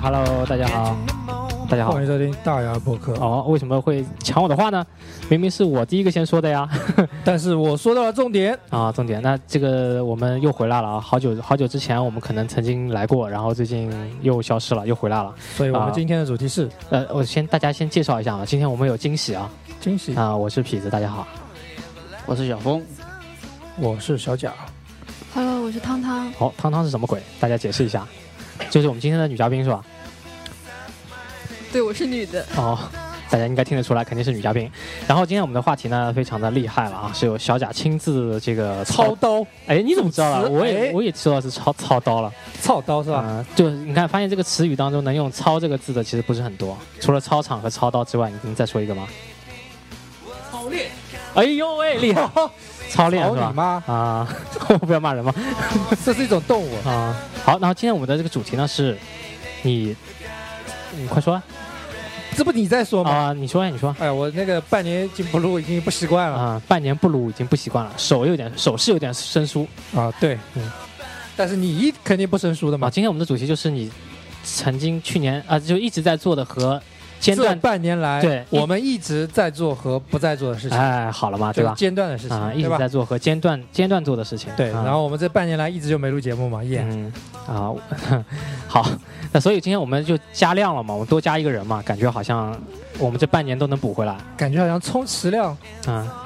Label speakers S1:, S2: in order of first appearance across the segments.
S1: Hello，大家好，大家好
S2: 欢。迎收听大牙播客。
S1: 哦，为什么会抢我的话呢？明明是我第一个先说的呀！
S2: 但是我说到了重点，
S1: 啊，重点，那这个我们又回来了啊！好久好久之前我们可能曾经来过，然后最近又消失了，又回来了。
S2: 所以我们今天的主题是
S1: 呃，我先大家先介绍一下啊，今天我们有惊喜啊！
S2: 惊喜。
S1: 啊，我是痞子，大家好。
S3: 我是小峰，
S2: 我是小贾，
S4: Hello，我是汤汤。
S1: 好、汤汤是什么鬼？大家解释一下。就是我们今天的女嘉宾是吧？
S4: 对，我是女的。
S1: 哦，大家应该听得出来，肯定是女嘉宾。然后今天我们的话题呢，非常的厉害了啊，是由小贾亲自这个
S2: 操
S1: 操。
S2: 刀，
S1: 哎，你怎么知道了？
S2: 主持
S1: 我也
S2: 哎
S1: 我也知道是操操刀了，
S2: 操刀是
S1: 是
S2: 吧？
S1: 就是你看，发现这个词语当中能用“操”这个字的其实不是很多，除了操场和操刀之外，你能再说一个吗？操练。哎呦喂，厉害！ 操练
S2: 操
S1: 是吧
S2: 你？妈！
S1: 啊， 我不要骂人吗？
S2: 这是一种动物。
S1: 啊，好，然后今天我们的这个主题呢是，你，你快说啊
S2: 这不你在说吗？
S1: 啊！你说呀，你说啊
S2: 哎，我那个半年已经不录，已经不习惯了
S1: 啊！半年不撸已经不习惯了，手有点手势有点生疏
S2: 啊。对
S1: 嗯，
S2: 但是你一肯定不生疏的
S1: 啊。
S2: 嘛。
S1: 今天我们的主题就是你曾经去年啊就一直在做的和间
S2: 这
S1: 断，
S2: 半年
S1: 对
S2: 来，我们一直在做和不在做的事情，
S1: 哎，好了嘛，对
S2: 就是
S1: 吧？
S2: 间断的事
S1: 啊，
S2: 情，
S1: 一
S2: 对
S1: 直
S2: 吧？
S1: 在做和间断间断做的事情。
S2: 对，
S1: 啊
S2: 然后我们这半年来一直就没录节目嘛，耶！
S1: 嗯啊， 我好，那所以今天我们就加量了嘛，我们多加一个人嘛，感觉好像我们这半年都能补回来
S2: 感觉好像充其量，
S1: 啊，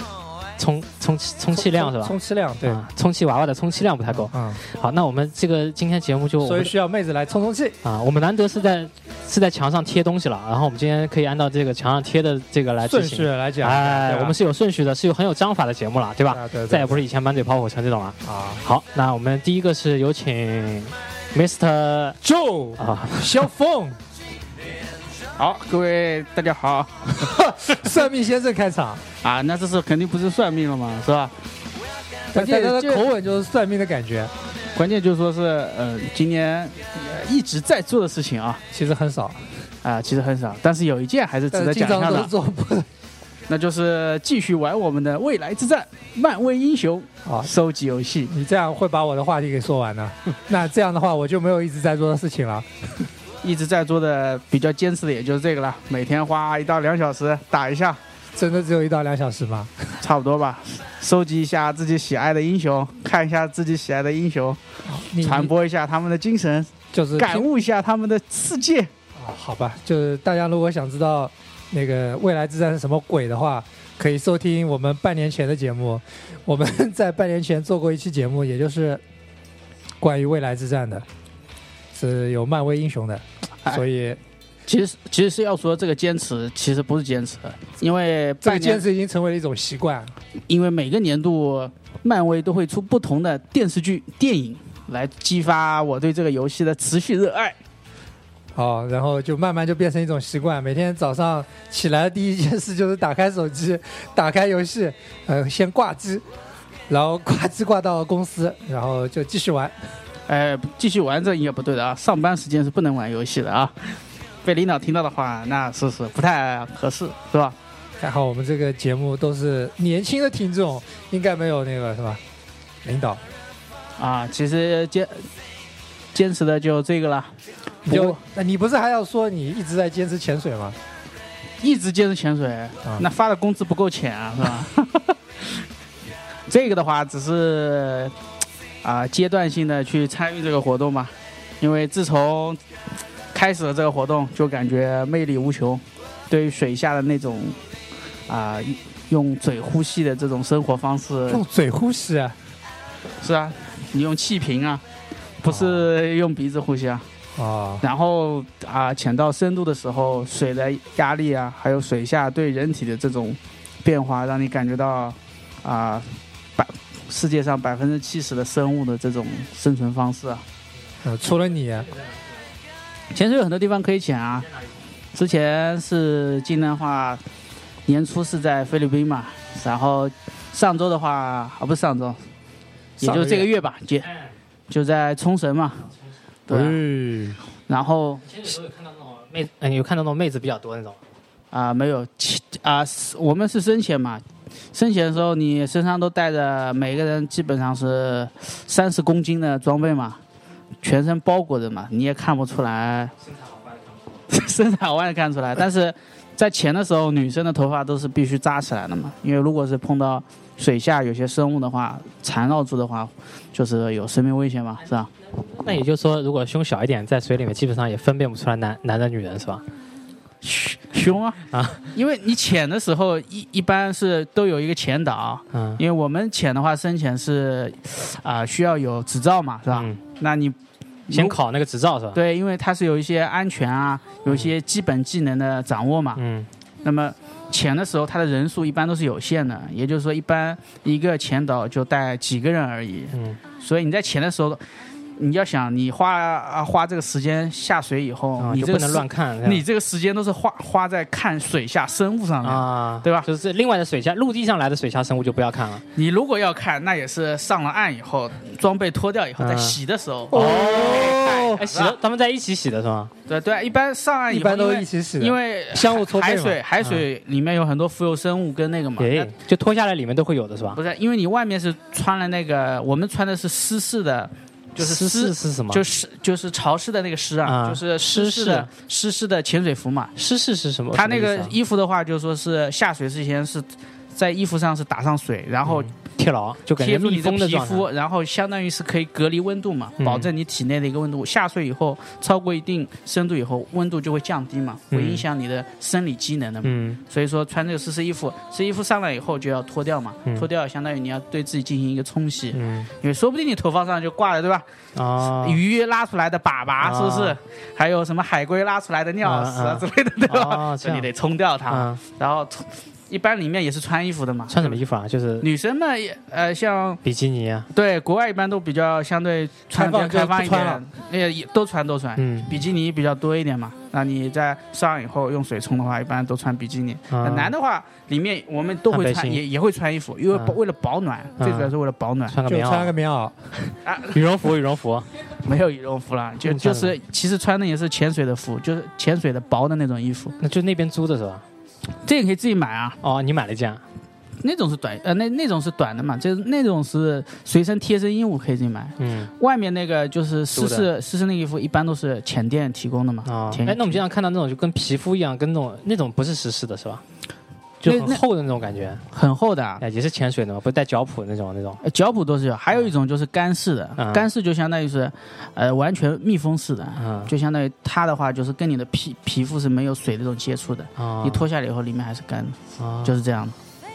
S1: 充充充气量是吧？
S2: 充其量，对，
S1: 啊，充气娃娃的充气量不太够。
S2: 啊，
S1: 好，那我们这个今天节目哦就我
S2: 所以
S1: 们
S2: 需要妹子来充充气。
S1: 啊，我们难得是在是在墙上贴东西了，然后我们今天可以按照这个墙上贴的这个来执
S2: 顺序
S1: 行。
S2: 来讲，
S1: 哎
S2: 对，吧
S1: 我们是有顺序的，是有很有章法的节目了，对吧？
S2: 啊对对
S1: 再也不是以前满嘴跑火车这种了。
S2: 啊
S1: 好，那我们第一个是有请 Mr
S2: ，Joe
S1: 啊，
S2: 萧峰，
S3: 好，各位大家好
S2: 算命先生开场，
S3: 啊，那这次肯定不是算命了嘛，是吧？
S2: 但
S3: 关键
S2: 但他
S3: 就
S2: 的口吻就是算命的感觉，
S3: 关键就说是，呃，今年呃一直在做的事情啊，
S2: 其实很少，
S3: 啊、其实很少，但是有一件还是值
S2: 但
S3: 得
S2: 是经
S3: 讲一下
S2: 常都
S3: 的
S2: 是，做不
S3: 那就是继续玩我们的未来之战漫威英雄
S2: 啊。
S3: 收集游戏。
S2: 你这样会把我的话题给说完的， 那这样的话我就没有一直在做的事情了。
S3: 一直在做的比较坚持的也就是这个了，每天花一到两小时打一下，
S2: 真的只有一到两小时吗？
S3: 差不多吧，收集一下自己喜爱的英雄，看一下自己喜爱的英雄，
S2: 你
S3: 传播一下他们的精神，
S2: 就是
S3: 感
S2: 听
S3: 悟一下他们的世界。
S2: 啊，好吧，就是大家如果想知道那个未来之战是什么鬼的话，可以收听我们半年前的节目。我们在半年前做过一期节目，也就是关于未来之战的， 是有漫威英雄的，
S3: 哎
S2: 所以
S3: 其实其实是要说这个坚持，其实不是坚持，因为
S2: 这
S3: 半
S2: 个坚
S3: 年，
S2: 持已经成为了一种习惯。
S3: 因为每个年度漫威都会出不同的电视剧、电影来激发我对这个游戏的持续热爱。
S2: 好，然后就慢慢就变成一种习惯，每天早上起来的第一件事就是打开手机，打开游戏，呃，先挂机，然后挂机挂到公司，然后就继续玩。
S3: 哎，继续玩这应该不对的啊，上班时间是不能玩游戏的啊。被领导听到的话，那是是不太合适，是吧？
S2: 还好我们这个节目都是年轻的听众，应该没有那个是吧？领导，
S3: 啊，其实坚坚持的就这个了，
S2: 你就那你不是还要说你一直在坚持潜水吗？
S3: 一直坚持潜水，那发的工资不够钱啊，是吧？ 这个的话，只是啊、阶段性的去参与这个活动嘛，因为自从开始了这个活动，就感觉魅力无穷，对于水下的那种啊、用嘴呼吸的这种生活方式，
S2: 用嘴呼吸啊！
S3: 是啊，你用气瓶啊，不是用鼻子呼吸啊。
S2: 哦，
S3: 然后啊、潜到深度的时候，水的压力啊，还有水下对人体的这种变化，让你感觉到啊、百世界上百分之七十的生物的这种生存方式啊。
S2: 呃除了你，
S3: 潜水有很多地方可以潜啊，之前是今年的话，年初是在菲律宾嘛，然后上周的话啊，不是上周，也
S2: 上
S3: 就
S2: 个
S3: 是这个
S2: 月
S3: 月吧，就就在冲绳嘛，对啊、
S2: 哎
S3: 然后
S1: 妹，嗯，有看到那种妹子比较多那种。
S3: 啊、没有，其啊、是我们是深潜嘛，深潜的时候你身上都带着，每个人基本上是三十公斤的装备嘛，全身包裹着嘛，你也看不出来生长外看出来，但是在前的时候，女生的头发都是必须扎起来的嘛，因为如果是碰到水下有些生物的话，缠绕住的话，就是有生命危险嘛，是吧？
S1: 那也就是说，如果胸小一点，在水里面基本上也分辨不出来男男的女人是吧？
S3: 凶啊
S1: 啊！
S3: 因为你潜的时候一一般是都有一个潜导，
S1: 嗯，
S3: 因为我们潜的话深潜是，啊、需要有执照嘛，是吧？
S1: 嗯
S3: 那你
S1: 先考那个执照是吧？，
S3: 对，因为它是有一些安全啊，有一些基本技能的掌握嘛。
S1: 嗯
S3: 那么潜的时候，它的人数一般都是有限的，也就是说，一般一个潜导就带几个人而已。
S1: 嗯
S3: 所以你在潜的时候，你要想你花啊花这个时间下水以后，
S1: 啊，
S3: 你
S1: 就
S3: 这
S1: 不
S3: 个
S1: 能
S3: 时
S1: 乱看。这样
S3: 你这个时间都是花花在看水下生物上面。
S1: 啊，
S3: 对吧
S1: 就是另外的水下，陆地上来的水下生物就不要看了。
S3: 你如果要看，那也是上了岸以后，装备脱掉以后，在
S1: 嗯
S3: 洗的时候。
S2: 哦
S1: 哎，洗的，他们在一起洗的是 吗？
S3: 对对，一般上岸以
S2: 一
S3: 后，
S2: 般都
S3: 因为
S2: 一起洗的，
S3: 哎因为
S2: 相互搓背
S3: 海
S2: 嘛
S3: 水海水里面有很多浮游生物跟那个嘛，
S1: 哎
S3: 那，
S1: 就脱下来里面都会有的是吧？
S3: 不是因为你外面是穿了那个，我们穿的是湿式的，就是
S1: 湿式是什么？
S3: 就是就是潮湿的那个湿啊，
S1: 啊
S3: 就是湿式的湿式的潜水服嘛。
S1: 湿式是什么？
S3: 它那个
S1: 什么意思啊
S3: 衣服的话，就说是下水之前是在衣服上是打上水，然后
S1: 啊贴牢，就感觉
S3: 贴住
S1: 密
S3: 你的
S1: 封的
S3: 皮
S1: 状态。
S3: 肤，然后相当于是可以隔离温度嘛，
S1: 嗯
S3: 保证你体内的一个温度。下水以后，超过一定深度以后，温度就会降低嘛，会
S1: 嗯
S3: 影响你的生理机能的嘛。
S1: 嗯
S3: 所以说穿这个湿式衣服，湿衣服上来以后就要脱掉嘛，
S1: 嗯
S3: 脱掉相当于你要对自己进行一个冲洗，
S1: 嗯
S3: 因为说不定你头发上就挂了，对吧？
S1: 啊，
S3: 鱼拉出来的粑粑
S1: 啊
S3: 是不是？还有什么海龟拉出来的尿
S1: 啊
S3: 屎啊
S1: 啊
S3: 之类的，对吧？
S1: 啊，这
S3: 所以
S1: 样
S3: 你得冲掉它，
S1: 啊，
S3: 然后冲一般里面也是穿衣服的嘛，
S1: 穿什么衣服啊？就是
S3: 女生嘛，也呃，像
S1: 比基尼啊，
S3: 对国外一般都比较相对穿的比较
S2: 开
S3: 开放一
S2: 放就不穿
S3: 点，也也都穿都穿，
S1: 嗯
S3: 比基尼比较多一点嘛。那你在上岸以后用水冲的话，一般都穿比基尼。那
S1: 啊
S3: 男的话，里面我们都会
S1: 穿
S3: 穿，
S1: 背心
S3: 也也会穿衣服，因为
S1: 啊
S3: 保为了保暖，最主要是为了保暖。
S1: 穿个
S2: 就
S1: 棉
S2: 穿个
S1: 袄，
S2: 棉袄，
S1: 羽绒服，羽绒服，
S3: 没有羽绒服了，就
S1: 嗯
S3: 就
S1: 穿
S3: 是其实穿的也是潜水的服，就是潜水的薄的那种衣服，
S1: 那就那边租的是吧？
S3: 这个可以自己买啊。
S1: 哦，你买了一件啊，
S3: 那种是短呃，那那种是短的嘛，就是那种是随身贴身衣物可以自己买。
S1: 嗯
S3: 外面那个就是
S1: 租
S3: 湿
S1: 的
S3: 式湿式那个衣服，一般都是浅店提供的嘛。
S1: 啊，
S3: 浅
S1: 哎，那我们经常看到那种就跟皮肤一样，跟那种那种不是湿湿的是吧？就
S3: 那
S1: 很
S3: 那
S1: 厚的那种感觉，
S3: 很厚的啊，
S1: 哎，也是潜水的嘛，不是带脚蹼那种那种。
S3: 呃脚蹼都是有，还有一种就是干式的，
S1: 嗯
S3: 干式就相当于是，呃，完全密封式的，
S1: 嗯
S3: 就相当于它的话就是跟你的皮皮肤是没有水的这种接触的，
S1: 啊
S3: 你脱下来以后里面还是干的，
S1: 啊
S3: 就是这样的。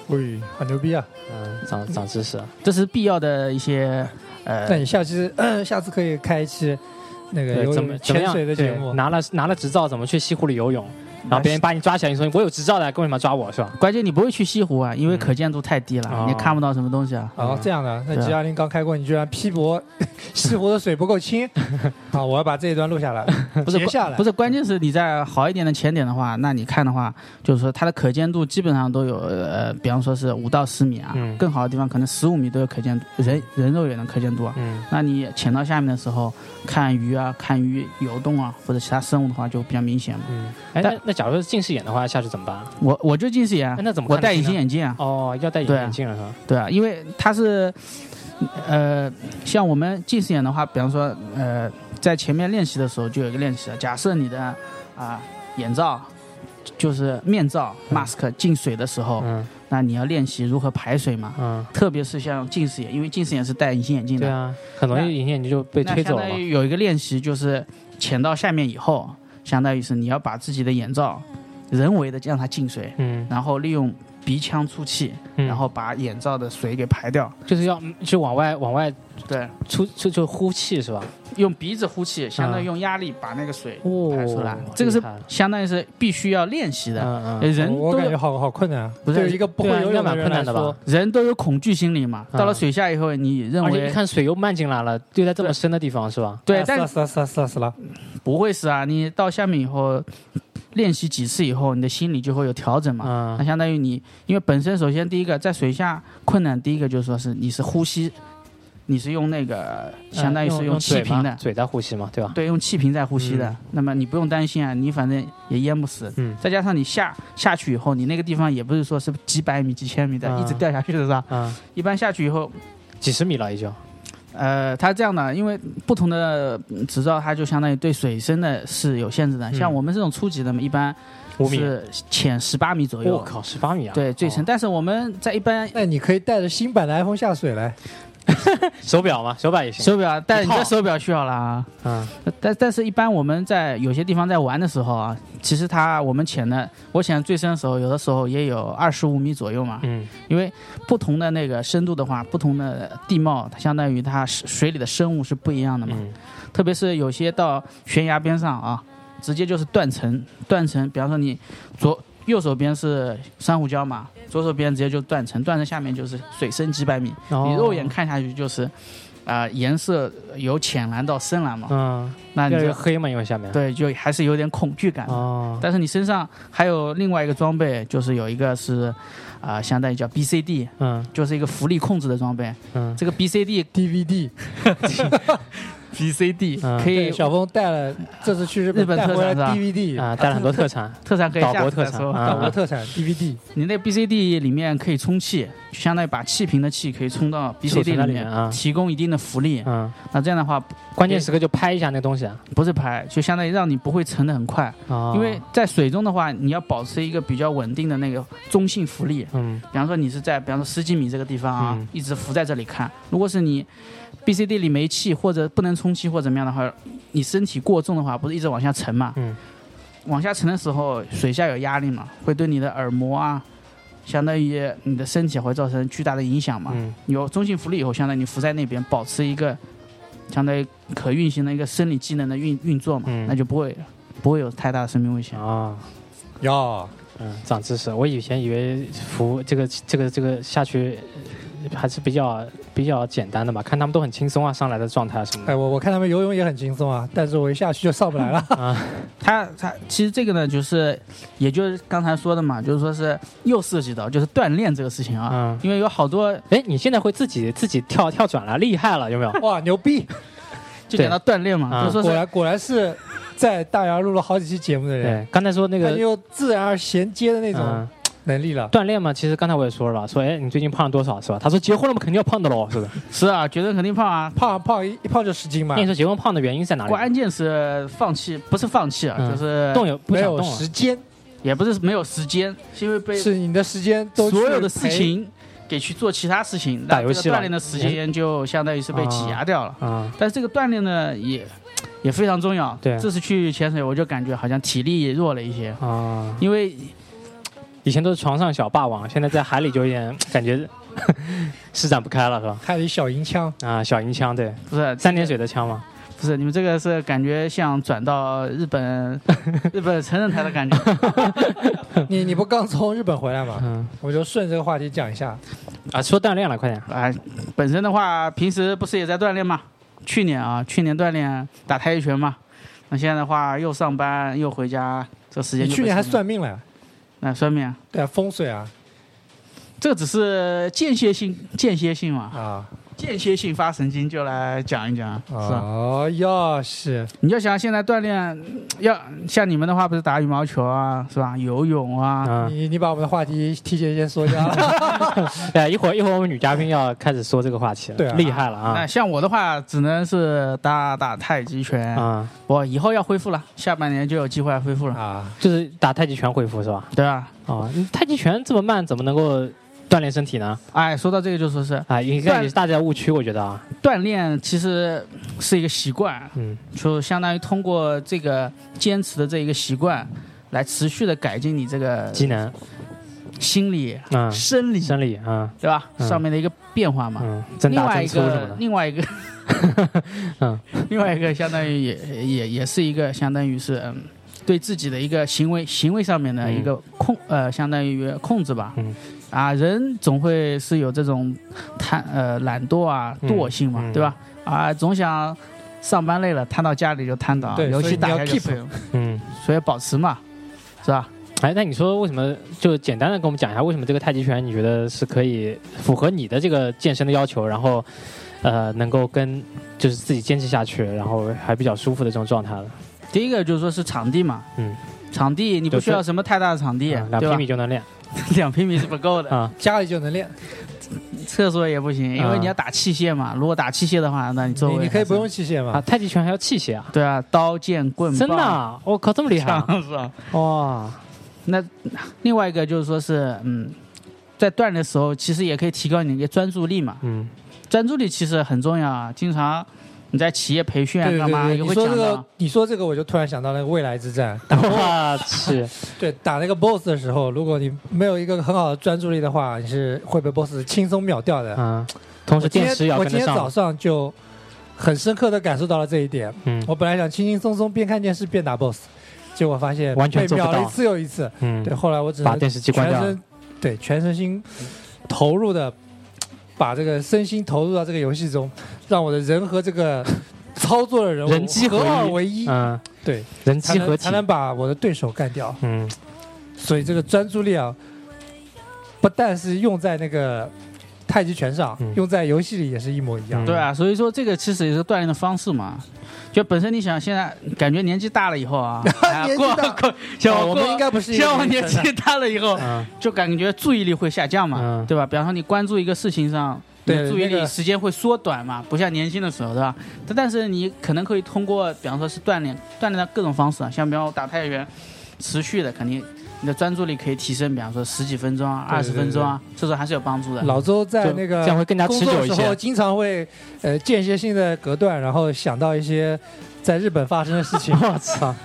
S2: 喂，好牛逼啊！
S1: 嗯，长长知识了，
S3: 这是必要的一些，呃
S2: 那，你下期 下次可以开一期那个游
S1: 怎么
S2: 泳
S1: 怎么
S2: 潜
S1: 样？
S2: 水的节目
S1: 对，拿了拿了执照，怎么去西湖里游泳？
S3: 嗯
S1: 然后别人把你抓起来，你说我有执照的，为什么要抓我是吧？
S3: 关键你不会去西湖啊，因为
S1: 嗯
S3: 可见度太低了，
S1: 哦
S3: 你看不到什么东西啊。
S2: 哦，这样的，那
S3: 对啊
S2: 吉亚林刚开过，你居然批驳 西湖的水不 够清啊！我要把这一段录下来，
S3: 不是
S2: 截下来，
S3: 不
S2: 是
S3: 是，关键是你在好一点的潜点的话，那你看的话，就是说它的可见度基本上都有，呃，比方说是五到十米啊，
S1: 嗯
S3: 更好的地方可能十五米都有可见度，人人肉也能可见度啊。
S1: 嗯
S3: 那你潜到下面的时候，看鱼啊、看鱼游动啊，或者其他生物的话，就比较明显嘛。
S1: 嗯。哎，
S3: 但
S1: 那那假如是近视眼的话，下去怎么办？
S3: 我我就近视眼
S1: 哎，那怎么
S3: 我
S1: 看得
S3: 戴
S1: 清
S3: 隐
S1: 呢
S3: 形眼镜啊，
S1: 哦，要戴隐形
S3: 对啊
S1: 眼镜了是吧？
S3: 对啊，因为它是，呃，像我们近视眼的话，比方说，呃，在前面练习的时候就有一个练习，假设你的啊、眼罩就是面罩 mask 进水的时候，
S1: 嗯
S3: 那你要练习如何排水嘛，
S1: 嗯，
S3: 特别是像近视眼，因为近视眼是戴隐形眼镜的，
S1: 对啊，很容
S3: 那
S1: 易隐形眼镜就被
S3: 那
S1: 推
S3: 相
S1: 走了
S3: 当
S1: 嘛。
S3: 于有一个练习，就是潜到下面以后，相当于是你要把自己的眼罩人为的让它进水，
S1: 嗯，
S3: 然后利用鼻腔出气，
S1: 嗯
S3: 然后把眼罩的水给排掉。
S1: 就是要嗯就往外往外
S3: 对，
S1: 出出就呼气是吧？
S3: 用鼻子呼气，相当于
S1: 嗯
S3: 用压力把那个水
S1: 哦
S3: 排出来。这个是相当于是必须要练习的。
S1: 嗯嗯，
S3: 呃人
S2: 我
S3: 都
S2: 感觉
S3: 有
S2: 好好困难啊！
S3: 不是
S2: 对于一个不会
S1: 对啊
S2: 游
S1: 应该
S2: 泳
S1: 蛮
S2: 的人
S1: 困
S2: 来
S1: 难的
S2: 说
S1: 吧，？
S3: 人都有恐惧心理嘛，
S1: 嗯
S3: 到了水下以后，你认
S1: 而且一
S3: 为
S1: 看水又漫进来了，又在这么深的地方是吧？
S3: 对
S2: 啊，
S3: 但
S2: 死了死了死了死了，
S3: 不会是啊。你到下面以后，练习几次以后，你的心理就会有调整嘛。那
S1: 嗯
S3: 相当于你，因为本身首先第一个在水下困难，第一个就是说是你是呼吸，你是用那个相当于是
S1: 呃嗯用用
S3: 气
S1: 嘴嘛
S3: 瓶的，
S1: 嘴在呼吸嘛，对吧？
S3: 对，用气瓶在呼吸的。
S1: 嗯
S3: 那么你不用担心啊，你反正也淹不死。
S1: 嗯
S3: 再加上你下下去以后，你那个地方也不是说是几百米、几千米的，
S1: 嗯
S3: 一直掉下去的是吧？
S1: 啊，
S3: 一般下去以后，
S1: 几十米了已经。
S3: 呃，它这样的，因为不同的执照，它就相当于对水深的是有限制的。
S1: 嗯
S3: 像我们这种初级的嘛，一般
S1: 五米，
S3: 是潜十八米左右。
S1: 哎我靠，十八米啊！
S3: 对，最深。
S1: 哦
S3: 但是我们在一般
S2: 那你可以带着新版的 iPhone 下水来，
S1: 手表嘛，手表也行。
S3: 手表，但你
S1: 一套
S3: 的手表去好了啊。
S1: 嗯，
S3: 但但是，一般我们在有些地方在玩的时候啊，其实它我们潜的，我潜最深的时候，有的时候也有二十五米左右嘛。
S1: 嗯，
S3: 因为不同的那个深度的话，不同的地貌，它相当于它水水里的生物是不一样的嘛。
S1: 嗯，
S3: 特别是有些到悬崖边上啊，直接就是断层，断层。比方说你左右手边是珊瑚礁嘛，左手边直接就断层，断层下面就是水深几百米，
S1: 哦
S3: 你肉眼看下去就是，啊、颜色由浅蓝到深蓝嘛，
S1: 哦，
S3: 那
S1: 嗯，
S3: 你
S1: 越来越
S3: 就
S1: 黑嘛，因为下面。
S3: 对就还是有点恐惧感的。
S1: 哦，
S3: 但是你身上还有另外一个装备，就是有一个是，啊、相当于叫 BCD，
S1: 嗯
S3: 就是一个浮力控制的装备。
S1: 嗯，
S3: 这个 BCD
S2: DVD。
S3: BCD
S1: 嗯
S3: 可以
S2: 对，小峰带了，这次去日本
S3: 日本
S2: 带回
S3: 特
S2: 来
S3: 产是吧
S2: DVD，
S1: 啊，带了很多特产。
S3: 特产可以
S1: 岛
S3: 下
S1: 国
S3: 次再
S1: 特产
S3: 说
S1: 啊
S2: 岛国特产 DVD，
S3: 你那 BCD 里面可以充气，就相当于把气瓶的气可以充到
S1: 储存
S3: BCD
S1: 在
S3: 里
S1: 里面啊
S3: 面，提供一定的浮力。
S1: 嗯，
S3: 那这样的话，
S1: 关键时刻就拍一下那东西啊。
S3: 不是排，就相当于让你不会沉得很快，
S1: 哦
S3: 因为在水中的话，你要保持一个比较稳定的那个中性浮力。
S1: 嗯
S3: 比方说你是在，比方说十几米这个地方啊，
S1: 嗯
S3: 一直浮在这里看。如果是你 BCD 里没气或者不能充气或者怎么样的话，你身体过重的话，不是一直往下沉嘛？
S1: 嗯
S3: 往下沉的时候，水下有压力嘛，会对你的耳膜啊，相当于你的身体会造成巨大的影响嘛。
S1: 嗯
S3: 有中性浮力以后，相当于你浮在那边，保持一个相当于可运行的一个生理机能的运运作嘛，
S1: 嗯
S3: 那就不会不会有太大的生命危险。
S1: 哦，
S2: 哟，
S1: 嗯，长知识。我以前以为服这个这个这个下去呃还是比较比较简单的嘛，看他们都很轻松啊，上来的状态什么
S2: 哎，
S1: 的。
S2: 我我看他们游泳也很轻松啊，但是我一下去就上不来了。
S1: 啊，
S3: 它它其实这个呢，就是也就是刚才说的嘛，就是说是又涉及到就是锻炼这个事情啊，
S1: 嗯，
S3: 因为有好多
S1: 哎，你现在会自己自己跳跳转了，厉害了，有没有？
S2: 哇，牛逼！
S3: 就讲到锻炼
S1: 对啊
S3: 嘛，就说
S2: 果
S3: 是
S2: 然果然是在大洋录了好几期节目的人，
S1: 对，刚才说那
S2: 他
S1: 个
S2: 就有自然而衔接的那种
S1: 嗯
S2: 能力了。
S1: 锻炼嘛，其实刚才我也说了吧，说哎，你最近胖了多少是吧？他说结婚了嘛，肯定要胖的喽，是 吧？
S3: 是啊，绝对肯定胖啊。
S2: 胖胖一一胖就十斤嘛
S1: 那你，说结婚胖的原因在哪里？
S3: 关键是放弃，不是放弃啊，
S1: 嗯
S3: 就是
S1: 动也不
S2: 没
S1: 想
S2: 有
S1: 动了
S2: 时，间，
S3: 也不是没有时间，是因为被
S2: 是你的时间都
S3: 所有
S2: 去
S3: 的事
S2: 陪
S3: 情给去做其他事情，
S1: 打
S3: 那这
S1: 游
S3: 个
S1: 戏了
S3: 锻炼的时间就相当于是被挤压掉了。
S1: 啊，
S3: 但是这个锻炼呢，也也非常重要。
S1: 对
S3: 这次去潜水，我就感觉好像体力也弱了一些，
S1: 啊，
S3: 因为
S1: 以前都是床上小霸王，现在在海里就有点 感觉施展不开了，是吧？
S2: 海里小银枪，
S1: 啊，小银枪对，
S3: 不是
S1: 三点水的枪嘛，
S3: 不是你们这个是感觉像转到日 本日本成人台的感觉。
S2: 你你不刚从日本回来吗？
S1: 嗯
S2: 我就顺这个话题讲一下，
S1: 啊，说锻炼了，快点，
S3: 啊，本身的话，平时不是也在锻炼嘛？去年啊，去年锻炼打太极拳嘛。那现在的话，又上班又回家，这时间
S2: 你
S3: 就
S2: 去年
S3: 被
S2: 还
S3: 占用
S2: 算命了呀，
S3: 那算命啊，
S2: 对啊，风水啊
S3: 这只是间歇性间歇性嘛，
S2: 啊，
S3: 间歇性发神经就来讲一讲，是啊吧？
S2: 哦哟是，
S3: 你要想现在锻炼，要像你们的话，不是打羽毛球啊，是吧？游泳啊，
S1: 啊，
S2: 你你把我们的话题提前先说掉了，
S1: 对，哎一会儿一会儿我们女嘉宾要开始说这个话题
S2: 对
S1: 了，
S2: 啊
S1: 厉害了
S3: 那
S1: 啊
S3: 像我的话，只能是打打太极拳。
S1: 啊，
S3: 我以后要恢复了，下半年就有机会恢复了，
S2: 啊，
S1: 就是打太极拳恢复是吧？
S3: 对吧？
S1: 啊，你太极拳这么慢，怎么能够锻炼身体呢？
S3: 哎，说到这个就说是
S1: 啊，应该
S3: 锻
S1: 也是大家的误区，我觉得啊，
S3: 锻炼，其实是一个习惯，
S1: 嗯
S3: 就相当于通过这个坚持的这一个习惯，来持续的改进你这个
S1: 机能，
S3: 心理、
S1: 嗯，
S3: 生理，
S1: 生理，嗯
S3: 对吧？
S1: 嗯
S3: 上面的一个变化嘛。
S1: 嗯，增
S3: 另
S1: 大
S3: 外
S1: 增
S3: 一
S1: 粗什么
S3: 个，
S1: 的，
S3: 另外一个，
S1: 嗯，
S3: 另外一个相当于也也也是一个相当于是嗯，对自己的一个行为行为上面的一个控、呃，相当于控制吧。
S1: 嗯
S3: 啊，人总会是有这种贪呃懒惰啊
S1: 嗯
S3: 惰性嘛，
S1: 嗯
S3: 对吧？啊，总想上班累了瘫到家里就瘫倒，
S2: 对
S3: 尤
S2: 所以
S3: 其
S2: 你
S3: 打
S2: 要
S3: 开就
S2: keep
S3: 睡了
S1: 嗯，
S3: 所以保持嘛，是吧？
S1: 哎，那你说为什么？就简单的跟我们讲一下，为什么这个太极拳你觉得是可以符合你的这个健身的要求，然后呃，能够跟就是自己坚持下去，然后还比较舒服的这种状态了，
S3: 第一个就是说是场地嘛，
S1: 嗯，
S3: 场地你不
S1: 就是
S3: 需要什么太大的场地，
S1: 嗯两
S3: 对
S1: 平
S3: 吧
S1: 米？就能练
S3: 两平米是不够的，
S1: 啊，
S2: 家里就能练，
S3: 厕所也不行，因为你要打器械嘛。如果打器械的话，那你周围
S2: 啊你你可以
S3: 还是
S2: 不用器械
S1: 啊，
S2: 嘛？
S1: 太极拳还要器械啊？
S3: 对啊，刀剑棍棒
S1: 真 的啊？我靠，这么厉害啊！
S3: 是吧？
S1: 哇，
S3: 那另外一个就是说是嗯，在锻炼的时候，其实也可以提高你的专注力嘛。
S1: 嗯，
S3: 专注力其实很重要啊，经常你在企业培训啊
S2: 对对
S3: 干嘛
S2: 对，
S3: 也
S2: 你
S3: 会
S2: 说
S3: 讲
S2: 这
S3: 到
S2: 个，。你说这个，我就突然想到那个未来之战，
S1: 我 去，
S2: 对，打那个 BOSS 的时候，如果你没有一个很好的专注力的话，你是会被 BOSS 轻松秒掉的。
S1: 嗯，同时
S2: 我今
S1: 电池也
S2: 天
S1: 要
S2: 啊我
S1: 跟
S2: 今
S1: 得
S2: 天早
S1: 上。
S2: 上就很深刻的感受到了这一点。
S1: 嗯
S2: 我本来想轻轻松松边看电视边打 BOSS，结果发现
S1: 完全
S2: 被
S1: 做不
S2: 秒了一
S1: 到
S2: 次又一次。对，
S1: 嗯，
S2: 后来我只
S1: 把
S2: 能
S1: 电视机关
S2: 全
S1: 掉。
S2: 身对全身心投入的把这个身心投入到这个游戏中，让我的人和这个操作的人物
S1: 人机合
S2: 合
S1: 一
S2: 二为一，
S1: 嗯，
S2: 对，
S1: 人
S2: 才
S1: 机合
S2: 能
S1: 体
S2: 才。能把我的对手干掉。
S1: 嗯，
S2: 所以这个专注力啊，不但是用在那个太极拳上，
S1: 嗯
S2: 用在游戏里也是一模一样。
S1: 嗯
S3: 对啊，所以说这个其实也是锻炼的方式嘛。就本身你想现在感觉年纪大了以后 啊，哎呀
S2: 年 纪
S3: 过
S2: 大
S3: 过像
S2: 哦
S3: 我
S2: 我
S3: 过
S2: 们应该不是一个
S3: 像我年
S2: 人生
S3: 纪大了以后，
S1: 嗯，
S3: 就感觉注意力会下降嘛，
S1: 嗯
S3: 对吧？比方说你关注一个事情上，你的
S2: 对
S3: 注意
S2: 那
S3: 力
S2: 个
S3: 时间会缩短嘛，不像年轻的时候，对吧？但但是你可能可以通过，比方说是锻炼，锻炼的各种方式啊，像比方我打太极拳，持续的肯定你的专注力可以提升，比方说十几分钟啊、
S2: 对
S3: 二
S2: 对
S3: 十
S2: 对
S3: 分钟啊，这种还是有帮助的。
S2: 老周在
S1: 就
S2: 那
S1: 这样
S2: 个
S1: 会更加
S2: 工
S1: 持
S2: 作
S1: 久
S2: 的
S1: 一
S2: 时候，
S1: 些。
S2: 经常会呃间歇性的隔断，然后想到一些在日本发生的事情。
S1: 我操！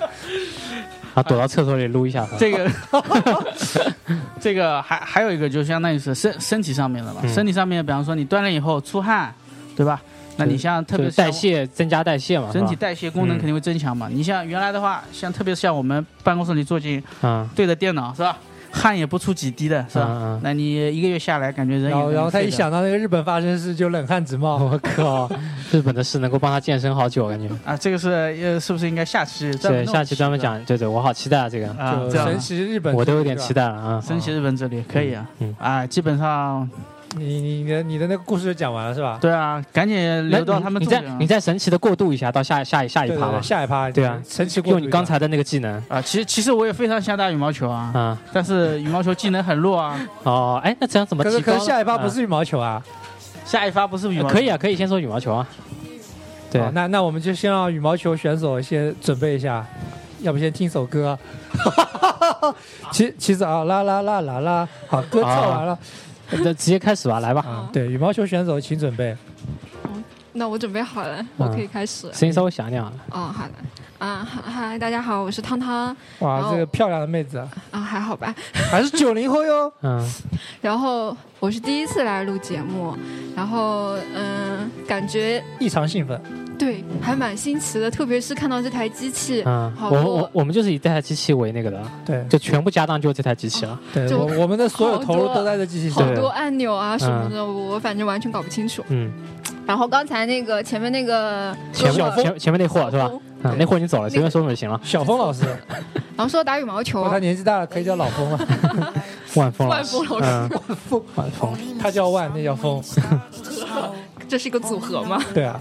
S1: 啊，躲到厕所里撸一下吧。
S3: 这个， 这个还还有一个，就相当于是身身体上面的吧，
S1: 嗯
S3: 身体上面，比方说你锻炼以后出汗，对吧？那你像特
S1: 就
S3: 别
S1: 是
S3: 像
S1: 代谢增加代谢嘛，
S3: 整体
S1: 啊是吧嗯
S3: 代谢功能肯定会增强嘛。你像原来的话，像特别像我们办公室里坐进
S1: 嗯
S3: 对着电脑是吧，汗也不出几滴的是吧？
S1: 嗯嗯。
S3: 那你一个月下来，感觉人也
S2: 然后，
S3: 很
S2: 然后他
S3: 废
S2: 一
S3: 的，
S2: 想到那个日本发生的事，就冷汗直冒。
S1: 嗯我靠，日本的事能够帮他健身好久，我感 觉。
S3: 啊，这个是呃，是不是应该下期专门
S1: 对，
S3: 弄
S1: 下期专门
S3: 这个
S1: 讲，对对，我好期待啊，这个，
S3: 啊，
S2: 就
S3: 这样
S2: 神
S3: 啊
S2: 奇日本，
S1: 我都有点期
S2: 待。
S1: 待了啊。
S3: 神奇日本之旅可以啊
S1: 嗯，
S3: 啊，基本上
S2: 你你你的你的那个故事就讲完了是吧？
S3: 对啊，赶紧留到他们
S1: 你
S3: 重
S1: 再
S3: 点啊
S1: 你再神奇的过渡一下，到下下下一
S2: 对
S1: 趴
S2: 对
S1: 吧
S2: 对，，下一趴
S1: 对啊
S2: 神奇过
S1: 用
S2: 渡
S1: 你
S2: 一
S1: 刚
S2: 下
S1: 才的那个技能
S3: 啊，其实其实我也非常想打羽毛球啊，
S1: 啊。
S3: 但是羽毛球技能很弱啊。
S1: 哦，哎，那这样怎么
S2: 可
S1: 提
S2: 是
S1: 高
S2: 可
S1: 呢？
S2: 是下一趴不
S1: 啊
S2: 是羽毛球啊？
S3: 下一发不是羽毛球，
S1: 可以啊，可以先说羽毛球啊。对
S2: 好，那那我们就先让羽毛球选手先准备一下，要不先听首歌。 其其实啊，啦啦啦啦啦，好，歌
S1: 啊
S2: 唱完了
S1: 那直接开 始吧，来吧，
S2: 啊。对，羽毛球选手请准备。
S4: 那我准备好了，我
S1: 嗯
S4: 可以开始。
S1: 声音稍微响一点啊。
S4: 哦，好的。啊，嗨嗨，大家好，我是汤汤。
S2: 哇，
S4: 好
S2: 这个漂亮的妹子啊，
S4: 啊，还好吧。
S2: 还是九零后 哟。
S1: 嗯
S4: 然后我是第一次来录节目，然后嗯，感觉
S2: 异常兴奋，
S4: 对，还蛮新奇的，特别是看到这台机器，
S1: 嗯，
S4: 好
S1: 我
S4: 多
S1: 们我我们就是以这台机器为那个的，啊
S2: 对
S1: 就全部家当就是这台机器啊了。
S2: 对，
S4: 就
S2: 我我们的所有投入
S4: 好多
S2: 都在这机器上
S4: 好
S1: 对。
S4: 多按钮啊什么的，我反正完全搞不清楚。
S1: 嗯，
S4: 然后刚才那个前面那个
S1: 前
S4: 哥
S1: 面
S4: 们儿
S1: 前前面那货是吧？嗯，那货已经走了，随便说说就行了。
S2: 小峰老师，
S4: 然后说到打羽毛球
S2: 哇，，他年纪大了可以叫老峰啊 了，
S1: 万峰老
S4: 万
S1: 师，
S4: 峰老
S1: 嗯
S4: 师，，
S1: 万峰，
S2: 他叫万，那叫 峰。
S4: 这是一个组合吗？
S2: 对啊，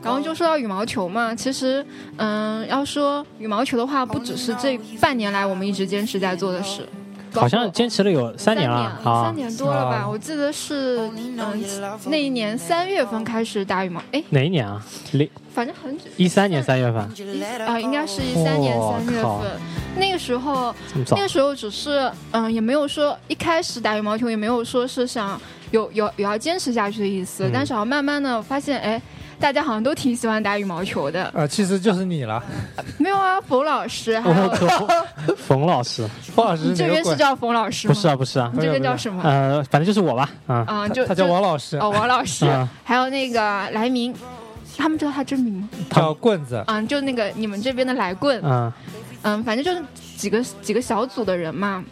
S4: 然后就说到羽毛球嘛，其实，嗯，要说羽毛球的话，不只是这半年来我们一直坚持在做的事，
S1: 好像坚持了有三
S4: 三
S1: 年了啊
S4: 三。年多了吧？
S2: 啊
S4: 我记得是，嗯，那一年三月份开始打羽毛，哎，
S1: 哪一年啊？零
S4: 反正很久
S1: 一三年三月份，
S4: 啊、
S5: 呃
S4: 应该是一
S1: 哇
S4: 三年三月
S1: 靠
S4: 份，那个时候，
S1: 这么早
S4: 那个时候只是，嗯，也没有说一开始打羽毛球也没有说是想有有有要坚持下去的意思，
S1: 嗯
S4: 但是好像慢慢的发现，哎，大家好像都挺喜欢打羽毛球的，
S2: 呃，其实就是你了，
S4: 没有啊，冯老师，还
S1: 我
S4: 有
S1: 靠，冯老师
S2: 冯老师
S4: 你这
S2: 哪个
S4: 边是
S2: 鬼？
S4: 叫冯老师
S1: 不
S4: 吗？
S1: 是啊，不是啊，
S4: 你这边
S2: 不是
S4: 叫什么？
S1: 呃，反正就是我吧，啊
S4: 啊、就
S2: 他他叫
S4: 就
S2: 王老师，
S4: 哦，王老师，
S1: 啊，
S4: 还有那个来明，他们知道他真名吗？
S2: 叫棍子。
S4: 嗯、就那个你们这边的来棍，
S1: 嗯
S4: 嗯，反正就是几个几个小组的人嘛。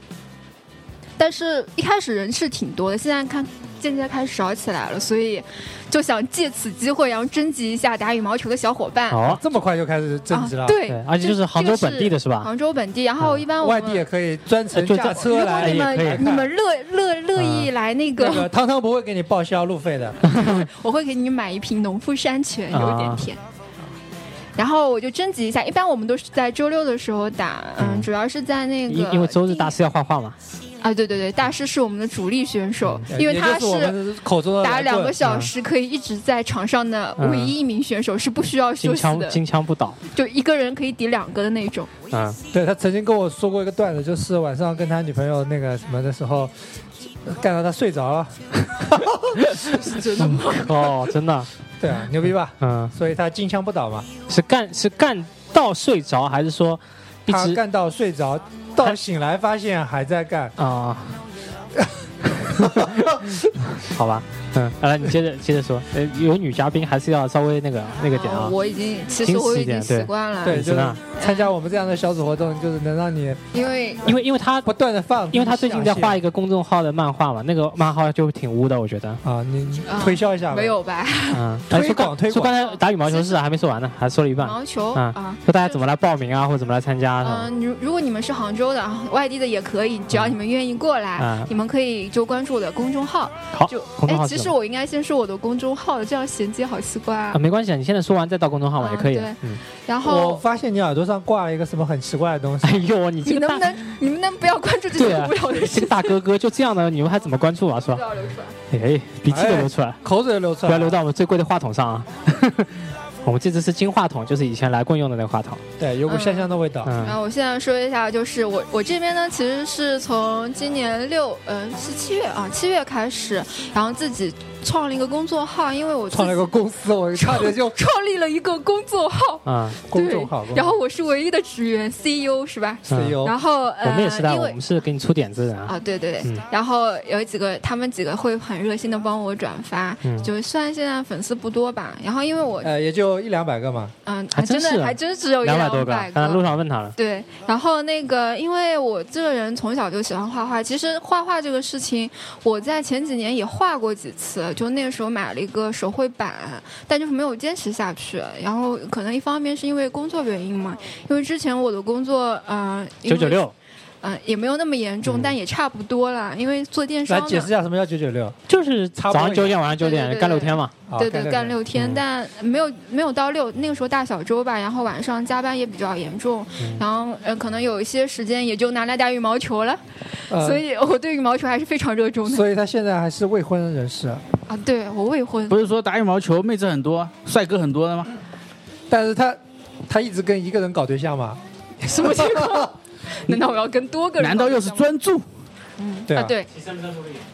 S4: 但是一开始人是挺多的，现在看渐渐开始少起来了，所以就想借此机会，然后征集一下打羽毛球的小伙伴。
S1: 哦，
S2: 这么快就开始政治了？
S4: 啊，对
S1: 对，，而且就是杭州本地的是吧？啊
S4: 杭州本地，然后一般我
S2: 外
S4: 们啊
S2: 地也可以专程
S1: 就在
S2: 驾车来
S1: 哎
S4: 你
S1: 也
S4: 们
S1: 可以嗯
S2: 看
S4: 你们乐乐乐意来那个，
S2: 那 个汤汤不会给你报销路费的，
S1: 啊
S4: 我会给你买一瓶农夫山泉，有点甜。然后我就征集一下，一般我们都是在周六的时候打，嗯，
S1: 嗯
S4: 主要是在那
S1: 因
S4: 个
S1: 因为周日大师要画画嘛，
S4: 啊，对对对，大师是我们的主力选手，
S2: 嗯
S4: 因为
S2: 也
S4: 他
S2: 就是我们口中的
S4: 打
S2: 来
S4: 两
S2: 棍
S4: 个
S1: 嗯
S4: 小时可以一直在场上的唯一一名选手，是不需要休
S1: 金
S4: 息
S1: 枪
S4: 的，
S1: 金枪不倒，
S4: 就一个人可以抵两个的那种。
S1: 嗯，
S2: 对他曾经跟我说过一个段子，就是晚上跟他女朋友那个什么的时候，干到他睡着了。
S1: 哦，真的，
S2: 对啊，牛逼吧？
S1: 嗯，
S2: 所以他金枪不倒嘛，
S1: 是干是干到睡着，还是说一
S2: 他
S1: 直
S2: 干到睡着，到醒来发现还在干。
S1: 啊？ 好吧，嗯，好了，你接着接着说，呃，有女嘉宾还是要稍微那个那个点啊，
S4: 我已经其
S1: 矜
S4: 实
S1: 持
S4: 我
S1: 啊一
S4: 已经
S1: 点
S4: 习
S1: 对
S4: 惯了，
S2: 对，
S1: 你
S2: 就
S1: 知
S2: 是
S1: 道
S2: 参加我们这样的小组活动，就是能让你
S4: 因为
S1: 因为因为他
S2: 不断的放。
S1: 因为他最近在画一
S2: 个
S1: 个公众号的漫画嘛，那个漫画就挺污的，我觉得。
S2: 啊，你推销一下吧。
S4: 没有吧，
S1: 嗯，
S2: 推
S1: 哎说刚
S2: 广推
S1: 说
S2: 广
S1: 刚才打羽毛球是啊还没说完呢，还说了一半
S4: 羽，毛球
S1: 嗯
S4: 啊。
S1: 说大家怎么来报名啊，或者怎么来参加什么
S4: 嗯，如如果你们是杭州的、啊外地的也可以，只要你们愿意过来，
S1: 嗯
S4: 你们可以就关注我的公众号。
S1: 好
S4: 就，
S1: 哦公众
S4: 哎，
S1: 号
S4: 其
S1: 是
S4: 实
S1: 什么
S4: 我应该先说我的公众号的，这样衔接好奇怪啊。
S1: 啊，没关系，啊，你现在说完再到公众号嘛，
S4: 嗯
S1: 也可以
S4: 对
S1: 的。嗯，
S4: 然
S2: 我
S4: 后
S2: 发现你耳朵上挂了一个什么很奇怪的东西。
S1: 哎呦，你
S4: 你
S1: 这个
S4: 能不
S1: 大
S4: 能 你们能不要关注这
S1: 对
S4: 些
S1: 啊
S4: 无聊
S1: 这
S4: 的事
S1: 个
S4: 情？
S1: 大哥哥就这样的，你们还怎么关注啊？是吧
S4: 不？ 要流出来。
S1: 哎，鼻涕都流出来了，
S2: 口水流出
S1: 不
S2: 来
S1: 要
S2: 了，
S1: 流到我们最贵的话筒上啊！ 我们这只是金话筒，就是以前来过用的那个话筒。
S2: 对，有股香香的味道。
S4: 然
S1: 嗯
S4: 后我现在说一下，就是我我这边呢，其实是从今年六，嗯、是七月啊，七月开始，然后自己创了一个公众号，因为我自己
S2: 创了一个公司，我差点就
S4: 创立了一个公众号，
S1: 嗯，
S2: 公众号。
S4: 对然后我是唯一的职员 CEO 是吧？
S1: 嗯
S2: CEO，
S4: 然后呃，
S1: 我们也是的，
S4: 因
S1: 我
S4: 为
S1: 们是给你出点子的啊。
S4: 啊，对对对，
S1: 嗯
S4: 然后有几个他们几个会很热心的帮我转发，
S1: 嗯
S4: 就虽然现在粉丝不多吧，然后因为我
S2: 呃，也就一两百个嘛。
S4: 嗯、
S1: 还真
S4: 真
S1: 是
S4: 的
S1: 啊
S4: 还真只有一
S1: 两
S4: 百
S1: 百多个，刚才路上问他了。
S4: 对，然后那个，因为我这个人从小就喜欢画画，其实画画这个事情，我在前几年也画过几次，就那个时候买了一个手绘板，但就是没有坚持下去。然后可能一方面是因为工作原因嘛，因为之前我的工作，嗯、呃，
S1: 九九，六，
S4: 嗯，也没有那么严重，
S1: 嗯
S4: 但也差不多了，因为做电
S2: 来
S4: 商嘛
S2: 解释一下什么叫九九六。
S1: 就是
S2: 差
S1: 早
S2: 不多
S1: 上九点，晚上九
S4: 对对
S1: 点，
S4: 对
S1: 干六天嘛。
S2: 啊
S4: 对对，干
S2: 六
S4: 六天，
S1: 嗯
S4: 但没有没有到六，那个时候大小周吧，然后晚上加班也比较严重，
S1: 嗯
S4: 然后呃，可能有一些时间也就拿来打羽毛球了，
S2: 呃
S4: 所以我对羽毛球还是非常热衷的
S2: 所以他现在还是未婚人士，
S4: 啊。对我未婚，
S3: 不是说打羽毛球妹子很多、帅哥很多的吗？
S2: 但是他他一直跟一个人搞对象 嘛，
S4: 什么情况？难道我要跟多个人？
S3: 难道又是专注？
S2: 对
S4: 啊？
S2: 啊。
S4: 对，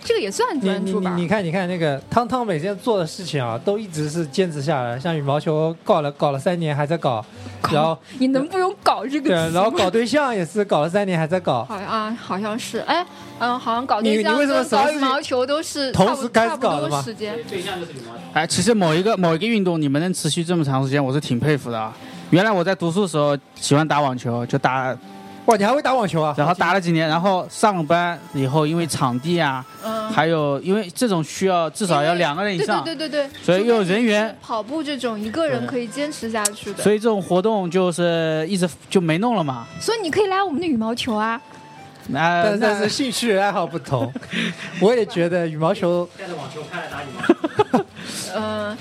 S4: 这个也算
S2: 你
S4: 专
S2: 你
S4: 注
S2: 你
S4: 吧。
S2: 你看你看那个汤汤每天做的事情啊，都一直是坚持下来，像羽毛球搞了搞了三年还在搞，
S4: 搞
S2: 然后
S4: 你能不用搞这个
S2: 对
S4: 词
S2: 啊，
S4: 吗？
S2: 然后搞对象也是搞了三年还在搞，
S4: 好像啊，好像是哎，嗯，好像搞
S2: 你
S4: 对
S2: 你
S4: 象
S2: 为什么
S4: 跟
S2: 什么
S4: 搞
S2: 事
S4: 羽
S2: 情
S4: 毛球都是
S2: 同
S4: 差不
S2: 时开始
S4: 差不多
S2: 搞的吗
S4: 时间
S3: 哎，其实某一个某一个运动，你们能持续这么长时间，我是挺佩服的啊。原来我在读书的时候喜欢打网球，就打，
S2: 哇，你还会打网球啊？
S3: 然后打了几年，然后上班以后，因为场地啊，
S4: 嗯，
S3: 还有因为这种需要至少要两个人以
S4: 对
S3: 上，
S4: 对对对对，
S3: 所以又有人员
S4: 就是跑步这种一个人可以坚持下去的，
S3: 所以这种活动就是一直就没弄了嘛。
S4: 所以你可以来我们的羽毛球啊。
S3: 那、
S2: 但是但
S3: 那
S2: 是兴趣爱好不 同，我也觉得羽毛球
S4: 嗯，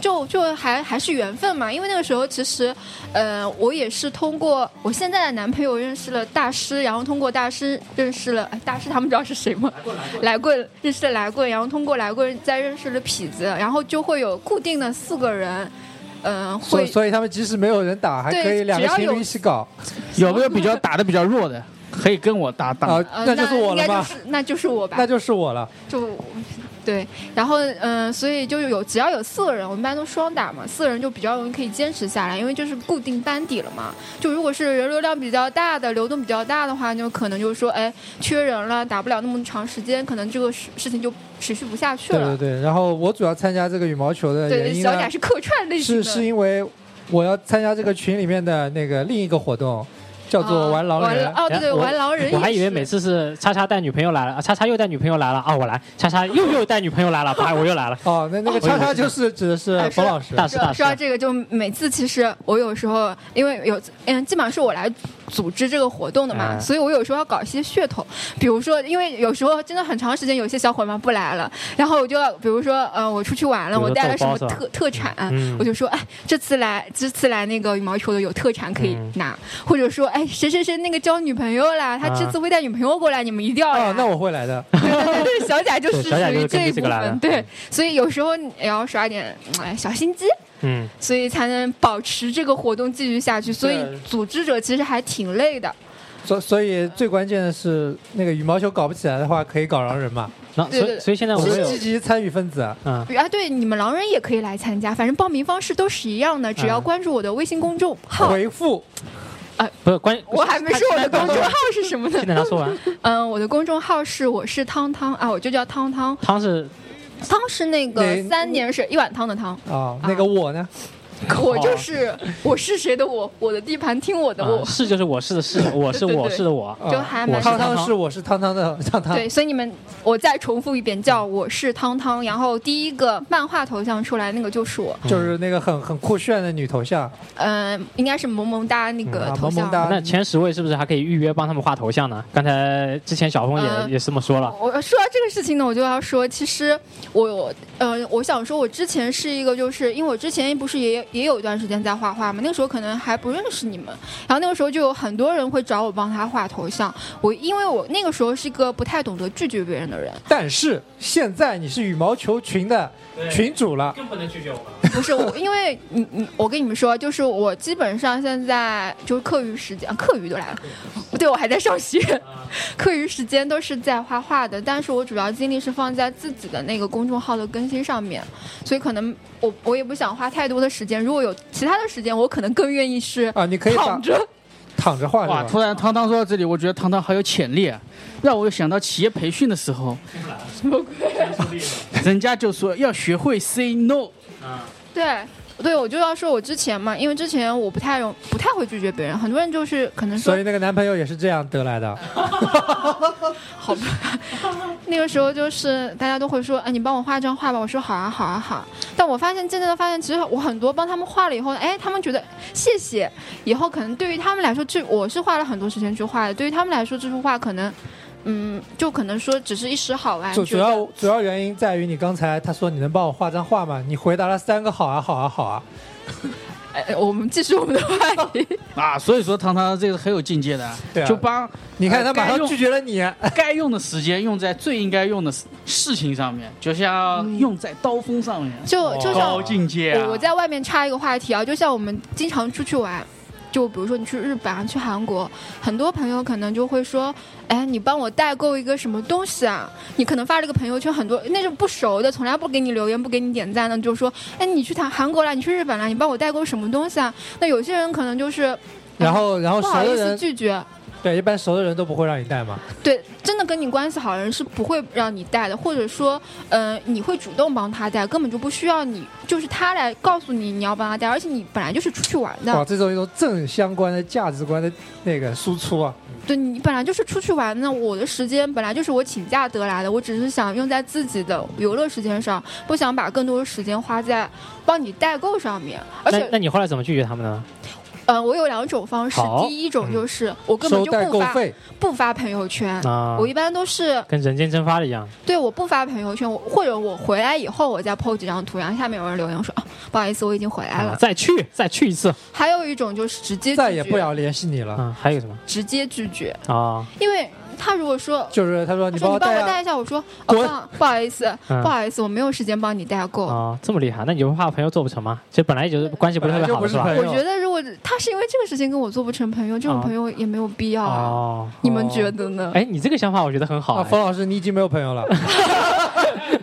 S4: 就就还还是缘分嘛，因为那个时候其实，呃，我也是通过我现在的男朋友认识了大师，然后通过大师认识了哎大师，他们知道是谁吗？来棍认识了来棍，然后通过来棍再认识了痞子，然后就会有固定的四个人，嗯、
S2: 所以
S4: 会
S2: 所以他们即使没有人打，还
S4: 对
S2: 可以两个
S4: 只要
S2: 情
S4: 有
S2: 侣一起搞
S3: 有没有比较打的比较弱的，可以跟我搭档？
S2: 啊，
S4: 呃，
S2: 那就是我
S4: 应该
S2: 了
S4: 就
S2: 吧？
S4: 是那就是我吧
S2: 那，就是我了。
S4: 就对，然后嗯、呃所以就是有只要有四个人，我们班都双打嘛，四个人就比较容易可以坚持下来，因为就是固定班底了嘛。就如果是人流量比较大的、流动比较大的话，就可能就是说，哎，缺人了，打不了那么长时间，可能这个事事情就持续不下去
S2: 对对
S4: 了。
S2: 对，然后我主要参加这个羽毛球的原因
S4: 小
S2: 呢
S4: 贾，是客串类型
S2: 是
S4: 的，
S2: 是因为我要参加这个群里面的那个另一个活动，叫做玩狼人。哎
S4: 啊玩哦，对对，
S1: 我
S4: 玩狼人也是。
S1: 我还以为每次是叉叉带女朋友来了，啊叉叉又带女朋友来了啊，我来，叉叉又又带女朋友来了， 啪，我又来 了。
S2: 哦，那那个叉叉就是指的是
S4: 哎是啊
S2: 冯老师。
S1: 大师
S4: 说
S1: 大
S4: 说到
S1: 师，
S4: 这个，就每次其实我有时候因为有，嗯，基本上是我来组织这个活动的嘛，
S1: 嗯
S4: 所以我有时候要搞一些噱头，比如说，因为有时候真的很长时间，有些小伙伴不来了，然后我就要，比如说，呃，我出去玩了，
S1: 比如
S4: 我带了什么
S1: 豆包子啊
S4: 特特产，
S1: 嗯
S4: 我就说，哎，这次来这次来那个羽毛球的有特产可以
S1: 嗯
S4: 拿，或者说，哎，谁谁谁那个交女朋友啦，他这次
S1: 嗯
S4: 会带女朋友过来，你们一定要来。
S2: 哦，那我会来的。
S4: 对对对， 小贾就
S1: 对
S4: 是属
S1: 小贾就
S4: 于
S1: 是根
S4: 这
S1: 据
S4: 一
S1: 这
S4: 部
S1: 个来嗯
S4: 分，
S1: 的
S4: 对，所以有时候也要耍点哎小心机，
S1: 嗯，
S4: 所以才能保持这个活动继续下去。所以
S2: 对
S4: 组织者其实还挺累的，
S2: 所所以最关键的是，那个羽毛球搞不起来的话，可以搞狼人嘛。
S1: 那
S4: 对
S1: 所
S4: 对
S1: 以所以现在
S2: 我
S1: 我们
S2: 是
S1: 有
S2: 积极参与分子啊。
S1: 嗯
S4: 啊，对，你们狼人也可以来参加，反正报名方式都是一样的，只要
S1: 嗯
S4: 关注我的微信公众号。
S2: 回复
S1: 不是关于
S4: 我还没说我的公众号是什么呢
S1: 先？等他说完，
S4: 嗯，我的公众号是我是汤汤啊，我就叫汤汤，
S1: 汤 是
S4: 汤是那个
S2: 哪
S4: 三点水一碗汤的汤，
S2: 啊，那个我呢？
S4: 我就是我是谁的我，我的地盘听我的
S1: 啊
S4: 我，
S1: 是就是我是的是，我是
S4: 对对
S1: 我
S4: 对
S1: 是的我，
S2: 啊
S4: 就还蛮
S1: 我是
S2: 汤
S1: 汤
S2: 汤
S1: 汤
S2: 是我是汤汤的 汤汤。
S4: 对，所以你们我再重复一遍，叫我是汤汤，然后第一个漫画头像出来那个就是我，
S2: 就是那个很很酷炫的女头像
S4: 嗯、应该是萌萌哒那个
S2: 啊，
S4: 头
S2: 萌
S4: 像。
S2: 萌哒。
S1: 那前十位是不是还可以预约帮他们画头像呢？刚才之前小峰也、
S4: 嗯
S1: 也是这么说了，
S4: 我说到这个事情呢，我就要说，其实我，呃，我想说，我之前是一个，就是因为我之前不是也也有一段时间在画画嘛，那个时候可能还不认识你们，然后那个时候就有很多人会找我帮他画头像，我因为我那个时候是一个不太懂得拒绝别人的人，
S2: 但是现在你是羽毛球群的群主了，
S1: 更不能拒绝我们。
S4: 不是我，因为你你，我跟你们说，就是我基本上现在就是课余时间，啊课余都来了，不对，我还在上学，
S2: 啊
S4: 课余时间都是在画画的，但是我主要精力是放在自己的那个公众号的更新上面，所以可能我我也不想花太多的时间，如果有其他的时间，我可能更愿意 是
S2: 啊，你可以
S4: 躺
S2: 躺
S4: 着。
S2: 躺着画
S3: 哇！
S2: 啊是吧？
S3: 突然汤汤说到这里，我觉得汤汤好有潜力，啊，让我想到企业培训的时候，
S2: 啊
S3: 人家就说要学会 say no，
S4: 对对，我就要说，我之前嘛，因为之前我不太容不太会拒绝别人，很多人就是可能说
S2: 所以那个男朋友也是这样得来的。
S4: 好吧，那个时候就是大家都会说，哎，你帮我画一张画吧。我说好啊，好啊，好啊。但我发现渐渐的发现，其实我很多帮他们画了以后，哎，他们觉得谢谢。以后可能对于他们来说，这我是花了很多时间去画的。对于他们来说，这幅画可能，嗯，就可能说只是一时好玩。
S2: 主主
S4: 觉得
S2: 要主要原因在于你刚才他说你能帮我画张画吗？你回答了三个好啊好啊好啊，
S4: 哎，哎我们继续我们的话 题。
S3: 啊，所以说汤汤这个很有境界的，
S2: 对啊
S3: 就帮
S2: 你看他马
S3: 该
S2: 上
S3: 用
S2: 拒绝了 你，
S3: 该用的时间用在最应该用的事事情上面，就像用在刀锋上面，
S4: 就就像
S3: 高境界啊！
S4: 嗯我我在外面插一个话题啊，就像我们经常出去玩，就比如说你去日本啊、去韩国，很多朋友可能就会说，哎，你帮我代购一个什么东西啊？你可能发了个朋友圈，很多那是不熟的，从来不给你留言、不给你点赞的，就说，哎，你去韩韩国啦，你去日本啦，你帮我代购什么东西啊？那有些人可能就是
S2: 然后然后
S4: 不
S2: 熟
S4: 好意
S2: 的
S4: 思
S2: 人
S4: 拒绝。
S2: 对一般熟的人都不会让你带嘛。
S4: 对，真的跟你关系好的人是不会让你带的，或者说，呃，你会主动帮他带，根本就不需要你，就是他来告诉你你要帮他带，而且你本来就是出去玩
S2: 哇，
S4: 的，
S2: 这种一种正相关的价值观的那个输出啊，
S4: 对你本来就是出去玩的，我的时间本来就是我请假得来的，我只是想用在自己的游乐时间上，不想把更多的时间花在帮你代购上面，而
S1: 那
S4: 且，
S1: 那你后来怎么拒绝他们呢？
S4: 呃，我有两种方式
S1: 好，
S4: 第一种就是我根本
S2: 嗯收
S4: 就
S2: 代
S4: 不
S2: 购
S4: 发
S2: 费，
S4: 不发朋友圈，
S1: 啊
S4: 我，一般都是
S1: 跟人间蒸发了一样，
S4: 对，我不发朋友圈，我或者我回来以后我再 PO 几张图，然后下面有人留言说、啊、不好意思，我已经回来了。
S1: 啊再去再去一次，
S4: 还有一种就是直接拒绝
S2: 再也不想联系你了。
S1: 嗯，还有什么
S4: 直接拒绝，
S1: 啊？
S4: 因为他如果说。
S2: 就是他说
S4: 他
S2: 你
S4: 说：“
S2: 帮我
S4: 你帮
S2: 带
S4: 我
S2: 啊，
S4: 带一下。”我 说：“
S2: 滚
S4: 哦，不不好意思，
S1: 嗯
S4: 不好意思，我没有时间帮你代购。
S1: 啊，这么厉害，那你不怕朋友做不成吗？这本来就是关系不是特别
S2: 本来就
S1: 好
S2: 不
S1: 的
S2: 是
S1: 吧
S2: 朋？友
S4: 我觉得如果他是因为这个事情跟我做不成朋友，这种
S1: 啊
S4: 朋友也没有必要啊。
S1: 哦，
S4: 你们觉得呢？
S1: 哎，你这个想法我觉得很好
S2: 啊，
S1: 哎
S2: 冯老师，你已经没有朋友了。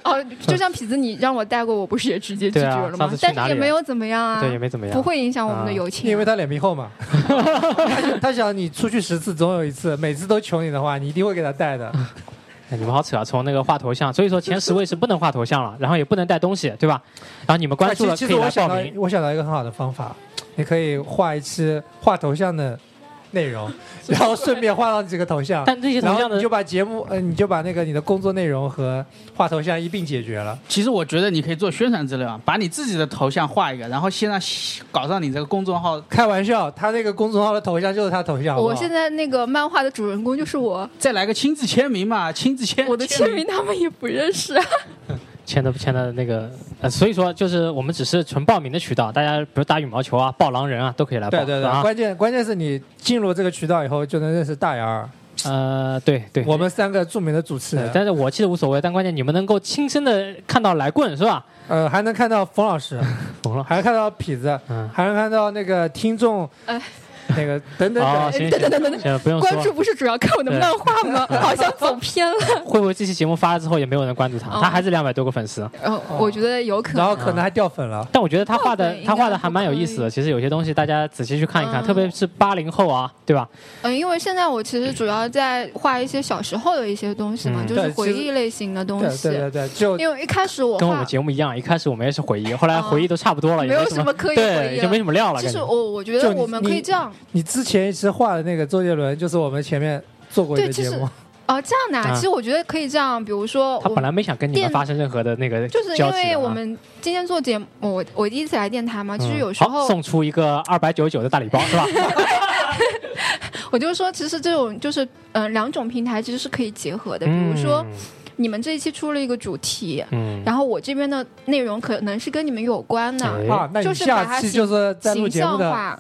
S4: 哦，就像痞子，你让我代购，我不是也直接拒
S1: 对
S4: 绝
S1: 啊
S4: 了
S1: 上
S4: 吗
S1: 次？去
S4: 但
S1: 哪
S4: 是也
S1: 里
S4: 没
S1: 啊
S4: 有怎么样啊
S1: 对，也，没怎么样，
S4: 不会影响我们的
S1: 啊
S4: 友情啊。
S2: 因为他脸皮 厚嘛，他就他想你出去十次总有一次，每次都求你的话，你一定会给他带的。
S1: 哎你们好扯啊！从那个画头像，所以说前十位是不能画头像了，然后也不能带东西，对吧？然后你们 关注
S2: 哎
S1: 了
S2: 其
S1: 可
S2: 实其
S1: 以
S2: 实我
S1: 来
S2: 想
S1: 报
S2: 到
S1: 名
S2: 我想到一个很好的方法，你可以画一期画头像的 内容，然后顺便画上几个头像，
S1: 但这些
S2: 然
S1: 头
S2: 后
S1: 像
S2: 你
S1: 的
S2: 就把节目，呃，你就把那个你的工作内容和画头像一并解决了。
S3: 其实我觉得你可以做宣传资料，把你自己的头像画一个，然后先让搞上你这个公众号，
S2: 开玩笑，他那个公众号的头像就是他头像。好不好
S4: 我现在那个漫画的主人公就是我，
S3: 再来个亲自签名嘛，亲自签
S4: 我的签名他们也不认识。
S1: 签的签的那个，呃，所以说就是我们只是纯报名的渠道，大家比如打羽毛球啊、抱狼人啊都可以来报。
S2: 对对对，
S1: 啊，
S2: 关键关键是你进入这个渠道以后就能认识大眼儿，
S1: 呃，对对，
S2: 我啊们三个著名的主持
S1: 对
S2: 人，
S1: 但是我其实无所谓，但关键你们能够亲身的看到来棍是吧？
S2: 呃，还能看到冯 老师，
S1: 懂了，
S2: 还能看到痞子，
S1: 嗯，
S2: 还能看到那个听众
S4: 哎，
S2: 那 个等等
S1: 哦，
S2: 等，
S1: 行
S4: 等
S1: 行
S4: 等等等等，
S1: 行，不用
S4: 关
S1: 说
S4: 注
S1: 了，
S4: 不是主要看我的漫画吗？好像走偏了。
S1: 会不会这期节目发了之后也没有人关注他？
S4: 哦
S1: 他还是两百多个粉丝，
S4: 哦，我觉得有可
S2: 然
S4: 能。
S2: 后可能还掉粉了。
S1: 但我觉得他画的
S4: 哦对
S1: 他画
S4: 应该
S1: 的还蛮有意思
S4: 不可
S1: 的。其实有些东西大家仔细去看一看，
S4: 嗯
S1: 特别是八零后啊，对吧？
S4: 嗯，因为现在我其实主要在画一些小时候的一些东西嘛，
S1: 嗯
S4: 就是
S2: 对
S4: 回
S2: 其
S4: 忆类型的
S1: 哦
S4: 东
S2: 对对
S4: 西。
S2: 对对，就
S4: 因为一开始我
S1: 跟我
S4: 画嗯
S1: 们节目一样，一开始我们也是回忆，后来回忆都差不多了，也
S4: 没有
S1: 什
S4: 什么可以回
S1: 对，
S4: 忆
S1: 就没
S4: 了。
S1: 什么料了。
S4: 其
S1: 感
S4: 实
S1: 觉。
S4: 我我觉得
S2: 就你
S4: 我们可以
S2: 你
S4: 这样
S2: 你之前是画的那个周杰伦，就是我们前面做过一个
S4: 对其
S2: 节
S4: 实
S2: 目，
S4: 哦，这样的啊、
S1: 啊
S4: 其实我觉得可以这样，比如说
S1: 他
S4: 我
S1: 本来没想跟你们
S4: 电
S1: 发生任何的那个
S4: 就是因
S1: 交集的啊
S4: 为我们今天做节目，我我第一次来电台嘛，
S1: 嗯
S4: 其实有时
S1: 好
S4: 候、
S1: 送出一个二百九十九的大礼包 是吧？
S4: 我就说，其实这种就是嗯、呃两种平台其实是可以结合的，比
S1: 嗯
S4: 如说你们这一期出了一个主题，
S1: 嗯，
S4: 然后我这边的内容可能是跟你们有关的，
S1: 哎
S2: 啊，那你
S4: 就是把
S2: 下
S4: 它
S2: 期就是在录
S4: 形
S2: 节目
S4: 象
S2: 的，
S4: 化。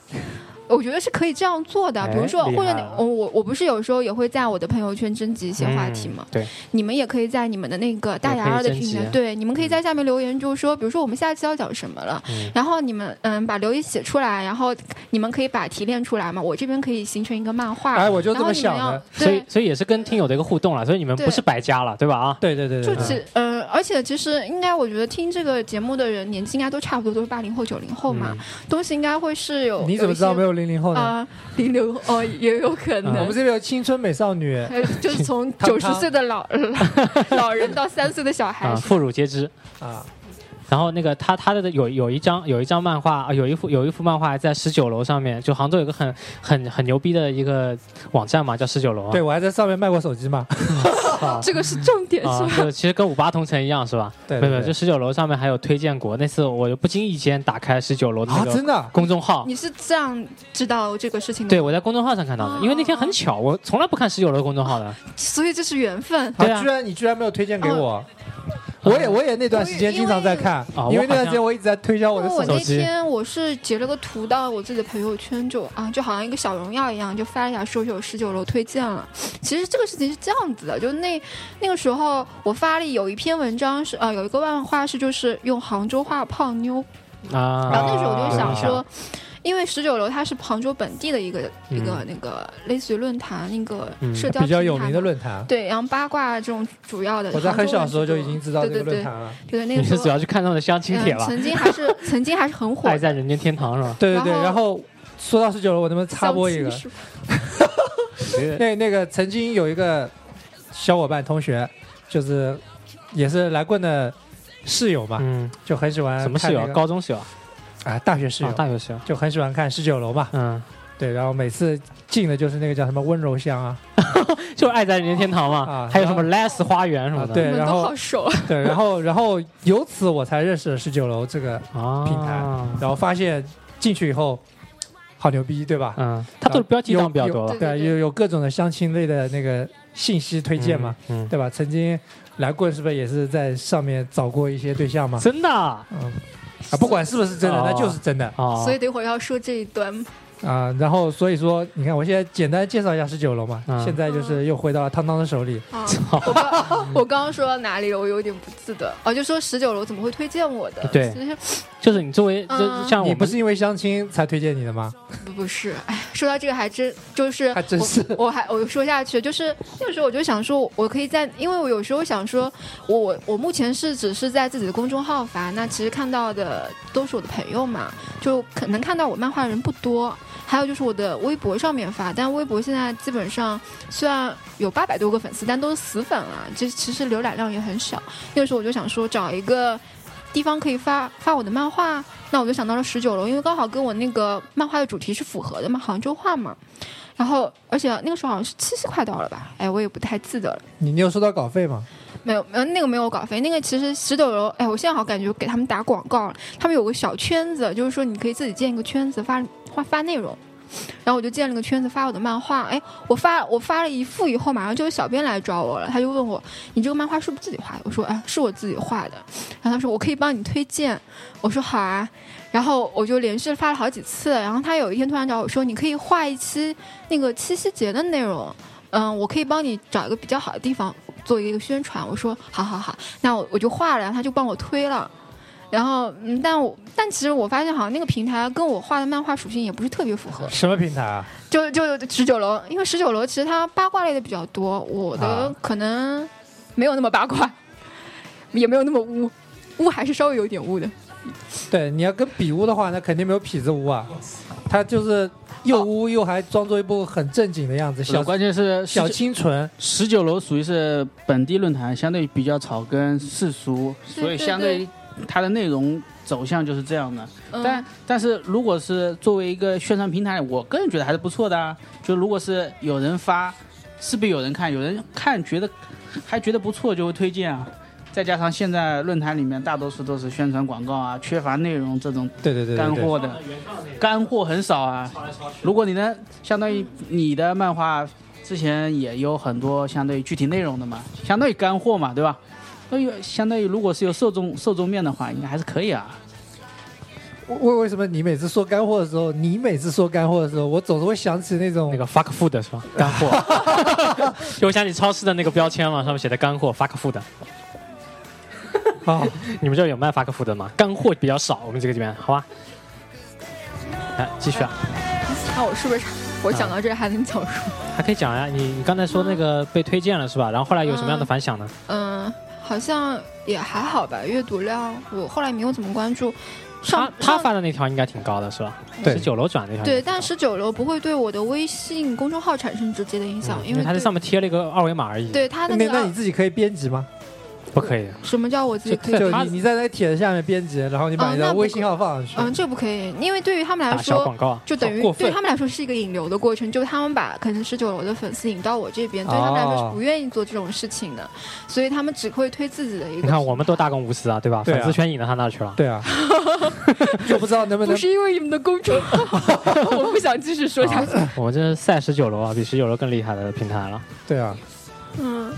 S4: 我觉得是可以这样做的，
S1: 哎
S4: 比如说，
S1: 厉害
S4: 或者你
S1: 了
S4: 我我我不是有时候也会在我的朋友圈征集一些话题嘛，
S1: 嗯？对，
S4: 你们也可以在你们的那个大牙二的
S1: 也可
S4: 群
S1: 以
S4: 里
S1: 征集，啊
S4: 对，你们可以在下面留言，就是说，比如说我们下期要讲什么了，
S1: 嗯
S4: 然后你们嗯把留言写出来，然后你们可以把题练出来嘛，我这边可以形成一个漫画，
S2: 哎，我就
S4: 然
S2: 这
S4: 后
S2: 么
S4: 你们
S2: 想
S4: 要
S2: 的。
S1: 所以
S4: 对。
S1: 所以也是跟听友的一个互动了，所以你们
S4: 对
S1: 不是白加了，对吧？啊，
S2: 对对对
S4: 就
S2: 对，
S4: 其嗯、而且其实应该，我觉得听这个节目的人年纪应该都差不多，都是八零后、九零后嘛，
S1: 嗯
S4: 东西应该会是有。
S2: 嗯你怎么知道没
S4: 有
S2: 有零零后
S4: 一些？
S2: 呢？啊
S4: 啊，零零后哦，也有可能。
S2: 我们这边有青春美少女，啊
S4: 还有就是从
S2: 他
S4: 九
S2: 们
S4: 十岁的老老老人到三岁的小
S1: 嗯，
S4: 孩
S1: 啊，
S4: 是吧，
S1: 妇孺皆知。
S2: 啊，
S1: 然后那个他他的有有一张有一张漫画啊，有一幅有一幅漫画在十九楼上面，就杭州有个很很很牛逼的一个网站嘛，叫十九楼啊。
S2: 对我还在上面卖过手机嘛。
S1: 啊
S4: 这个是重点是
S1: 啊，
S4: 吧？
S1: 就其实跟五八同城一样是吧？
S2: 对
S1: 没有没有，
S2: 对
S1: 就
S2: 对，
S1: 十九楼上面还有推荐过。那次我就不经意间打开十九楼的
S2: 啊，
S1: 那
S2: 真
S1: 个
S2: 的啊，
S1: 公众号，
S4: 你是这样知道这个事情的，
S1: 对，我在公众号上看到
S4: 哦
S1: 的，因为那天很巧，我从来不看十九楼公众号 的。
S4: 所以这是缘分。
S1: 对啊
S2: 居然你居然没有推荐给
S4: 哦
S2: 我，我也我也那段时间经常在看
S1: 因为啊，
S2: 因为那
S1: 我好像
S2: 段时间我一直在推销我的
S4: 因为
S2: 手机。
S4: 我那
S1: 手机
S4: 天我是截了个图到我自己的朋友圈就，啊，就好像一个小荣耀一样，就发了一下说有十九楼推荐了。其实这个事情是这样子的，就那那个时候我发了有一篇文章是呃有一个漫画是就是用杭州话泡妞，
S1: 啊，
S4: 然后那时候我
S2: 啊
S4: 就想
S1: 有
S4: 说，因为十九楼它是杭州本地的一个、一个
S1: 嗯
S4: 那个类似于论坛那个
S1: 嗯
S4: 社交
S2: 比较
S4: 平
S2: 有
S4: 台
S2: 名的
S4: 嘛。
S2: 论坛，啊
S4: 对，然后八卦这种主要的，
S2: 我在
S4: 杭州
S2: 很小
S4: 人
S2: 的时候就
S4: 居
S2: 已
S4: 多
S2: 经知道
S4: 对
S2: 这个
S4: 对
S2: 论
S4: 对
S2: 坛了。
S4: 对那
S1: 你
S4: 个时
S1: 是
S4: 候
S1: 主要去看他们的相亲帖
S4: 嗯，
S1: 了，
S4: 曾经还是曾经还是很火
S1: 爱
S4: 的，
S1: 在人间天堂》是吧？
S2: 对对
S4: 然
S2: 对，
S4: 后
S2: 然后说到十九楼，我能不能插
S4: 相
S2: 播一
S4: 亲
S2: 个？
S4: 是吧
S2: 那那个曾经有一个小伙伴同学，就是也是来棍的室友嘛，
S1: 嗯，
S2: 就很喜欢
S1: 什么室
S2: 呃看那
S1: 友？
S2: 个
S1: 高中室友啊
S2: 啊，大学室友
S1: 啊，大学室友。
S2: 就很喜欢看十九楼嘛。
S1: 嗯，
S2: 对，然后每次进的就是那个叫什么温柔乡啊，
S1: 就是《爱在人间天堂》嘛，
S2: 啊
S1: 还有什么《Less 花园》什么的，
S2: 啊对
S4: 你们
S2: 然
S4: 都
S2: 后
S4: 好熟啊，
S2: 对，然后然后由此我才认识了十九楼这个，
S1: 啊，
S2: 平台然后发现进去以后好牛逼，对吧？
S1: 嗯，它都是标题党比较多了，
S4: 有
S2: 对，啊
S4: 对对
S2: 有有各种的相亲类的那个信息推荐嘛，
S1: 嗯，嗯，
S2: 对吧？曾经来棍是不是也是在上面找过一些对象嘛？
S1: 真的啊，
S2: 嗯，啊，不管是不是真的，
S1: 哦
S2: 那就是真的
S1: 哦
S4: 所以等会儿要说这一段嘛
S2: 啊。然后所以说，你看我现在简单介绍一下十九楼嘛，
S1: 嗯
S2: 现在就是又回到了汤汤的手里。
S4: 啊。我刚我刚刚说到哪里了？我有点不记 得哦，就说十九楼怎么会推荐我的？
S1: 对
S4: 其实
S1: 就是你作为，
S4: 嗯
S1: 就像我
S2: 你
S1: 们
S2: 不是因为相亲才推荐你的吗？
S4: 不不是，哎，说到这个还真就是，
S2: 还真是
S4: 我。我还我说下去，就是那个时候我就想说，我可以在，因为我有时候想说，我我我目前是只是在自己的公众号发，那其实看到的都是我的朋友嘛，就可能看到我漫画的人不多。还有就是我的微博上面发，但微博现在基本上虽然有八百多个粉丝，但都是死粉啊，这其实浏览量也很少。那个时候我就想说，找一个地方可以发发我的漫画，那我就想到了十九楼，因为刚好跟我那个漫画的主题是符合的嘛，杭州话嘛。然后而且那个时候好像是七夕快到了吧，哎，我也不太记得了。
S2: 你你有收到稿费吗？
S4: 没有，没有那个没有稿费，那个其实十九楼，哎，我现在好像感觉给他们打广告了。他们有个小圈子，就是说你可以自己建一个圈子发发发内容。然后我就建了个圈子发我的漫画，哎，我发我发了一幅以后，马上就有小编来找我了，他就问我你这个漫画是不是自己画的？我说啊、哎、是我自己画的。然后他说我可以帮你推荐，我说好啊。然后我就连续发了好几次，然后他有一天突然找我说你可以画一期那个七夕节的内容，嗯，我可以帮你找一个比较好的地方做一个宣传。我说好好好，那我我就画了，然后他就帮我推了。然后，嗯，但我但其实我发现，好像那个平台跟我画的漫画属性也不是特别符合。
S2: 什么平台啊？
S4: 就就十九楼，因为十九楼其实它八卦类的比较多，我的
S2: 啊
S4: 可能没有那么八卦，也没有那么污，污还是稍微有点污的。
S2: 对，你要跟比污的话，那肯定没有痞子污啊。他就是又污又还装作一部很正经的样子，小
S3: 关键是
S2: 小清纯。
S3: 十九楼属于是本地论坛，相对比较草根世俗，
S4: 对
S3: 所以
S4: 对
S3: 相对它的内容走向就是这样的。
S4: 嗯、
S3: 但但是如果是作为一个宣传平台，我个人觉得还是不错的啊。就如果是有人发，势必有人看，有人看觉得还觉得不错，就会推荐啊。再加上现在论坛里面大多数都是宣传广告啊，缺乏内容这种
S2: 对对对
S3: 干
S2: 对对，
S3: 货的，干货很少啊。如果你能相当于你的漫画之前也有很多相对于具体内容的嘛，相当于干货嘛，对吧？那有相当于如果是有受众受众面的话，应该还是可以啊。
S2: 为为什么你每次说干货的时候，你每次说干货的时候，我总是会想起那种
S1: 那个 fuck food 是吧？干货，就我想起超市的那个标签嘛，上面写的干货 fuck food。
S2: 啊，
S1: 你们这儿有卖 fuck food 的吗？干货比较少，我们这个这边，好吧？来继续啊，
S4: 那我是不是我讲到这还能讲什么？
S1: 还可以讲呀、你你刚才说那个被推荐了是吧？然后后来有什么样的反响呢？
S4: 嗯，好像也还好吧，阅读量我后来没有怎么关注。
S1: 他
S4: 上
S1: 他
S4: 上
S1: 发的那条应该挺高的是吧？
S2: 对
S1: 十九楼转的那条应该挺高。
S4: 对，但十九楼不会对我的微信公众号产生直接的影响，
S1: 嗯
S4: 因
S1: 因为
S4: 为
S1: 他在
S4: 对
S1: 上面贴了一个二维码而已。，
S4: 对他
S2: 那
S4: 的那
S2: 那
S4: 个
S2: 你自己可以编辑吗？
S1: 不可以。
S4: 什么叫我自己可以
S1: 对
S2: 就
S1: 他
S2: 你你在那帖子下面编辑，然后你把
S4: 哦
S2: 你的
S4: 那不
S2: 微信号放上去。
S4: 嗯，这不可以，因为对于他们来
S1: 打小
S4: 说，
S1: 广告啊，
S4: 就等于
S2: 好过分
S4: 对他们来说是一个引流的过程，就他们把可能十九楼的粉丝引到我这边，对他们来说
S2: 哦
S4: 是不愿意做这种事情的，所以他们只会推自己的一个。
S1: 你看我们多大公无私啊，对吧？
S2: 对啊
S1: 粉丝全引到他那儿去了。
S2: 对 啊，就不知道能不
S4: 不
S2: 能
S4: 是因为你们的公众号， 我不想继续说下去。
S1: 我们这是赛十九楼啊，比十九楼更厉害的平台了。
S2: 对啊，
S4: 嗯，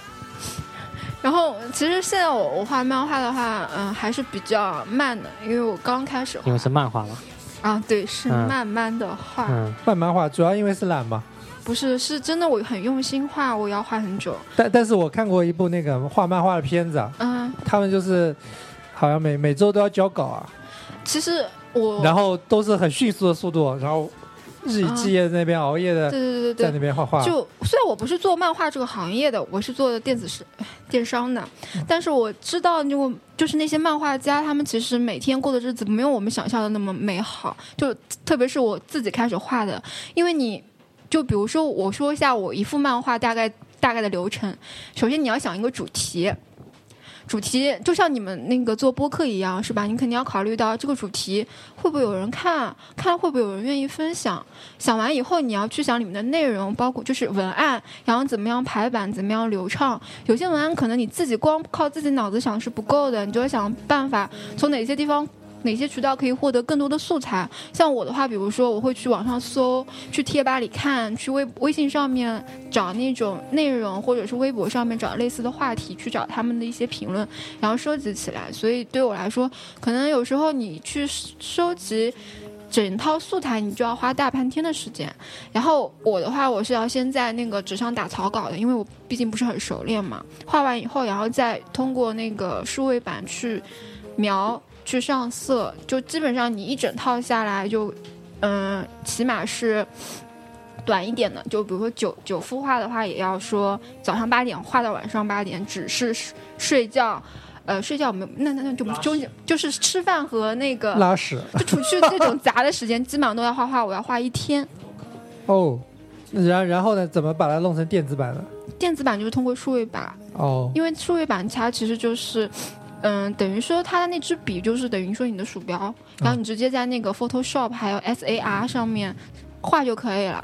S4: 然后其实现在我我画漫画的话，嗯，还是比较慢的，因为我刚开始
S1: 因
S4: 画
S1: 为是漫画嘛，
S4: 啊，对，是
S1: 嗯
S4: 慢慢的画，
S1: 嗯，
S2: 慢慢画，主要因为是懒嘛。
S4: 不是是真的，我很用心画，我要画很久。
S2: 但但是我看过一部那个画漫画的片子啊，
S4: 嗯，
S2: 他们就是好像每每周都要交稿啊，
S4: 其实我
S2: 然后都是很迅速的速度，然后日以继夜在那边熬夜的
S4: 对对对对
S2: 在
S4: 对
S2: 那边画画。
S4: 就虽然我不是做漫画这个行业的，我是做电子是电商的，但是我知道就就是那些漫画家，他们其实每天过的日子没有我们想象的那么美好。就特别是我自己开始画的，因为你就比如说我说一下我一幅漫画大概大概的流程，首先你要想一个主题。主题就像你们那个做播客一样，是吧？你肯定要考虑到这个主题会不会有人看，看了会不会有人愿意分享，想完以后，你要去想里面的内容，包括就是文案，然后怎么样排版，怎么样流畅。有些文案可能你自己光靠自己脑子想是不够的，你就要想办法从哪些地方。哪些渠道可以获得更多的素材？像我的话，比如说我会去网上搜，去贴吧里看，去微微信上面找那种内容，或者是微博上面找类似的话题，去找他们的一些评论，然后收集起来。所以对我来说，可能有时候你去 收集整套素材，你就要花大半天的时间。然后我的话，我是要先在那个纸上打草稿的，因为我毕竟不是很熟练嘛。画完以后，然后再通过那个数位板去描、去上色，就基本上你一整套下来就，嗯，起码是。短一点的，就比如说九九幅画的话，也要说早上八点画到晚上八点，只是睡睡觉，呃，睡觉没有那那那就不中就是吃饭和那个
S2: 拉屎
S4: 就除去这种杂的时间，基本上都要画画，我要画一天。
S2: 哦，然然后呢，怎么把它弄成电子版的？
S4: 电子版就是通过数位板，
S2: 哦，
S4: 因为数位板它其实就是，嗯、等于说它的那支笔就是等于说你的鼠标，然后你直接在那个 Photoshop 还有 SAR 上面画就可以了。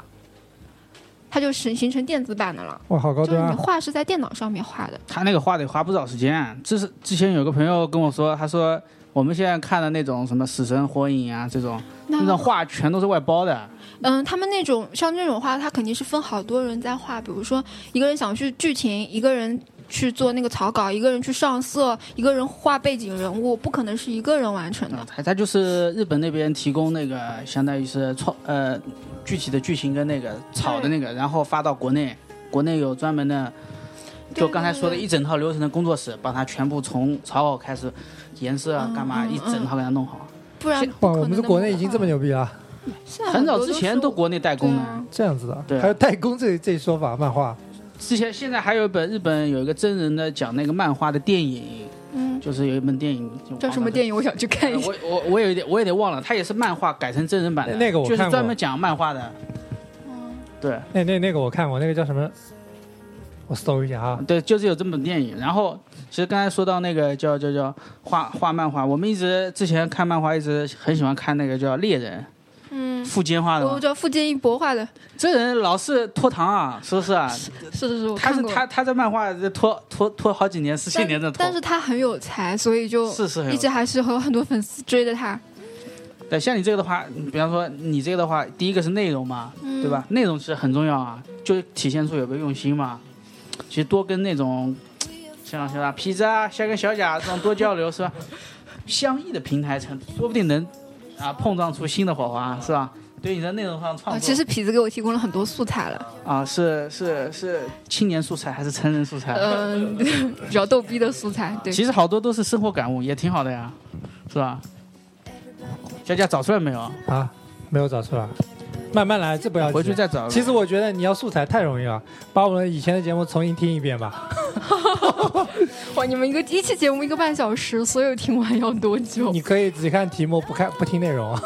S4: 它就形形成电子版的了。
S2: 哇，
S3: 哦
S2: 好高
S4: 就是
S2: 端
S4: 你
S2: 啊！
S4: 画是在电脑上面画的，
S3: 他那个画得花不少时间。这是之前有个朋友跟我说，他说我们现在看的那种什么《死神》《火影》啊这种，那种画全都是外包的。啊
S4: 嗯，他们那种像这种画，他肯定是分好多人在画，比如说一个人想去剧情，一个人去做那个草稿，一个人去上色，一个人画背景人物，不可能是一个人完成的
S3: 啊。他他就是日本那边提供那个，相当于是创呃具体的剧情跟那个草的那个，然后发到国内，国内有专门的，
S4: 对
S3: 就刚才说的
S4: 对对
S3: 一整套流程的工作室，把它全部从草稿开始，颜色啊
S4: 嗯
S3: 干嘛
S4: 嗯
S3: 一整套给它弄好。
S4: 不然不
S2: 哇，
S4: 可能
S2: 我们这
S4: 那么嗯
S2: 国内已经
S4: 快
S2: 这么，牛逼了，
S4: 现在
S3: 很早
S4: 多
S3: 之
S4: 是
S3: 前都国内代工
S4: 对
S3: 的，
S4: 啊
S2: 这样子的。
S3: 对啊
S2: 还有代工这这一说法，漫画
S3: 之前现在还有一本日本有一个真人的讲那个漫画的电影，
S4: 嗯，
S3: 就是有一本电影
S4: 叫什么电
S3: 影？
S4: 影？我想去看一下。
S3: 啊呃我我我有一点我有点忘了，它也是漫画改成真人版的，
S2: 那那个我
S3: 就是
S2: 看过
S3: 专门讲漫画的，
S4: 哦
S3: 对。
S2: 那那那个我看过，那个叫什么？我搜一下啊。
S3: 对，就是有这么电影。然后，其实刚才说到那个叫叫叫画画漫画，我们一直之前看漫画，一直很喜欢看那个叫猎人，
S4: 嗯，
S3: 富坚画的
S4: 我
S3: 嘛。
S4: 叫富坚义博画的，
S3: 这人老是拖堂啊，是不是啊？
S4: 是是是，我
S3: 他
S4: 看
S3: 是
S4: 过。
S3: 他他在漫画拖拖拖好几年，十七年的
S4: 但
S3: 拖
S4: 但。是他很有才，所以就。
S3: 是是很
S4: 一
S3: 有
S4: 直还是有很多粉丝追着他，
S3: 对，像你这个的话，嗯比方说你这个的话，第一个是内容嘛，
S4: 嗯
S3: 对吧？？内容其实很重要啊，就体现出有没有用心嘛。其实多跟那种像像啥皮子啊、像跟小贾这种多交流，是吧？相异的平台层，说不定能啊碰撞出新的火花，是吧？对你在内容上创作，
S4: 啊，其实痞子给我提供了很多素 材了。
S3: 啊是是是青年素材还是成人素材？
S4: 嗯，比较逗逼的素材，对，
S3: 其实好多都是生活感悟，也挺好的呀，是吧？小贾找出来没有？
S2: 啊，没有找出来，慢慢来，这不要急
S3: 回去。再找。
S2: 其实我觉得你要素材太容易了，把我们以前的节目重新听一 遍吧。
S4: 哇，你们一个一期节目一个半小时，所有听完要多久？
S2: 你可以只看题目，不看不听内容啊。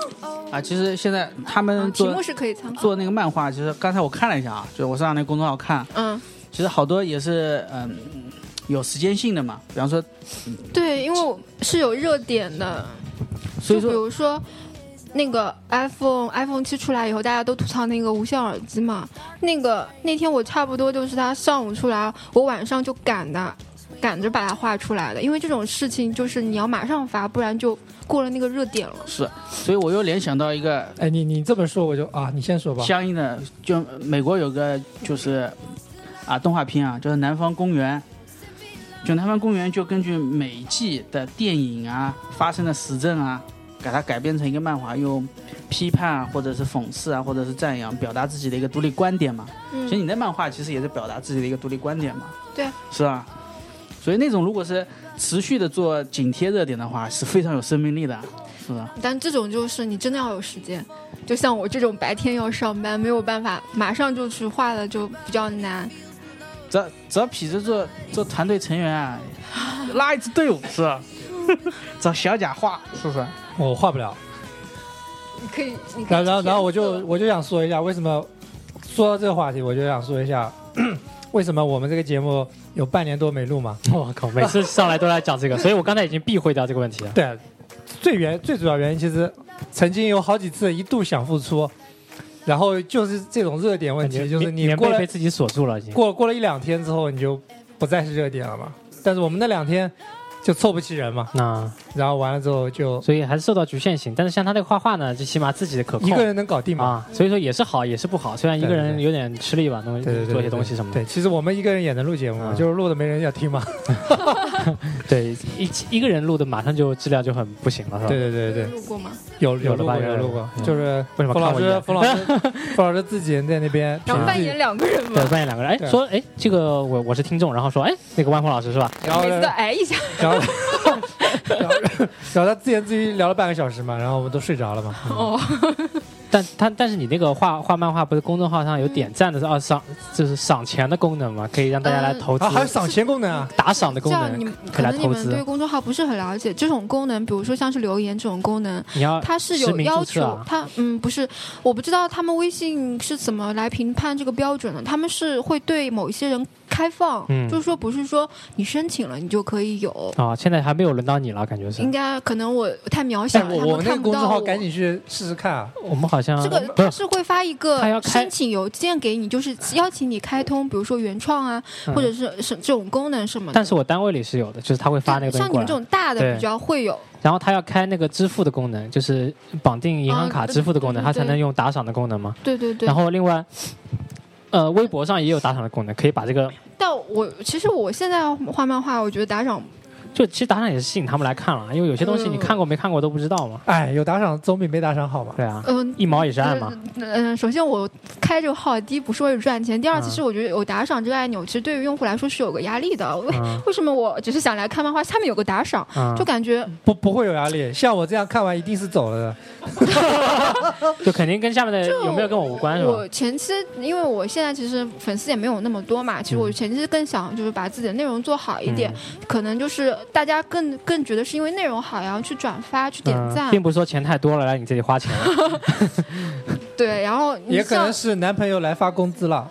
S3: 啊，其实现在他
S4: 啊
S3: 们
S4: 题
S3: 嗯做、
S4: 目是可以参考，
S3: 做那个漫画，其实刚才我看了一下啊，就是我上那个公众号看，
S4: 嗯，
S3: 其实好多也是嗯有时间性的嘛，比方说，
S4: 对，因为我是有热点的，
S3: 所以
S4: 就比
S3: 说
S4: 如说。那个 iPhone iPhone 七出来以后，大家都吐槽那个无线耳机嘛。那个那天我差不多就是它上午出来，我晚上就赶的，赶着把它画出来的。因为这种事情就是你要马上发，不然就过了那个热点了。
S3: 是，所以我又联想到一个
S2: 哎，你你这么说我就啊，你先说吧。
S3: 相应的，就美国有个就是啊动画片啊，就是《南方公园》，就《南方公园》就根据每一季的电影啊发生的时政啊，给它改编成一个漫画，用批判啊，或者是讽刺啊，或者是赞扬，表达自己的一个独立观点嘛。
S4: 嗯
S3: 其实你在漫画其实也是表达自己的一个独立观点嘛，
S4: 对，
S3: 是吧？所以那种如果是持续的做紧贴热点的话，是非常有生命力的，是吧？
S4: 但这种就是你真的要有时间，就像我这种白天要上班，没有办法马上就去画的就比较难。
S3: 只要只要痞子做做团队成员啊，拉一支队伍是吧？ 找小贾画是不是？
S2: 我画不了。
S4: 你可以，你可
S2: 然后
S4: 以
S2: 然后然后我
S4: 去
S2: 就
S4: 填色
S2: 我就想说一下，为什么说到这个话题，我就想说一下， 为什么我们这个节目有半年多没录嘛？
S1: 我靠，每次上来都来讲这个，所以我刚才已经避讳掉这个问题了。
S2: 对，最原最主要原因其实曾经有好几次一度想复出，然后就是这种热点问
S1: 感觉
S2: 题，就是
S1: 棉
S2: 你
S1: 棉
S2: 过
S1: 被
S2: 了
S1: 被自己锁住了，已经。
S2: 过过了一两天之后，你就不再是热点了嘛。但是我们那两天就凑不齐人嘛，
S1: 那
S2: 然后完了之后就
S1: 所以还是受到局限性，但是像他那个画画呢，就起码自己的可控
S2: 一个人能搞定嘛。
S1: 啊，所以说也是好，也是不好。虽然一个
S2: 对对
S1: 人
S2: 对
S1: 有点吃力吧，弄
S2: 对对对，
S1: 做一些东西什么的
S2: 对，。其实我们一个人也能录节目嘛，
S1: 嗯
S2: 就是录的没人要听嘛。
S1: 对，一一个人录的马上就质量就很不行了，是吧？
S2: 对对对对，
S4: 路过吗？
S2: 有
S1: 啊有了
S2: 录过
S1: 吧
S2: 有
S1: 有
S2: 录
S1: 了
S2: 过，
S1: 嗯
S2: 就是
S1: 为什么
S2: 冯老
S1: 看我一
S2: 师
S1: 眼
S2: 冯老师 冯老师自己在那边
S4: 然后
S2: 凭自
S4: 扮
S2: 己
S4: 演两个人嘛
S1: 对，，扮演两个人，
S2: 对
S1: 哎，说，哎，这个我我是听众，然后说，哎，那个万峰老师是吧？
S2: 然后
S4: 每次都挨一下。
S2: 然后然后然后他自言自语聊了半个小时嘛，然后我们都睡着了嘛。嗯
S4: 哦，
S1: 但他但是你那个画画漫画不是公众号上有点赞的啊赏，就是赏钱的功能嘛，可以让大家来投资
S4: 呃
S2: 啊，还有赏钱功能啊！
S1: 打赏的
S4: 这
S1: 功
S4: 样
S1: 能
S4: 你们，
S1: 可
S4: 可
S1: 以来
S4: 能你
S1: 投
S4: 们对
S1: 资。
S4: 公众号不是很了解。这种功能，比如说像是留言这种功能，
S2: 啊
S1: 你要
S4: 它是
S1: 实
S4: 有
S1: 名
S4: 要
S1: 注
S4: 求
S1: 册啊，
S4: 它嗯不是，我不知道他们微信是怎么来评判这个标准的，他们是会对某一些人开放，
S1: 嗯
S4: 就是说不是说你申请了你就可以有，
S1: 啊，现在还没有轮到你了，感觉是
S4: 应。该可能我太渺小
S2: 哎，
S4: 了，
S2: 我
S4: 他
S2: 我
S4: 们
S2: 那个
S4: 看不
S2: 公众
S4: 到
S2: 号
S4: 我。
S2: 赶紧去试试看啊！
S1: 我们好像
S4: 这个
S1: 不
S4: 他
S1: 是
S4: 是会发一
S1: 他要
S4: 个
S1: 开
S4: 申请邮件给你，就是邀请你开通，比如说原创啊，
S1: 嗯
S4: 或者是是这种功能什么的。
S1: 但是我单位里是有的，就是他会发那个东西
S4: 像你
S1: 过
S4: 们
S1: 来
S4: 这，种大的
S1: 对
S4: 比较会有，
S1: 然后他要开那个支付的功能，就是绑定银行
S4: 啊
S1: 卡
S4: 对
S1: 支付的功
S4: 对
S1: 能，
S4: 对
S1: 他才
S4: 对
S1: 能用打赏的功能嘛。
S4: 对对对
S1: 然。后另外，呃，微博上也有打赏的功能，可以把这个
S4: 但我其实我现在画漫画，我觉得打赏
S1: 就其实打赏也是吸引他们来看了，因为有些东西你
S4: 嗯
S1: 看过没看过都不知道嘛。
S2: 哎，有打赏总比没打赏好嘛。
S1: 对啊，
S4: 嗯。
S1: 一毛也是爱嘛。
S4: 嗯、呃首先我开这个号，第一不是为了赚钱，第二，
S1: 嗯
S4: 其实我觉得有打赏这个按钮，其实对于用户来说是有个压力的。为、
S1: 嗯
S4: 为什么我只是想来看漫画，下面有个打赏，
S1: 嗯
S4: 就，感觉
S2: 不不会有压力， 像我这样看完一定是走了的。
S1: 就肯定跟下面的
S4: 就
S1: 有没有跟我无关是吧
S4: 我？前期因为我现在其实粉丝也没有那么多嘛，其实我
S1: 嗯
S4: 前期更想就是把自己的内容做好一点，可能就是大家更更觉得是因为内容好，然后去转发、去点
S1: 嗯
S4: 赞，
S1: 并不是说钱太多了来你这里花钱，啊
S4: 对。然后你
S2: 也可
S4: 像
S2: 能是男朋友来发工资了，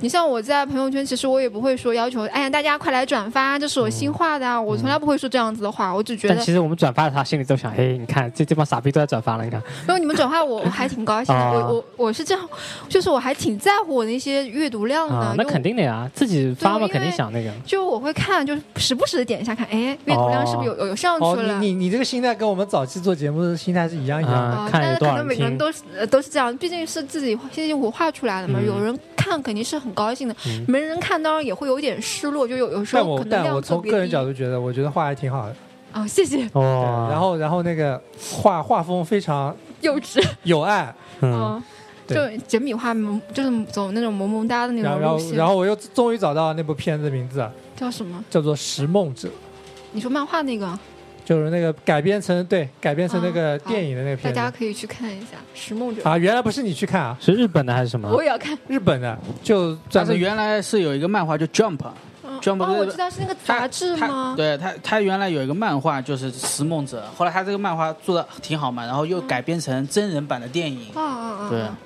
S4: 你像我在朋友圈，其实我也不会说要求，哎呀，大家快来转发，这是我新画的啊，我从来不会说这样子的话，我只觉
S1: 嗯但
S4: 得，
S1: 其实我们转发了，他心里都想，哎嘿，你看这这帮傻逼都在转发了，你看，
S4: 因为你们转发我，我还挺高兴的，
S1: 啊
S4: 我我我是这样，就是我还挺在乎我的一些阅读量的，
S1: 啊，那
S4: 嗯就
S1: 肯定的呀，自己发
S4: 对
S1: 嘛，
S4: 因为
S1: 肯定想那个，
S4: 就我会看，就是时不时的点一下看，哎，阅读量是不是有、有有上去
S2: 哦，
S4: 了？
S2: 你你你这个心态跟我们早期做节目的心态是一样一样的。
S1: 啊
S4: 啊，
S1: 看
S4: 但
S1: 有
S4: 是
S1: 多少
S4: 可能
S1: 人
S4: 每个人
S1: 听，
S4: 都是呃都是这样，毕竟是自己辛辛苦苦画出来的嘛，
S1: 嗯
S4: 有人看肯定是很高兴的，
S1: 嗯
S4: 没人看当然也会有点失落，就有有时
S2: 但
S4: 候可
S2: 我
S4: 能
S2: 但
S4: 量
S2: 我
S4: 特
S2: 从
S4: 别
S2: 个人
S4: 低
S2: 角度觉得，我觉得画还挺好的。
S4: 啊，谢谢
S2: 对
S1: 哇，
S2: 然后然后那个画画风非常
S4: 幼稚，
S2: 有爱，
S1: 嗯，
S4: 嗯，就
S2: 对
S4: 简笔画萌，就是走那种萌萌哒的那
S2: 然后
S4: 种
S2: 然
S4: 路
S2: 后
S4: 线，
S2: 然后我又终于找到那部片子的名字啊，
S4: 叫什么？
S2: 叫做《拾梦者》，
S4: 你说漫画那个，
S2: 就是那个改编成对改编成那个
S4: 啊好
S2: 电影的那个
S4: 大
S2: 片
S4: 家
S2: 子。
S4: 可以去看一下《拾梦者》，
S2: 啊，原来不是你去看啊，
S1: 是日本的还是什么？
S4: 我也要看。
S2: 日本的就
S3: 但
S2: 专
S3: 是
S2: 门
S3: 原来是有一个漫画叫 Jump，
S4: 嗯
S3: 专门
S4: 哦，
S3: 为
S4: 我
S3: 了
S4: 知道是那个
S3: 他
S4: 杂志
S3: 他
S4: 吗？
S3: 对他他原来有一个漫画就是《拾梦者》，后来他这个漫画做的挺好嘛，然后又改编成真人版的电影。
S4: 啊啊啊！
S3: 对，
S4: 啊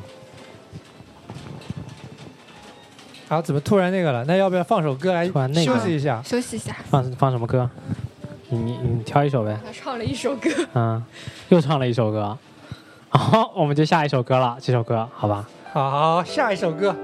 S2: 啊，怎么突然那个了？那要不要放首歌来
S1: 突然那个
S2: 休息一下？
S4: 休息一下，
S1: 放放什么歌？你你你挑一首呗，
S4: 他唱了一首歌。
S1: 嗯，又唱了一首歌，好，我们就下一首歌了，这首歌好吧？
S2: 好啊好，下一首歌。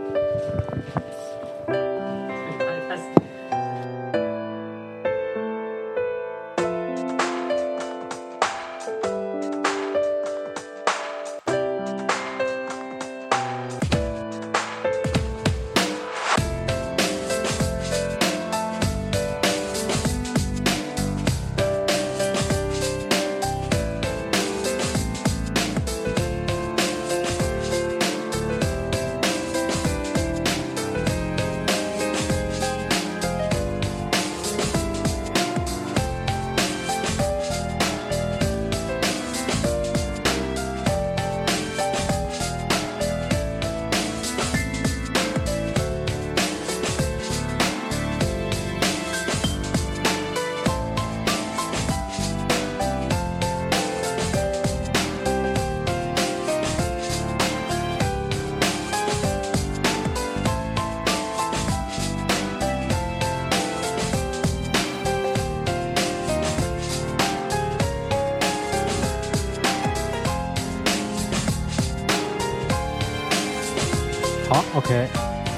S1: 好，OK，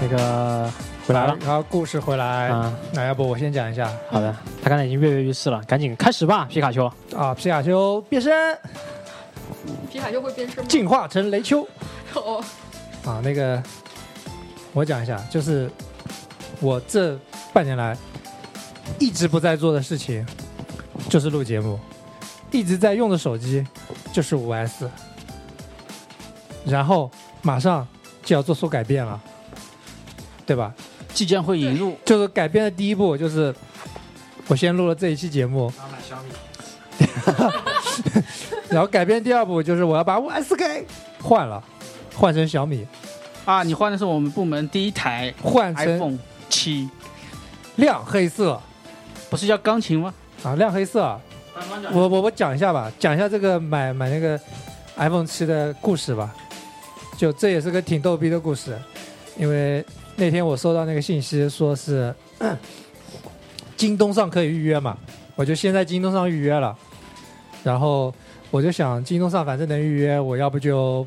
S1: 那个回来了，
S2: 然后故事回来，
S1: 嗯，
S2: 那要不我先讲一下
S1: 好的，他刚才已经跃跃欲试了，赶紧开始吧，皮卡丘。
S2: 啊，皮卡丘变身
S4: 皮卡丘会变身吗？
S2: 进化成雷丘
S4: 哦，
S2: 啊，那个我讲一下，就是我这半年来一直不在做的事情，就是录节目，一直在用的手机就是五 S，然后马上就要做出改变了，对吧？
S3: 即将会引入
S2: 就是改编的第一步就是，我先录了这一期节目， 然后改编第二步就是我要把五 S 给换了，换成小米，
S3: 啊！你换的是我们部门第一台
S2: 换成
S3: iPhone 七，
S2: 亮黑色
S3: 不是叫钢琴吗？
S2: 啊，亮黑色啊。我我我讲一下吧，讲一下这个买买那个 iPhone 七的故事吧，就这也是个挺逗逼的故事，因为那天我收到那个信息，说是京东上可以预约嘛，我就先在京东上预约了。然后我就想，京东上反正能预约，我要不就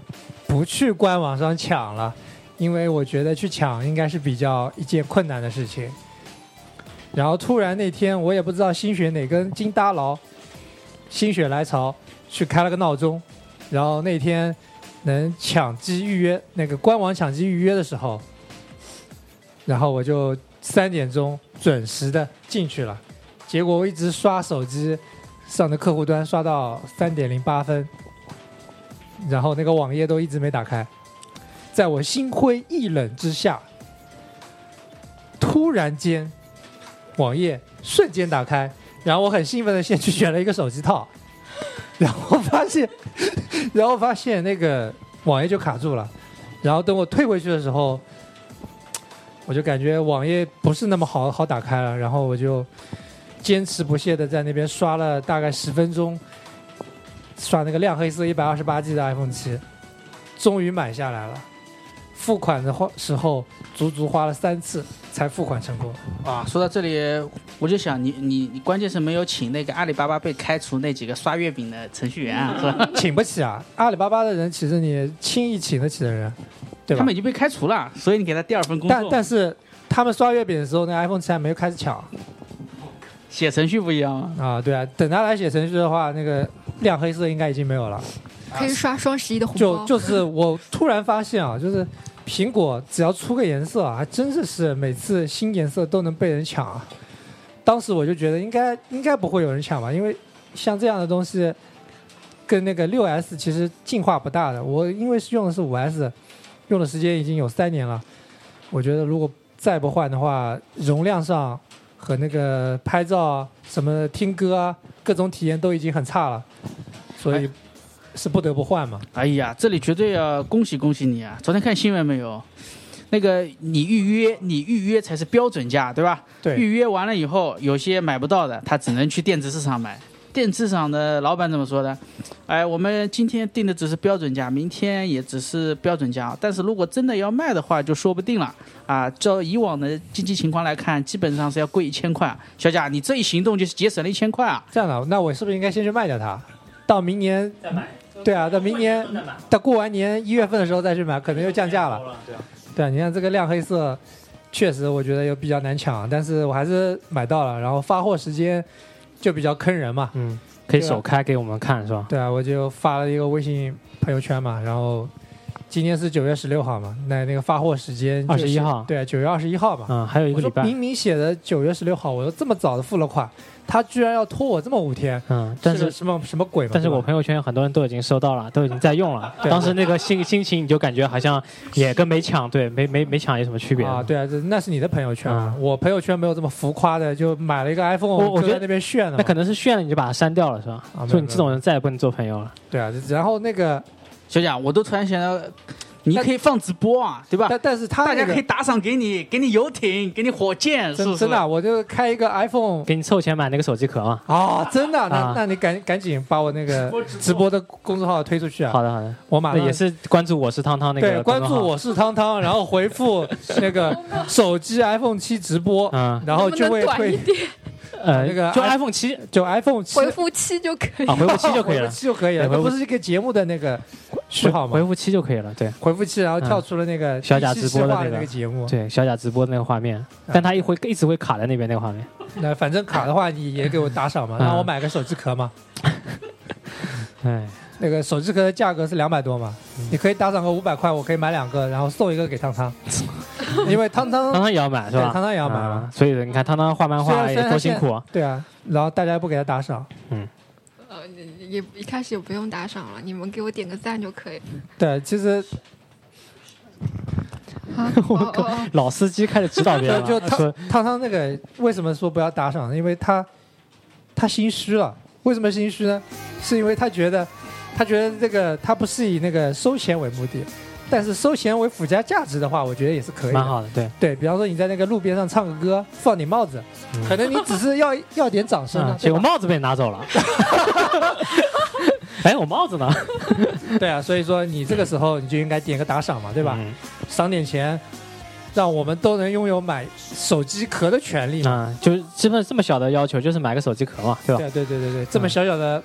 S2: 不去官网上抢了，因为我觉得去抢应该是比较一件困难的事情。然后突然那天我也不知道心血哪根筋搭牢，心血来潮去开了个闹钟，然后那天能抢机预约那个官网抢机预约的时候，然后我就三点钟准时的进去了，结果我一直刷手机上的客户端刷到三点零八分，然后那个网页都一直没打开，在我心灰意冷之下，突然间。网页瞬间打开，然后我很兴奋的先去选了一个手机套， 然后发现， 然后发现那个网页就卡住了，然后等我退回去的时候，我就感觉网页不是那么好好打开了，然后我就坚持不懈的在那边刷了大概十分钟，刷那个亮黑色一百二十八 G 的 iPhone 七，终于买下来了。付款的话时候，足足花了三次才付款成功。
S3: 啊，说到这里，我就想你你你，关键是没有请那个阿里巴巴被开除那几个刷月饼的程序员 啊，是 吧？
S2: 请不起啊！阿里巴巴的人其实你轻易请得起的人，对
S3: 他
S2: 吧
S3: 们？已经被开除了，所以你给他第二份工作，
S2: 但但是他们刷月饼的时候，那 iPhone 七还没有开始抢
S3: 写程序不一样吗？
S2: 啊。对啊，等他来写程序的话，那个亮黑色应该已经没有了。
S4: 可以刷双十一的红
S2: 就
S4: 包。
S2: 就是我突然发现啊，就是苹果只要出个颜色啊，还真的是每次新颜色都能被人抢啊。当时我就觉得应该应该不会有人抢吧，因为像这样的东西跟那个六 S 其实进化不大的。我因为是用的是五 S，用的时间已经有三年了，我觉得如果再不换的话，容量上和那个拍照啊、什么听歌啊，各种体验都已经很差了，所以是不得不换嘛。
S3: 哎呀，这里绝对要恭喜恭喜你啊！昨天看新闻没有？那个你预约，你预约才是标准价，对吧？
S2: 对，
S3: 预约完了以后，有些买不到的，他只能去电子市场买。电子市场的老板怎么说的？哎，我们今天定的只是标准价，明天也只是标准价，但是如果真的要卖的话，就说不定了啊。照以往的经济情况来看，基本上是要贵一千块。小贾，你这一行动就是节省了一千块啊！
S2: 这样的，那我是不是应该先去卖掉它？到明年，
S1: 再买，
S2: 对啊，到明年，到过完年一月份的时候再去买，可能又降价了。
S1: 了，对啊。
S2: 对啊，你看这个亮黑色，确实我觉得又比较难抢，但是我还是买到了，然后发货时间就比较坑人嘛。
S1: 嗯，可以首开给我们看是吧？
S2: 对啊，我就发了一个微信朋友圈嘛，然后今天是九月十六号嘛，那那个发货时间就是
S1: 21号
S2: 对啊，九月二十一号嘛。
S1: 嗯，还有一
S2: 我
S1: 个礼
S2: 说
S1: 拜。
S2: 明明写的九月十六号，我说这么早的付了款，他居然要拖我这么五天，
S1: 嗯，但
S2: 个
S1: 是
S2: 什么什么鬼嘛？
S1: 但是
S2: 对吧
S1: 我朋友圈很多人都已经收到了，都已经在用了。
S2: 对啊
S1: 当时那个心心情你就感觉好像也跟没抢，对，没没没 抢有什么区别
S2: 啊，对啊，这那是你的朋友圈啊，
S1: 嗯
S2: 我朋友圈没有这么浮夸的，就买了一个 iPhone，
S1: 我我觉
S2: 就
S1: 得
S2: 在那边炫了嘛。
S1: 那可能是炫了你就把它删掉了是吧
S2: 啊没有？
S1: 就你这种人再也不能做朋友了。
S2: 对啊，然后那个，
S3: 小贾，我都突然想到，你
S2: 但
S3: 可以放直播啊，对吧？
S2: 但但是他
S3: 大
S2: 那
S3: 家
S2: 个
S3: 可以打赏给你，给你游艇，给你火箭，是不
S2: 真
S3: 是？
S2: 真的啊，我就开一个 iPhone
S1: 给你凑钱买那个手机壳嘛。
S2: 啊，真的啊，那
S1: 啊
S2: 那你赶赶紧把我那个直播的公众号推出去啊，
S1: 好的好的，
S2: 我马
S1: 那
S2: 上
S1: 也是关注我是汤汤那
S2: 对
S1: 个
S2: 关
S1: 公
S2: 注
S1: 众号，
S2: 我是汤汤，然后 回复那个手机 iPhone 七直播，
S1: 嗯
S2: 然后就
S4: 能不
S2: 会
S4: 能短一
S2: 推
S4: 点？
S1: 呃
S2: 啊那个哦
S1: 就
S2: i-
S1: iPhone 七
S2: 就 iPhone 七
S4: 回复七就可以
S1: 啊，。回复七就可以了，
S2: 七就可以了，
S1: 对
S2: 那
S1: 回复
S2: 不是一个节目的那个序号
S1: 回
S2: 吗？
S1: 复七就可以了，对。
S2: 回复器，然后跳出了那个
S1: 嗯小贾
S2: 一期
S1: 直播的
S2: 计划
S1: 那个
S2: 那个节目，
S1: 对小贾直播的那个画
S2: 啊
S1: 面，但他一会一直会卡在那边那个画面。
S2: 那反正卡的话，你也给我打赏嘛，
S1: 嗯
S2: 让我买个手机 壳嘛。
S1: 哎，
S2: 那个手机壳的价格是两百多嘛，
S1: 嗯
S2: 你可以打赏个五百块，我可以买两个，然后送一个给 汤汤，因为汤
S1: 汤
S2: 汤
S1: 汤也要买是吧？
S2: 对汤汤也要买
S1: 啊
S2: 嘛
S1: 所以你看汤汤画漫
S2: 虽然
S1: 画
S2: 虽
S1: 也
S2: 然
S1: 多
S2: 现
S1: 辛苦啊。
S2: 对啊，然后大家不给他打赏，
S4: 呃，也一开始也不用打赏了，你们给我点个赞就可以。
S2: 对，其实
S4: 啊，
S1: 我
S4: 哦
S1: 靠
S4: 哦哦
S1: 老司机开始指导别人
S2: 就
S1: 了，
S2: 就
S1: 他
S2: 汤
S1: 啊说
S2: 汤汤那个为什么说不要打赏呢？因为他他心虚了，为什么心虚呢？是因为他觉得他觉得这个他不是以那个收钱为目的，但是收钱为附加价值的话，我觉得也是可以的
S1: 蛮。好的，对，
S2: 对比方说你在那个路边上唱个歌，放点帽子，
S1: 嗯
S2: 可能你只是要要点掌声
S1: 嗯
S2: 啊，，
S1: 结
S2: 对
S1: 果
S2: 吧
S1: 帽子被拿走 了。哎，我帽子呢？
S2: 对啊，所以说你这个时候你就应该点个打赏嘛，对吧？
S1: 嗯
S2: 赏点钱，让我们都能拥有买手机壳的权利嘛。
S1: 啊，就是这么这么小的要求，嗯就是买个手机壳嘛，对吧？
S2: 对啊对对对对，这么小小的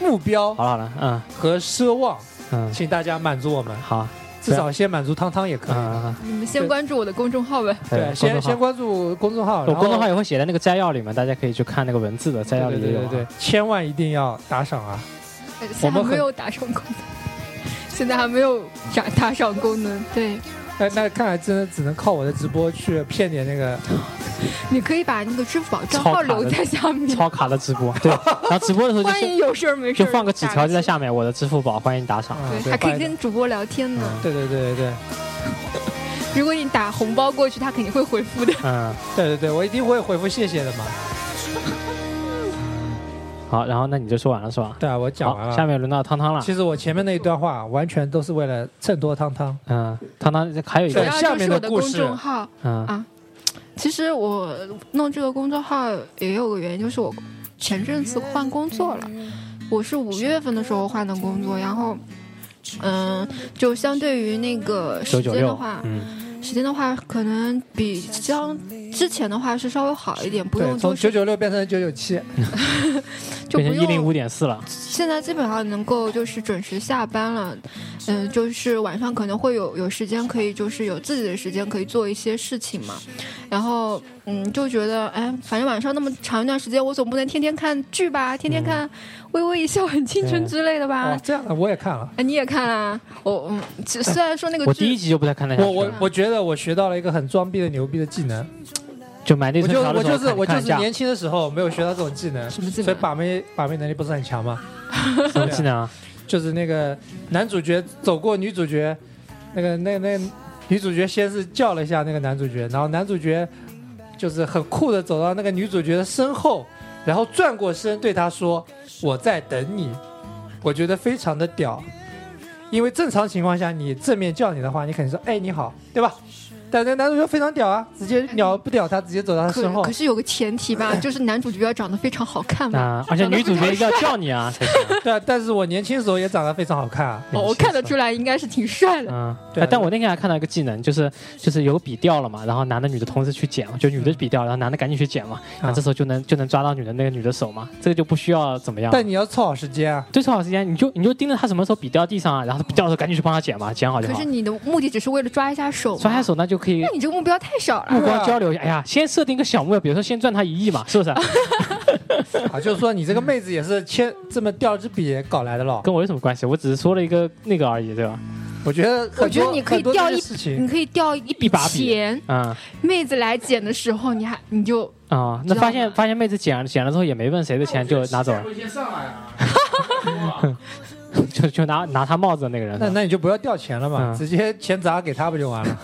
S2: 目标
S1: 好了好了，嗯
S2: 和奢望，
S1: 嗯，
S2: 请大家满足我们，
S1: 好，
S2: 至少先满足汤汤也可以。
S1: 嗯，
S4: 你们先关注我的公众号
S1: 哎
S4: 吧。
S2: 对，先先
S1: 关
S2: 关注公众号，
S1: 注号，
S2: 然后
S1: 我公众号也会写在那个摘要里面，大家可以去看那个文字的摘
S2: 对
S1: 要里
S2: 对
S1: 也
S2: 对
S1: 有啊。
S2: 对对，千万一定要打赏啊！
S4: 呃现在还没有打赏功能，现在还没有打打赏功能。对，
S2: 那那看来真的只能靠我的直播去骗点那个
S4: 你可以把那个支付宝账号留在下面，
S1: 超卡的直 播，对，然后直播的时候就
S4: 欢
S1: 是
S4: 迎有事儿没事
S1: 就
S4: 儿
S1: 放个纸条就在
S4: 打
S1: 下面，我的支付宝欢迎打赏。
S2: 啊
S4: 个字。，对，
S2: 对
S4: 还可以
S2: 发一
S4: 跟主播聊天呢。
S1: 嗯
S2: 对对对对对
S4: 如果你打红包过去，他肯定会回复的。
S1: 嗯，
S2: 对对对，我一定会回复谢谢的嘛。
S1: 好，然后那你就说完了是吧？
S2: 对啊，我讲完
S1: 好，下
S2: 了。
S1: 面轮到汤汤了。
S2: 其实我前面那一段话完全都是为了衬托汤汤。
S1: 嗯，汤汤还有一
S4: 主
S1: 个
S2: 对，
S4: 要
S2: 下
S4: 就
S2: 面
S4: 是
S2: 的
S4: 我的
S2: 故
S4: 公
S2: 事
S4: 众号。
S1: 嗯
S4: 啊其实我弄这个公众号也有个原因，就是我前阵子换工作了。我是五月份的时候换的工作，然后，嗯、就相对于那个时
S1: 九九
S4: 间的
S1: 六
S4: 话，，
S1: 嗯，
S4: 时间的话可能比相之前的话是稍微好一点，不
S2: 对，
S4: 用啊就
S2: 从九
S4: 是
S2: 九六变成九九七，
S4: 就
S1: 变
S4: 不
S1: 成一零
S4: 用
S1: 五点四了。
S4: 现在基本上能够就是准时下班了，嗯、就是晚上可能会有有时间可以就是有自己的时间可以做一些事情嘛，然后嗯就觉得哎，反正晚上那么长一段时间，我总不能天天看剧吧，天天
S1: 嗯
S4: 看《微微一笑很倾城》之类的吧。
S2: 哦，这样的我也看了。
S4: 哎，你也看啊？我嗯，其虽然说那个
S1: 我第一
S4: 剧，
S1: 集就不太看得下
S2: 我
S1: 去
S2: 我
S1: 了，
S2: 我觉得我学到了一个很装逼的牛逼的技能，
S1: 就买那
S2: 我
S1: 层
S2: 就
S1: 条的
S2: 我
S1: 时候
S2: 就是我就
S1: 看一
S2: 是
S1: 下
S2: 年轻的时候没有学到这种技能，
S4: 什么技能
S2: 所以把妹把妹能力不是很强 嘛。
S1: 什么技能啊？
S2: 就是那个男主角走过女主角，那个那那女主角先是叫了一下那个男主角，然后男主角就是很酷的走到那个女主角的身后，然后转过身对她说：“我在等你。”我觉得非常的屌，因为正常情况下你正面叫你的话，你肯定说“哎你好”，对吧？但那男主角非常屌啊，直接鸟不屌他，直接走到他身
S4: 可
S2: 后
S4: 可。是有个前提 吧，就是男主角要长得非常好看嘛。
S1: 啊，而且女主角一定要叫你啊才行。
S2: 对啊，但是我年轻时候也长得非常好看啊。
S4: 哦，我看得出来，应该是挺帅的。
S1: 嗯，
S2: 对啊
S1: 哎但我那天还看到一个技能，就是就是有笔掉了嘛，然后男的女的同时去捡，就女的笔掉，然后男的赶紧去捡嘛，
S2: 啊
S1: 啊，这时候就能就能抓到女的那个女的手嘛，这个就不需要怎么样。
S2: 但你要凑好时间啊。
S1: 最好时间，你就你就盯着他什么时候笔掉地上啊，然后笔掉的时候赶紧去帮他捡嘛，捡好就
S4: 可
S1: 好
S4: 是。你的目的只是为了抓一下手，
S1: 抓下。手那就可以
S4: 那你这个目标太少了。
S1: 目光交流一下，哎呀，先设定个小目标，比如说先赚他一亿嘛， 是不是？
S2: 啊，就是说你这个妹子也是签这么掉了支笔搞来的咯。
S1: 跟我有什么关系？我只是说了一个那个而已，对吧？
S2: 我觉得很多，
S4: 我觉得你可以
S2: 很多
S4: 掉
S2: 这
S4: 一嗯
S2: 些事情
S4: 你，可以掉一笔
S1: 一把笔
S4: 钱，
S1: 嗯
S4: 妹子来捡的时候，你还你就
S1: 啊、
S4: 知
S1: 那
S4: 道
S1: 发现
S4: 吗
S1: 发现妹子捡了捡了之后也没问谁的钱，就拿走了，
S3: 先上来啊！
S1: 就就拿拿他帽子的那个人。
S2: 那那你就不要掉钱了嘛，
S1: 嗯
S2: 直接钱砸给他不就完了？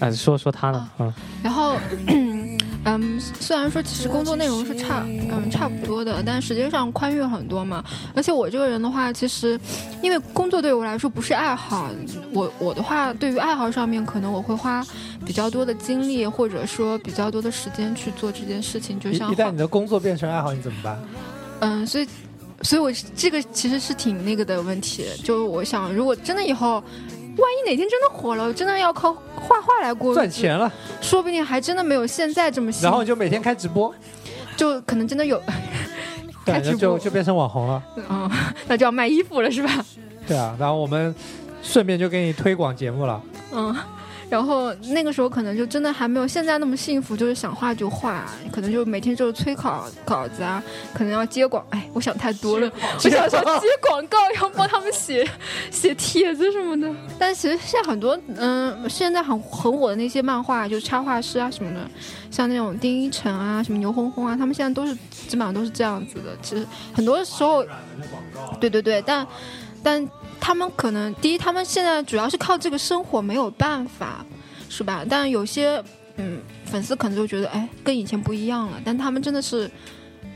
S1: 啊，说说他呢？嗯
S4: 然后，嗯，虽然说其实工作内容是差，嗯，差不多的，但时间上宽裕很多嘛。而且我这个人的话，其实因为工作对我来说不是爱好，我我的话对于爱好上面，可能我会花比较多的精力，或者说比较多的时间去做这件事情。就
S2: 一
S4: 像
S2: 一旦你的工作变成爱好，你怎么办？
S4: 嗯，所以，所以我这个其实是挺那个的问题。就我想，如果真的以后，万一哪天真的火了，真的要靠画画来过日子
S2: 赚，钱了，
S4: 说不定还真的没有现在这么幸
S2: 然后
S4: 福
S2: 你，就每天开直播，
S4: 就可能真的有，
S2: 对，
S4: 开
S2: 然后
S4: 直
S2: 就
S4: 播
S2: 就变成网红了，
S4: 嗯， 那就要卖衣服了是吧？
S2: 对啊。然后我们顺便就给你推广节目了，
S4: 嗯。然后那个时候可能就真的还没有现在那么幸福，就是想画就画，可能就每天就是催稿稿子啊，可能要接广，哎，我想太多了，我想说接广告，然后帮他们写 写帖子什么的。但其实现在很多，嗯、现在很很火的那些漫画，就是插画师啊什么的，像那种丁一辰啊、什么牛红红啊，他们现在都是基本上都是这样子的。其实很多时候，对对对，但但他们可能第一，他们现在主要是靠这个生活，没有办法，是吧？但有些嗯，粉丝可能就觉得，哎，跟以前不一样了。但他们真的是，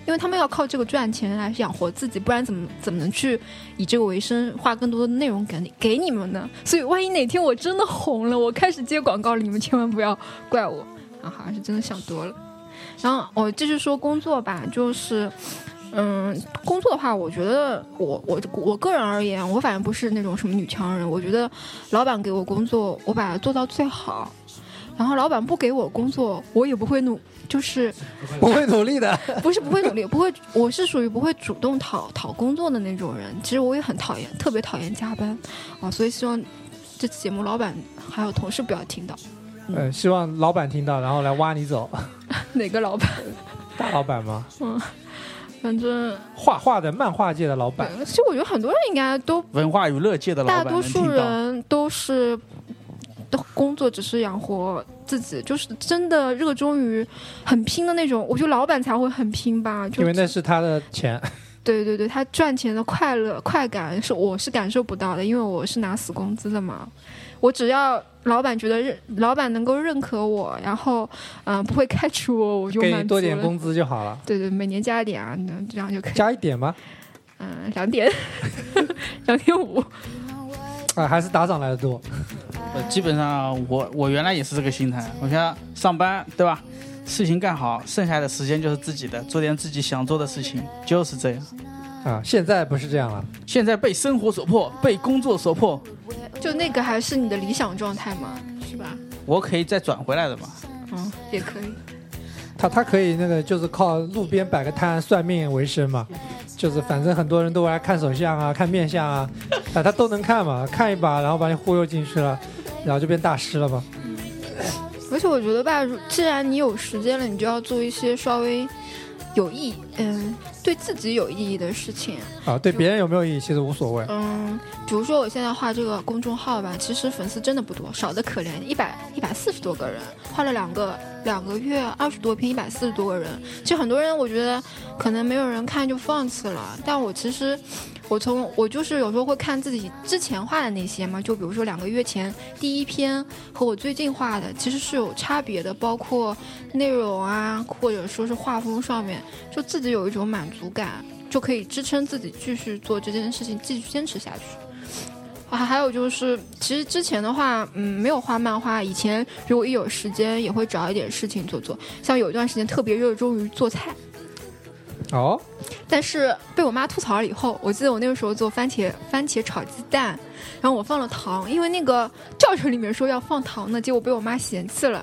S4: 因为他们要靠这个赚钱来养活自己，不然怎么怎么能去以这个为生，画更多的内容给你给你 们呢？所以，万一哪天我真的红了，我开始接广告了，你们千万不要怪我啊！好像是真的想多了。然后我继续说工作吧，就是。嗯，工作的话，我觉得我我我个人而言，我反正不是那种什么女强人。我觉得老板给我工作，我把它做到最好。然然后老板不给我工作，我也不会努，就是
S2: 不会努力的。
S4: 不是不会努力，不会，我是属于不会主动讨讨工作的那种人。其实我也很讨厌，特别讨厌加班啊，所以希望这期节目老板还有同事不要听到。
S2: 呃，希望老板听到，然后来挖你走，
S4: 哪个老板？
S2: 大老板吗？
S4: 嗯，反正
S2: 画画的漫画界的老板，
S4: 其实我觉得很多人应该都，
S3: 文化娱乐界的老
S4: 大
S3: 板
S4: 多数
S3: 能听到
S4: 人都是都工作只是养活自己，就是真的热衷于很拼的那种。我觉得老板才会很拼吧，就
S2: 因为那是他的钱。
S4: 对对对，他赚钱的快乐快感是我是感受不到的，因为我是拿死工资的嘛。我只要老板觉得认，老板能够认可我，然后嗯、呃不会开除我，我就
S2: 给
S4: 满足
S2: 你
S4: 了。
S2: 多点工资就好了，
S4: 对对，每年加一点啊，那这样就可以。
S2: 加一点吗？
S4: 嗯、两点， 两点五。
S2: 啊、还是打赏来的多。
S3: 呃，基本上我我原来也是这个心态，我现在上班对吧？事情干好，剩下的时间就是自己的，做点自己想做的事情，就是这样。
S2: 啊，现在不是这样了，
S3: 现在被生活所迫，被工作所迫，
S4: 就那个还是你的理想状态嘛，是吧？
S3: 我可以再转回来的嘛？
S4: 嗯， 也可以。
S2: 他他可以那个就是靠路边摆个摊算命为生嘛，就是反正很多人都来看手相啊、看面相啊，啊他都能看嘛，看一把然后把你忽悠进去了，然后就变大师了嘛。
S4: 而且我觉得吧，如既然你有时间了，你就要做一些稍微有意，嗯，对自己有意义的事情。
S2: 啊，对别人有没有意义其实无所谓。
S4: 嗯，比如说我现在画这个公众号吧，其实粉丝真的不多，少的可怜，一百一百四十多个人，画了两个两个月，二十多篇，一百四十多个人。其实很多人我觉得可能没有人看就放弃了，但我其实我从我就是有时候会看自己之前画的那些嘛，就比如说两个月前第一篇和我最近画的其实是有差别的，包括内容啊，或者说是画风上面，就自己有一种满足感。就可以支撑自己继续做这件事情，继续坚持下去。啊，还有就是，其实之前的话，嗯，没有画漫画，以前如果一有时间，也会找一点事情做做。像有一段时间特别热衷于做菜，
S2: 哦，
S4: 但是被我妈吐槽了以后，我记得我那个时候做番茄番茄炒鸡蛋，然后我放了糖，因为那个教程里面说要放糖的，结果被我妈嫌弃了。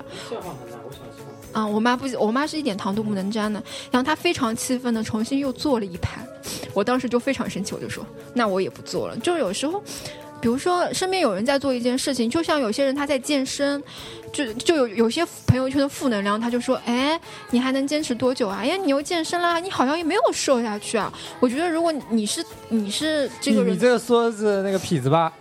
S4: 啊、我妈不，我妈是一点糖都不能沾的。然后她非常气愤的重新又做了一盘，我当时就非常生气，我就说那我也不做了。就是有时候，比如说身边有人在做一件事情，就像有些人他在健身，就就有有些朋友圈的负能量，他就说，哎，你还能坚持多久啊？哎呀，你又健身啦，你好像也没有瘦下去啊。我觉得如果你你是你是这个
S2: 你
S4: 人
S2: 你这个说的是那个痞子吧？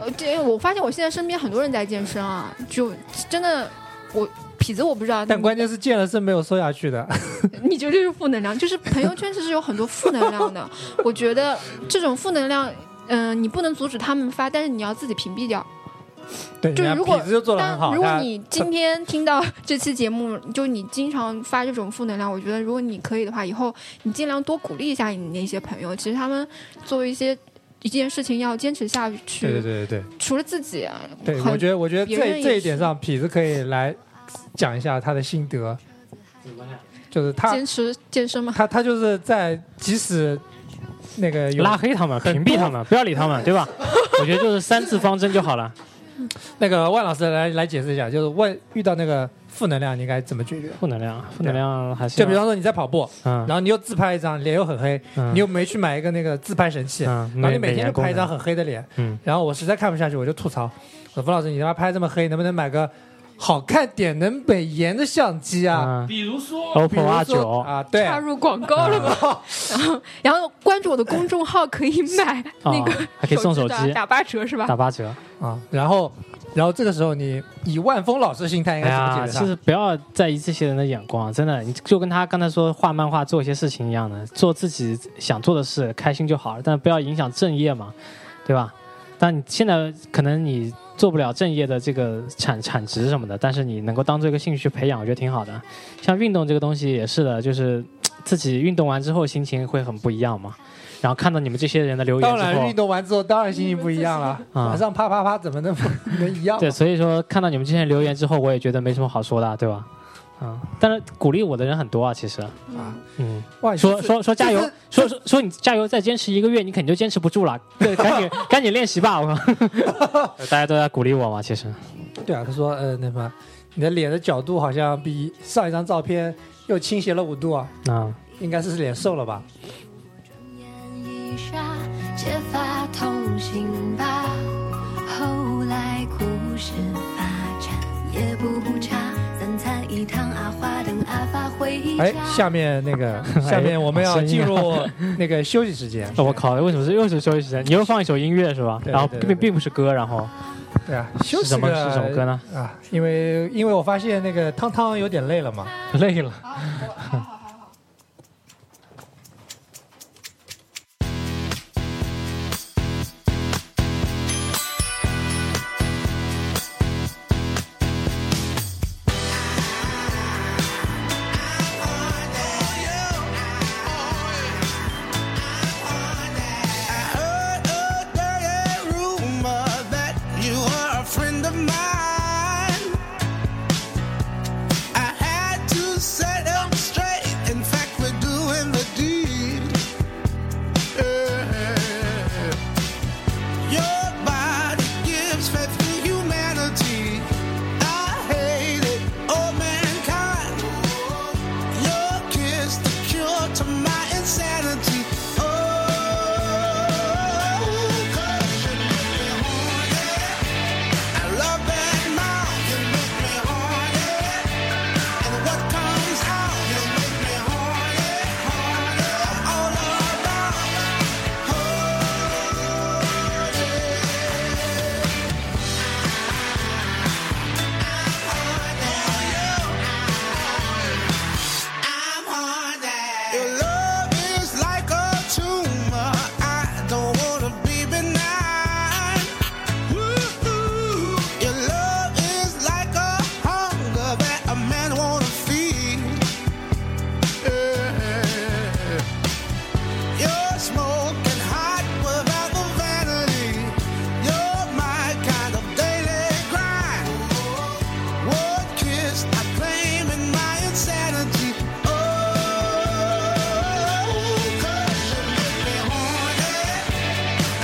S4: 呃，这我发现我现在身边很多人在健身啊，就真的我痞子我不知道，
S2: 但关键是健了是没有瘦下去的。
S4: 你 绝对是负能量，就是朋友圈其实有很多负能量的，我觉得这种负能量，嗯、你不能阻止他们发，但是你要自己屏蔽掉。
S2: 对，
S4: 就
S2: 人家
S4: 如果
S2: 痞子就做的很
S4: 但
S2: 好。
S4: 如果
S2: 他
S4: 你今天听到这期节目，就你经常发这种负能量，我觉得如果你可以的话，以后你尽量多鼓励一下你那些朋友，其实他们做一些一件事情要坚持下去，
S2: 对对对对
S4: 除了自己、啊，
S2: 对，对
S4: 很
S2: 我觉得我觉得
S4: 别人
S2: 这
S4: 也
S2: 这一
S4: 是
S2: 点上，痞子可以来讲一下他的心得，就是他
S4: 坚持健身嘛。
S2: 他他就是在即使那个有
S1: 拉黑他们，屏蔽他们，不要理他们，对吧？ 我觉得就是三次方针就好了。
S2: 那个万老师来来解释一下，就是问遇到那个负能量你该怎么解决？
S1: 负能量，负能量还是
S2: 就比
S1: 要
S2: 方说你在跑步，
S1: 嗯
S2: 然后你又自拍一张，脸又很黑，
S1: 嗯
S2: 你又没去买一个那个自拍神器，
S1: 嗯
S2: 然后你
S1: 每
S2: 每天就拍一张很黑的脸，
S1: 嗯
S2: 然后我实在看不下去，我就吐槽，我说冯老师你他妈拍这么黑，能不能买个好看点、能美颜的相机啊？
S1: 嗯
S5: 比如说，
S2: 比
S1: OPPO
S2: 如
S1: R
S2: 说
S1: 九，
S2: 啊，对
S4: 插入广告了吧？ 然后，然后关注我的公众号可以买那个
S1: 哦还可以送手
S4: 手
S1: 机
S4: 打八折是吧？
S1: 打八折。
S2: 啊，然后然后这个时候你以万峰老师的心态应
S1: 哎
S2: 该怎
S1: 呀，
S2: 么解决
S1: 其
S2: 它？
S1: 实不要在意这些人的眼光，真的，你就跟他刚才说画漫画做一些事情一样的，做自己想做的事，开心就好了，但不要影响正业嘛，对吧？但你现在可能你做不了正业的这个产产值什么的，但是你能够当做一个兴趣培养，我觉得挺好的。像运动这个东西也是的，就是嘖自己运动完之后心情会很不一样嘛。然后看到你们这些人的留言
S2: 当
S1: 之后，
S2: 然，运动完之后当然心情不一样了。
S1: 啊
S2: 晚上啪啪啪怎么能不能一样？
S1: 对，所以说看到你们之前留言之后，我也觉得没什么好说的啊，对吧？嗯，但是鼓励我的人很多啊，其实，
S2: 啊
S4: 嗯，
S1: 嗯，
S2: 哇，你
S1: 说
S2: 这次
S1: 说说加油
S2: 这
S1: 说
S2: 次，
S1: 说说你加油，再坚持一个月，你肯定就坚持不住了，对，赶紧赶紧练习吧， 我靠，大家都在鼓励我嘛，其实，
S2: 对啊，他说呃那什么，你的脸的角度好像比上一张照片又倾斜了五度啊，
S1: 嗯，
S2: 应该是脸瘦了吧？
S5: 眼一霎，结啊发同行吧。后来故事发展也不差，三餐一堂阿花等阿发回家。
S2: 哎，下面那 个
S1: 哎
S2: 下面我们要进入那个休息时间，
S1: 哦我靠，为什么是又是休息时间？你又放一首音乐是吧？
S2: 对
S1: 然后
S2: 对对
S1: 并
S2: 对
S1: 并不是歌，然后
S2: 对啊，休
S1: 是
S2: 息
S1: 什么
S2: 个
S1: 是什么歌呢？
S2: 啊？因为因为我发现那个汤汤有 点累了嘛，
S1: 累了。
S6: heard a dirty rumor that you were a friend of mine. I had to set up straight. In fact, we're doing the deed. Yeah. Your body gives faith to humanity. I hated all mankind. Your kiss the cure to my insanity. Oh, 'cause you make me horny. I love that mouth. You make me horny. And what comes out, you make me horny, horny. I'm all about I'm haunted. Your love is like a tumor. I don't wanna be benign. Woo-hoo. Your love is like a hunger that a man wanna feed. Yeah. You're smoking hot without the vanity. You're my kind of daily grind. What kiss I claim in my insanity? Oh, 'cause you make me horny.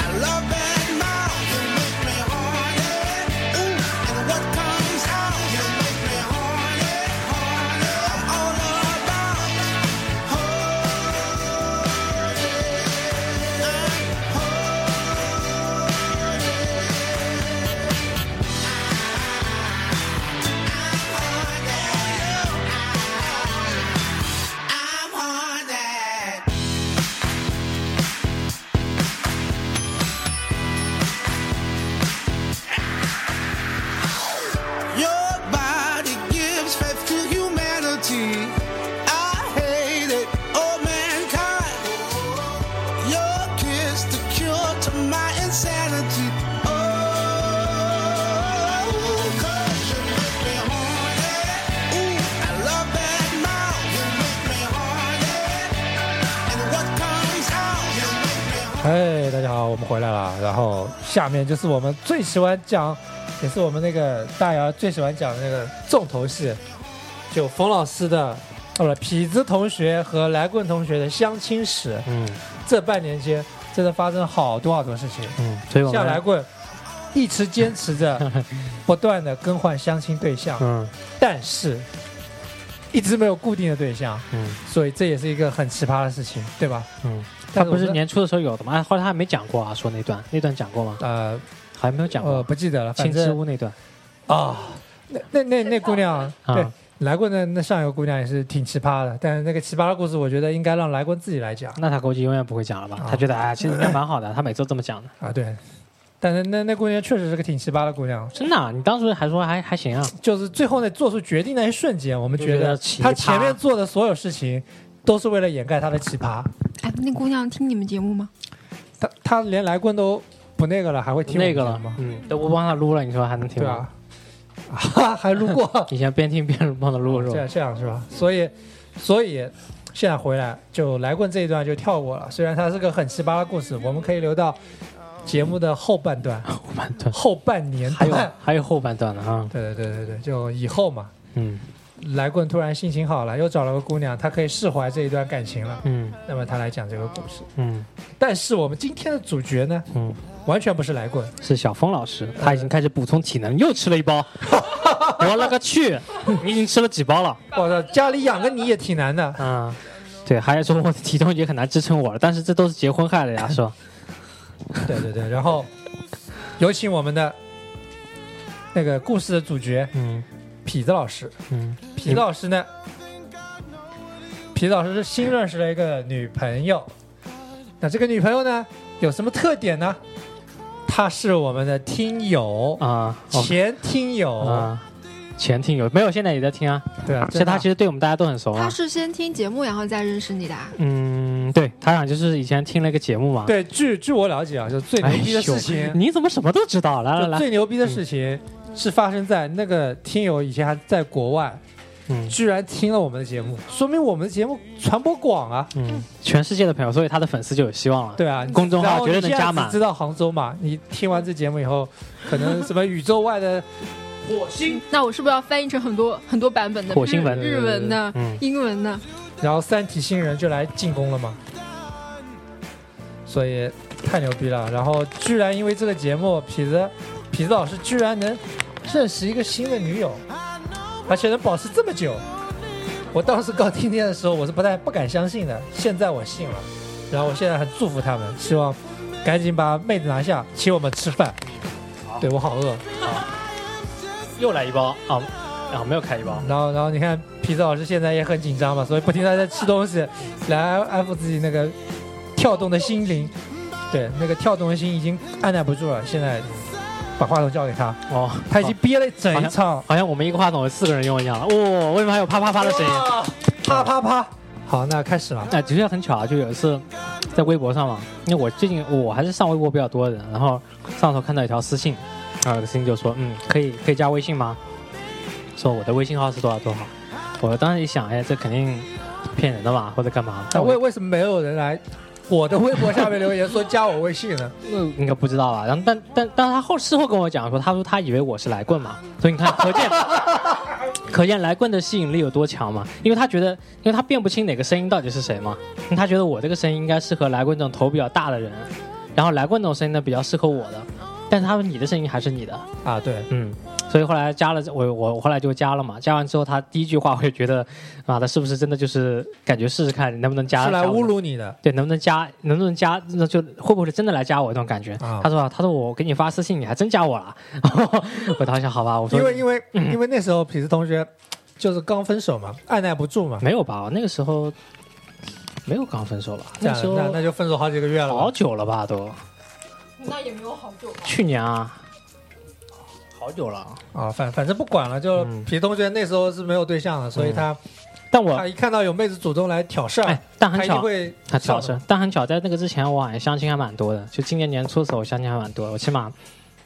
S6: I love that mouth. You make me horny. Ooh, and what comes out? You make me horny, horny. I'm all about oh. I'm haunted. Your body gives faith to humanity. I hate it, oh mankind. Your kiss the cure to my insanity. Oh, 'cause you make me horny. Ooh, I Oh, love that mouth. You make me horny, and what comes out, you make me horny.
S2: 哎，大家好，我们回来了。然后下面就是我们最喜欢讲，也是我们那个大姚最喜欢讲的那个重头戏，就冯老师的，哦不是，痞子同学和来棍同学的相亲史。
S1: 嗯
S2: 这半年间真的发生了好多好多事情。
S1: 嗯，所以我
S2: 像
S1: 们
S2: 来棍一直坚持着不断的更换相亲对象，
S1: 嗯
S2: 但是一直没有固定的对象，
S1: 嗯
S2: 所以这也是一个很奇葩的事情，对吧？
S1: 嗯，他
S2: 但我
S1: 不是
S2: 们
S1: 年初的时候有的吗？哎后来他还没讲过啊，说那段那段讲过吗？
S2: 呃
S1: 好像没有讲
S2: 呃
S1: 过。
S2: 不记得了，反
S1: 青之
S2: 正
S1: 屋那段
S2: 啊，那那那那姑娘
S1: 啊
S2: 对。来棍的那上一个姑娘也是挺奇葩的，但是那个奇葩的故事，我觉得应该让来棍自己来讲
S1: 那他估计永远不会讲了吧？
S2: 啊
S1: 他觉得哎，其实应该蛮好的，他每次都这么讲的。
S2: 啊。对，但是那那姑娘确实是个挺奇葩的姑娘，
S1: 真的啊、你当时还说还还行啊，
S2: 就是最后那做出决定那一瞬间，我们觉
S1: 就觉
S2: 得
S1: 得奇葩
S2: 他前面做的所有事情都是为了掩盖他的奇葩，
S4: 哎，那姑娘听你们节目吗？
S2: 他他连来棍都不那个了，还会 听我
S1: 那
S2: 们
S1: 个
S2: 节
S1: 了
S2: 目吗，？
S1: 嗯，都不帮他撸了，你说还能听
S2: 对
S1: 吗？，
S2: 啊，啊 还路过
S1: 以前边听边帮他撸是
S2: 这
S1: 吧
S2: 样？这样是吧？所以所以现在回来就来棍这一段就跳过了，虽然它是个很奇葩的故事，我们可以留到节目的后 半段、
S1: 后半段
S2: 后半年
S1: 还有
S2: 段。
S1: 还有后半段呢啊，
S2: 对对对对对，就以后嘛。
S1: 嗯，
S2: 来棍突然心情好了，又找了个姑娘，他可以释怀这一段感情了。
S1: 嗯
S2: 那么他来讲这个故事。
S1: 嗯
S2: 但是我们今天的主角呢，
S1: 嗯，
S2: 完全不是来棍，
S1: 是小峰老师，他已经开始补充体能，又吃了一 包。我勒个去！你已经吃了几包了？
S2: 我操，家里养个你也挺难的。
S1: 嗯，对，还有说我的体重也很难支撑我了，但是这都是结婚害的呀，是吧？
S2: 对对对，然后有请我们的那个故事的主角
S1: 嗯
S2: 痞子老师。
S1: 嗯
S2: 痞子老师呢，痞子老师是新认识了一个女朋友，那这个女朋友呢有什么特点呢？她是我们的听友，
S1: 啊，哦
S2: 前听友，
S1: 啊，前听友没有，现在也在听啊。
S2: 对啊，
S1: 所以他其
S2: 实
S1: 实对我们大家都很熟
S4: 他
S1: 啊。
S4: 是先听节目然后再认识你的、啊，
S1: 嗯，对他好像就是以前听了一个节目嘛。
S2: 对，据据我了解啊，就最牛逼的事
S1: 哎呦
S2: 情，
S1: 你嗯怎么什么都知道？来来
S2: 就
S1: 来，
S2: 最牛逼的事情是发生在那个听友以前还在国外，
S1: 嗯
S2: 居然听了我们的节目，说明我们的节目传播广啊，
S1: 嗯，全世界的朋友，所以他的粉丝就有希望了。
S2: 对啊，
S1: 公众
S2: 然
S1: 号
S2: 后
S1: 绝
S2: 你
S1: 对能
S2: 现在
S1: 加
S2: 只
S1: 满
S2: 知。道杭州嘛？你听完这节目以后，可能什么宇宙外的火星，
S4: 那我是不是要翻译成很多很多版本的
S1: 火星文
S4: 日日文的、
S1: 嗯，
S4: 英文的？
S2: 然后三体星人就来进攻了嘛？所以太牛逼了！然后居然因为这个节目，痞子痞子老师居然能认识一个新的女友，而且能保持这么久。我当时刚听见的时候，我是不太不敢相信的，现在我信了。然后我现在很祝福他们，希望赶紧把妹子拿下，请我们吃饭。对我好饿。
S1: 又来一包啊啊，没有开一包。
S2: 然后，然后你看皮子老师现在也很紧张嘛，所以不停的在吃东西，来安安抚自己那个跳动的心灵。对，那个跳动的心已经按耐不住了，现在把话筒交给他，
S1: 哦，
S2: 他已经憋了整一场，
S1: 好像我们一个话筒有四个人用一样。哇、为什么还有啪啪啪的声音？
S2: 啪啪啪。好，那开始了。
S1: 哎，的确很巧啊，就有一次在微博上嘛，因为我最近我还是上微博比较多的，然后上头看到一条私信，然后有个私信就说，嗯，可以可以加微信吗？说我的微信号是多少多少。我当时一想，哎，这肯定骗人的嘛，或者干嘛？
S2: 那
S1: 但我
S2: 为为什么没有人来我的微博下面留言说加我微信 呢？
S1: 嗯应该不知道吧？啊然后但但但是他后事后跟我讲说，他说他以为我是来棍嘛，所以你看，可见可见来棍的吸引力有多强嘛？因为他觉得，因为他辨不清哪个声音到底是谁嘛，因为他觉得我这个声音应该适合来棍这种头比较大的人，然后来棍这种声音呢比较适合我的，但是他说你的声音还是你的，
S2: 啊，对，
S1: 嗯，所以后来加了我我我后来就加了嘛，加完之后他第一句话我就觉得，妈的是不是真的就是感觉试试看能不能加
S2: 是来
S1: 加我
S2: 侮
S1: 的
S2: 辱你的。
S1: 对，能不能加，能不能加，那就会不会是真的来加我这种感觉？
S2: 啊
S1: 他说，他说我给你发私信，你还真加我 了。我当时想，好吧，我说嗯
S2: 因为因为因为那时候痞子同学就是刚分手嘛，按耐不住嘛。
S1: 没有吧，那个时候没有刚分手吧？
S2: 这
S1: 那
S2: 样
S1: 时候
S2: 那那就分手好几个月了吧。
S1: 好久了吧都，
S4: 那也没有好久。
S1: 去年啊，好久了。
S2: 啊，反反正不管了，就
S1: 嗯
S2: 皮同学那时候是没有对象的，所以他
S1: 但我
S2: 他一看到有妹子主动来挑事儿
S1: 哎，，但
S2: 他
S1: 很
S2: 一定
S1: 巧，
S2: 会
S1: 很巧
S2: 笑
S1: 是
S2: 的，
S1: 但很巧，在那个之前，我好像相亲还蛮多的。就今年年初的时候，我相亲还蛮多的，我起码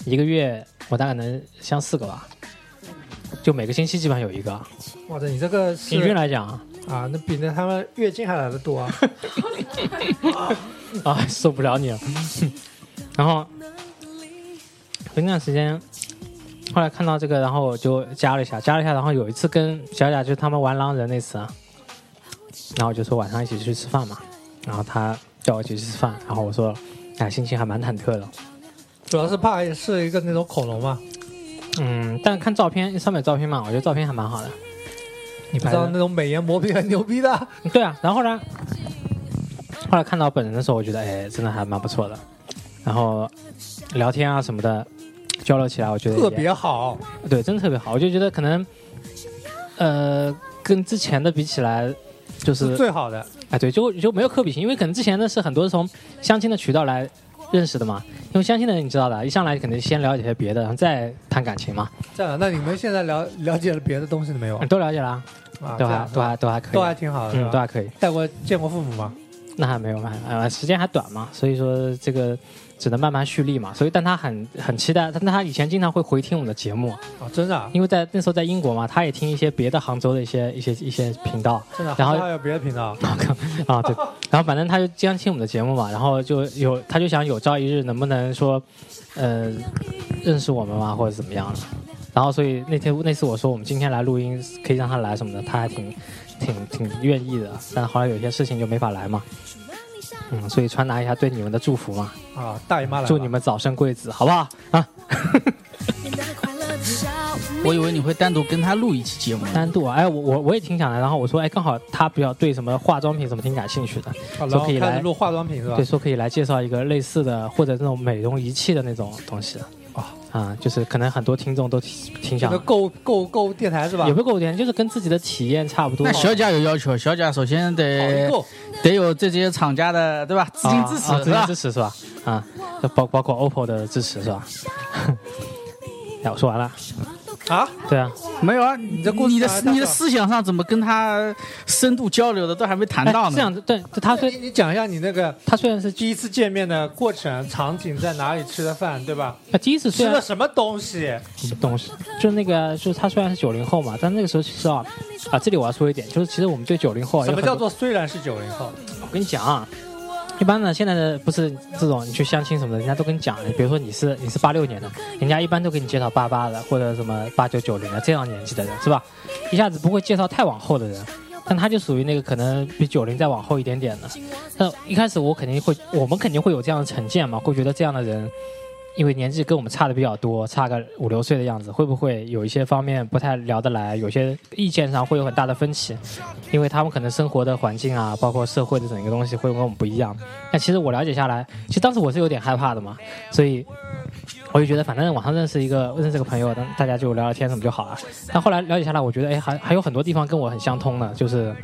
S1: 一个月我大概能相四个吧，就每个星期基本上有一个，
S2: 哇塞，你这个是
S1: 平均来讲啊。
S2: 啊，那比那他们月经还来的 多啊！
S1: 啊，受不了你 了。然后前段时间，后来看到这个，然后我就加了一下，加了一下，然后有一次跟小贾就是他们玩狼人那次啊，然后我就说晚上一起去吃饭嘛，然后他叫我一起去吃饭，然后我说，哎，心情还蛮忐忑的，
S2: 主要是怕是一个那种恐龙嘛，
S1: 嗯，但看照片上面有照片嘛，我觉得照片还蛮好的，
S2: 你不知道那种美颜磨皮很牛逼的，
S1: 对啊，然后呢，后来看到本人的时候，我觉得哎，真的还蛮不错的，然后聊天啊什么的。交流起来，我觉得也
S2: 特别好。
S1: 对，真的特别好。我就觉得可能，呃，跟之前的比起来，就是是
S2: 最好的，
S1: 哎，对，就就没有可比性，因为可能之前的是很多是从相亲的渠道来认识的嘛。因为相亲的人你知道的，一上来肯定先了解些别的，然后再谈感情嘛。
S2: 这样，那你们现在了了解了别的东西了没有
S1: 嗯？都了解了啊，
S2: 哦啊，
S1: 都
S2: 这
S1: 还
S2: 样
S1: 都还都还可以，
S2: 都还挺好的，是
S1: 嗯，都
S2: 吧？
S1: 还可以。
S2: 带过见过父母吗？
S1: 那还没有慢，呃，时间还短嘛，所以说这个只能慢慢蓄力嘛。所以，但他很很期待，但他以前经常会回听我们的节目，
S2: 啊，真的啊，
S1: 因为在那时候在英国嘛，他也听一些别的杭州的一些一些一些频道，
S2: 真的啊。
S1: 然后
S2: 杭州还有别的 频道
S1: 啊，对，然后反正他就经常听我们的节目嘛，然后就有他就想有朝一日能不能说，呃，认识我们嘛，或者怎么样了，然后所以那天那次我说我们今天来录音，可以让他来什么的，他还挺挺挺愿意的。但后来有些事情就没法来嘛，嗯，所以传达一下对你们的祝福嘛，
S2: 啊，大姨妈来了，
S1: 祝你们早生贵子，好不好啊？
S3: 我以为你会单独跟他录一期节目呢，
S1: 单独啊，哎，我我我也挺想来，然后我说，哎，刚好他比较对什么化妆品什么挺感兴趣的，
S2: 啊
S1: 都
S2: 然后
S1: 可以
S2: 开
S1: 来
S2: 始录化妆品是吧
S1: 对，？说可以来介绍一个类似的或者那种美容仪器的那种东西
S2: 啊
S1: 啊，就是可能很多听众都挺挺
S2: 这
S1: 想
S2: 个购购购物电台是吧
S1: 也？不是购物点，就是跟自己的体验差不多。
S3: 那小贾有要求，小贾首先得
S2: 网购
S3: 得有这些厂家的对吧？资金支持、
S1: 啊啊
S3: 是
S1: 资金
S3: 吧
S1: 支？持是吧？啊，就包包括 OPPO 的支持是吧？ 呀，我说完了。
S2: 啊，
S1: 对啊，
S3: 没有啊，你
S2: 这故事
S3: 你
S2: 啊
S3: 的
S2: 大
S3: 你的
S2: 壮
S3: 思想上怎么跟他深度交流的都还没谈
S1: 哎
S3: 到
S1: 这
S3: 呢？
S1: 样子，对他
S2: 你
S1: 虽
S2: 你讲一下你那个
S1: 他虽然是
S2: 第一次见面的过程、场景在哪里吃的饭，对吧？
S1: 啊第一次虽
S2: 吃了
S1: 然
S2: 什么东西？
S1: 什么东西，就是那个就是他虽然是九零后嘛，但那个时候其实啊啊，这里我要说一点，就是其实我们对九零后啊
S2: 什
S1: 有
S2: 么
S1: 很
S2: 叫
S1: 多
S2: 做虽然是九零后？
S1: 我跟你讲啊，一般呢，现在的不是这种你去相亲什么的，人家都跟你讲，比如说你是你是八六年的，人家一般都给你介绍八八的或者什么八九九零的这样年纪的人是吧？一下子不会介绍太往后的人，但他就属于那个可能比九零再往后一点点的。那一开始我肯定会，我们肯定会有这样的成见嘛，会觉得这样的人。因为年纪跟我们差的比较多，差个五六岁的样子，会不会有一些方面不太聊得来，有些意见上会有很大的分歧？因为他们可能生活的环境啊，包括社会的整个东西会跟我们不一样。但其实我了解下来，其实当时我是有点害怕的嘛，所以我就觉得反正网上认识一个认识个朋友，大大家就聊聊天什么就好了。但后来了解下来，我觉得哎，还还有很多地方跟我很相通的，就是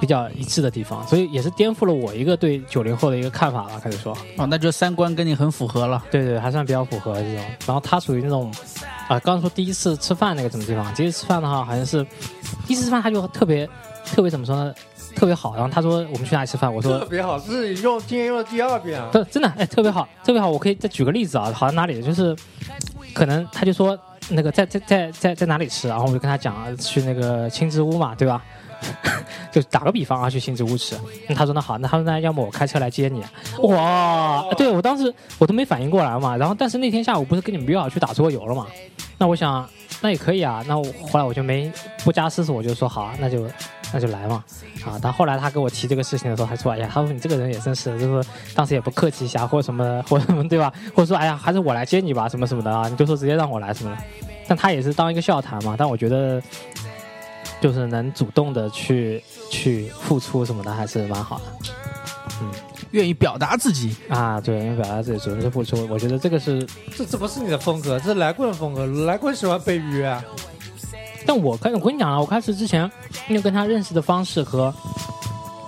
S1: 比较一致的地方，所以也是颠覆了我一个对九零后的一个看法吧，可以说。
S3: 哦，那就三观跟你很符合了。
S1: 对对，还算比较符合这种。然后他属于那种，啊、刚刚说第一次吃饭那个什么地方，第一次吃饭的话，好像是第一次吃饭他就特别特别怎么说呢，特别好。然后他说我们去哪里吃饭，我
S2: 特
S1: 说。
S2: 别好，这是你用今天用的第二遍啊。
S1: 对，真的，哎，特别好，特别好。我可以再举个例子啊，好像哪里就是，可能他就说那个在在在在在哪里吃，然后我就跟他讲啊，去那个青之屋嘛，对吧？ 就打个比方啊，去青之屋吃。那他说那好，那他说那要么我开车来接你。哇，对我当时我都没反应过来嘛。然后但是那天下午不是跟你们约好去打桌游了嘛？那我想那也可以啊。那我后来我就没不加思索，我就说好啊，那就那就来嘛。啊，但后来他跟我提这个事情的时候，还说哎呀，他说你这个人也真是，就是当时也不客气一下，或者什么 或者什么对吧？或者说哎呀，还是我来接你吧，什么什么的啊，你就说直接让我来什么的。但他也是当一个笑谈嘛，但我觉得就是能主动的去去付出什么的，还是蛮好的。
S3: 愿意表达自己，
S1: 啊，对，因为表达自己主动是付出，我觉得这个是，
S2: 这这不是你的风格，这是来棍的风格。来棍喜欢被约啊，
S1: 但我开我跟你讲啊，我开始之前因为跟他认识的方式和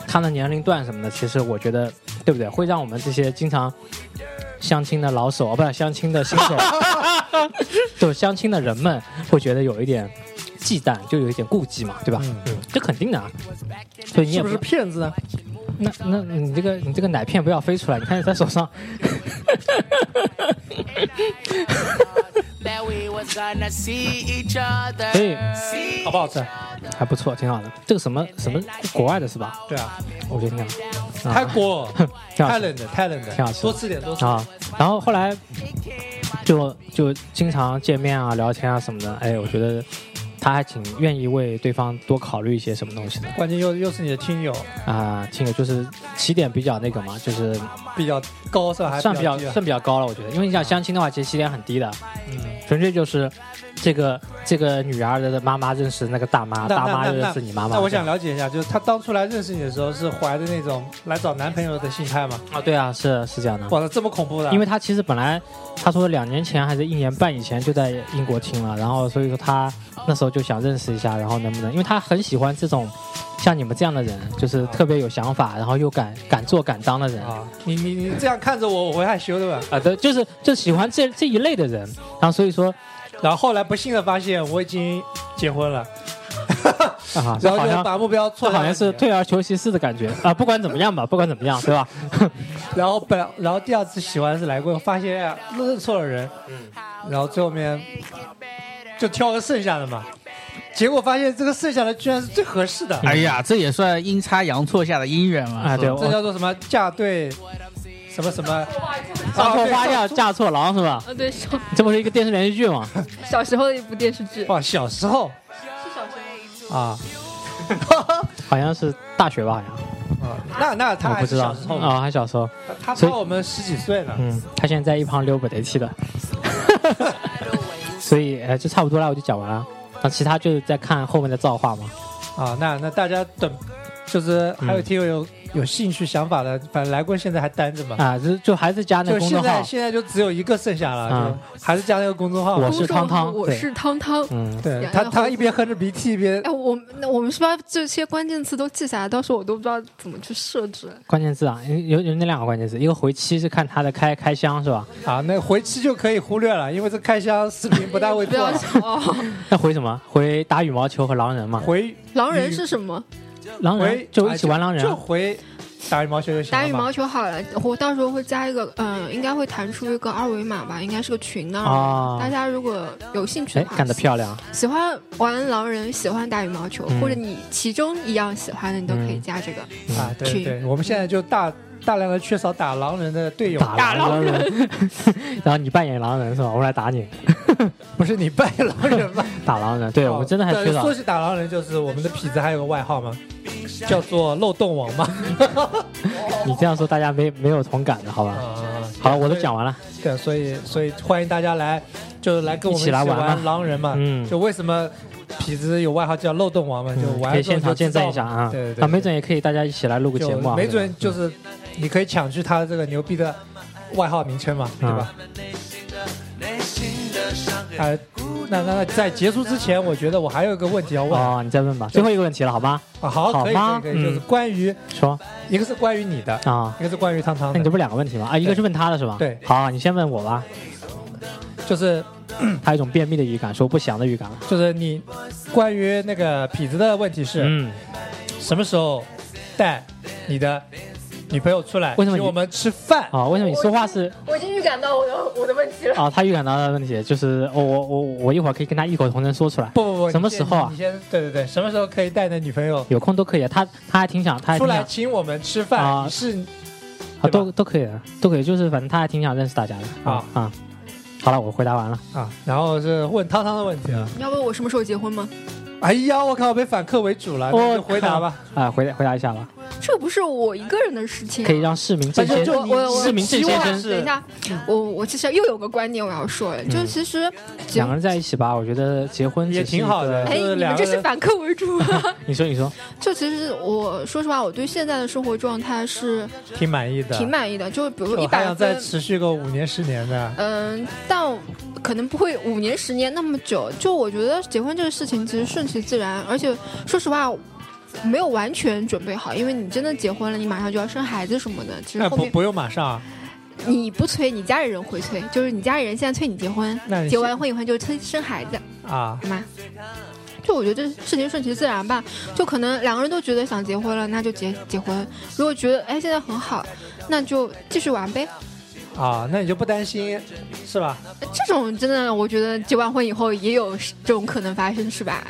S1: 他的年龄段什么的，其实我觉得对不对，会让我们这些经常相亲的老手啊，不是相亲的新 手，就相亲的人们会觉得有一点忌惮，就有一点顾忌嘛，对吧？
S2: 嗯
S1: 嗯，这肯定的啊，所以你也
S2: 是
S1: 不
S2: 不是骗子呢？
S1: 那那你这个你这个奶片不要飞出来，你看你在手上。
S7: that we was gonna see each other.
S1: 所以
S2: 好不好吃？
S1: 还不错，挺好的。这个什么什么国外的是吧？
S2: 对啊，
S1: 我觉得挺好的，啊
S2: 泰国
S1: 挺好
S2: 太
S1: 吃
S2: 冷的，太冷的，
S1: 挺好吃
S2: 多吃点，多吃点。
S1: 啊。然后后来就就经常见面啊、聊天啊什么的。哎，我觉得他还挺愿意为对方多考虑一些什么东西的
S2: 关键又又是你的听友，
S1: 啊。听着就是起点比较那个嘛，就是
S2: 比较高是吧？还是
S1: 算比较
S2: 低啊
S1: 算比较高了，我觉得。因为你想相亲的话，其实起点很低的，
S2: 嗯，
S1: 纯粹就是这个这个女儿的妈妈认识那个大妈，
S2: 那
S1: 大
S2: 那
S1: 妈
S2: 那
S1: 又认识
S2: 那
S1: 你妈妈。
S2: 那我想了解一下，就是她当初来认识你的时候，是怀着那种来找男朋友的心态吗？
S1: 啊，对啊，是是这样的。
S2: 哇，这么恐怖的！
S1: 因为他其实本来他说两年前还是一年半以前就在英国听了，然后所以说他那时候就想认识一下，然后能不能，因为他很喜欢这种像你们这样的人，就是特别有想法，然后又敢敢做敢当的人。
S2: 啊，你你你这样看着我，我会害羞的吧？
S1: 啊，对，就是就喜欢这这一类的人，然后所以说
S2: 然后后来不幸的发现我已经结婚了，
S1: 啊， 这
S2: 然后
S1: 好
S2: 就
S1: 像
S2: 把目标错
S1: 这
S2: 向
S1: 好像是
S2: 了你
S1: 退而求其次的感觉啊。不管怎么样吧，不管怎么样，对吧？
S2: 然后本来，然后第二次喜欢是来过，发现哎认错了人，然后最后面就挑个剩下的嘛，结果发现这个剩下的居然是最合适的，
S3: 哎呀，这也算 阴差阳错下的姻缘嘛。是吧
S1: 啊，对，
S2: 这
S1: 我
S2: 叫做什么嫁对什么什么
S1: 上错花轿嫁错郎是吧？
S4: 呃，对，小
S1: 这不是一个电视连续剧吗？
S4: 小时候的一部电视剧，
S2: 哇，小时候
S4: 是小时候。
S2: 啊
S1: 好像是大学吧，好像
S2: 啊，那那他
S1: 我
S2: 还
S1: 不
S2: 是
S1: 知道
S2: 小时候嘛，
S1: 啊，还小时候。
S2: 他他
S1: 所以
S2: 差我们十几岁呢。
S1: 嗯，他现在在一旁溜不得气的， 所以呃，就差不多了，我就讲完了。那其他就是在看后面的造化嘛。
S2: 啊，那那大家等，就是还
S1: 嗯
S2: 有听友有、有兴趣想法的，反正来过现在还单着嘛，
S1: 啊，就就还是加那
S2: 就
S1: 个公
S2: 现
S1: 众
S2: 在
S1: 号，
S2: 现在就只有一个剩下了，
S1: 啊
S2: 就还是加那个公众号。
S1: 我是汤汤
S4: 我
S1: 对
S4: 是汤汤。
S1: 嗯，
S2: 对
S4: 然
S2: 他
S4: 后
S2: 他一边哼着鼻涕一 边
S4: 哎，我们那我们是把这些关键词都记下来，到时候我都不知道怎么去设置。
S1: 关键字啊，有有那两个关键字，一个回期是看它的开开箱是吧？
S2: 啊，那回期就可以忽略了，因为这开箱视频不大会
S4: 不
S2: 做
S4: 要
S2: 了。
S4: 哦，
S1: 那回什么？回打羽毛球和狼人嘛。
S2: 回
S4: 狼人是什么？
S1: 狼人
S2: 回
S1: 嗯就一起玩狼
S2: 啊
S1: 人
S2: 就，就回打羽毛球就行了嘛
S4: 打羽毛球好了，我到时候会加一个，嗯、应该会弹出一个二维码吧，应该是个群的。
S1: 哦
S4: 大家如果有兴趣
S1: 哎
S4: 的，话
S1: 干，得漂亮！
S4: 喜欢玩狼人，喜欢打羽毛球，
S1: 嗯
S4: 或者你其中一样喜欢的，你都可以
S1: 嗯
S4: 加这个。
S2: 啊，对
S4: 去
S2: 对对，我们现在就大大量的缺少打狼人的队友，
S1: 打狼人， 然后你扮演狼人是吧？我来打你，
S2: 不是你扮演狼人吧？
S1: 打狼人。 对，我们真的还
S2: 对
S1: 缺少
S2: 说起打狼人，就是我们的痞子还有个外 号嘛，叫做漏洞王嘛。
S1: 你这样说，大家没没有同感的好吧？
S2: 啊，
S1: 好了，我都讲完了。
S2: 对，所以所以欢迎大家来，就是来跟我们
S1: 一起来玩嘛
S2: 玩狼人嘛。
S1: 嗯
S2: 就为什么痞子有外号叫漏洞王嘛？就
S1: 嗯
S2: 玩
S1: 可以
S2: 了之后
S1: 现场
S2: 就
S1: 见
S2: 知道
S1: 证一下啊！
S2: 对对对
S1: 啊，没准也可以大家一起来录个
S2: 就
S1: 节目啊！
S2: 没
S1: 对
S2: 准
S1: 吧
S2: 就是你可以抢去他的这个牛逼的外号名称嘛，对吧？啊，那那那在结束之前，我觉得我还有一个问题要问啊，
S1: 哦，你再问吧，最后一个问题了，好吗？
S2: 好，可以
S1: 好吗
S2: 可以可以，就是
S1: 嗯
S2: 关于
S1: 说
S2: 一个是关于你的，
S1: 啊，
S2: 一个是关于汤汤
S1: 那你这
S2: 的，
S1: 不是两个问题吗？啊，一个是问他的是吧？
S2: 对
S1: 好，你先问我吧。
S2: 就是嗯
S1: 他有一种便秘的预感，说不祥的预感。
S2: 就是你关于那个痞子的问题是
S1: 嗯，
S2: 什么时候带你的女朋友出来，
S1: 为什么
S2: 请
S1: 你
S2: 我们吃饭？
S1: 啊，为什么你说话是
S4: 我已经预感到我的我的问题了。
S1: 啊？他预感到的问题就是，我我我我一会儿可以跟他异口同声说出来，
S2: 不不不，
S1: 什么
S2: 你
S1: 时
S2: 先
S1: 候啊
S2: 你先对对对，什么时候可以带你的女朋友
S1: 有空都可以。啊他他还挺想，他还
S2: 出
S1: 挺
S2: 来
S1: 想
S2: 请我们吃饭？
S1: 哎啊
S2: 你是
S1: 啊，
S2: 对吧
S1: 都都可以的，都可以，就是反正他还挺想认识大家的啊啊。好了，我回答完了。
S2: 啊，然后是问汤汤的问题啊。
S4: 你要问我什么时候结婚吗？
S2: 哎呀，我靠，被反客为主了，那
S1: 我
S2: 就回答吧。
S1: 啊，回答回答一下吧，
S4: 这不是我一个人的事情啊、
S1: 可以让市民这
S2: 反正
S1: 些
S2: 就你
S4: 我我
S1: 市民这
S2: 希
S1: 些
S2: 望
S1: 真
S2: 是
S4: 等一下，我我其实又有个观点我要说了，就
S1: 嗯
S4: 其实结
S1: 两个人在一起吧，我觉得结婚只
S2: 也
S1: 是一
S2: 挺好
S1: 个
S2: 的
S4: 哎，
S2: 就是
S4: 你
S2: 两
S4: 们
S2: 个
S4: 这是
S2: 人
S4: 反客为主 啊。
S1: 你说，你说，
S4: 就其实我说实话，我对现在的生活状态是
S2: 挺满意的，
S4: 挺满意的，就比如一
S2: 我还
S4: 百
S2: 想再
S4: 分，
S2: 持续个五年十年的。
S4: 嗯，但我可能不会五年十年那么久。就我觉得结婚这个事情其实顺其自然，而且说实话。没有完全准备好，因为你真的结婚了，你马上就要生孩子什么的。其实
S2: 哎，
S4: 后
S2: 不
S4: 面
S2: 不用马上啊，
S4: 你不催，你家里人会催，就是你家里人现在催你结婚，
S2: 那你
S4: 结完婚以后就催生孩子。
S2: 啊，
S4: 好吗？就我觉得这事情顺其自然吧，就可能两个人都觉得想结婚了，那就结结婚；如果觉得哎现在很好，那就继续玩呗。
S2: 啊，那你就不担心是吧？
S4: 这种真的，我觉得结完婚以后也有这种可能发生，是吧？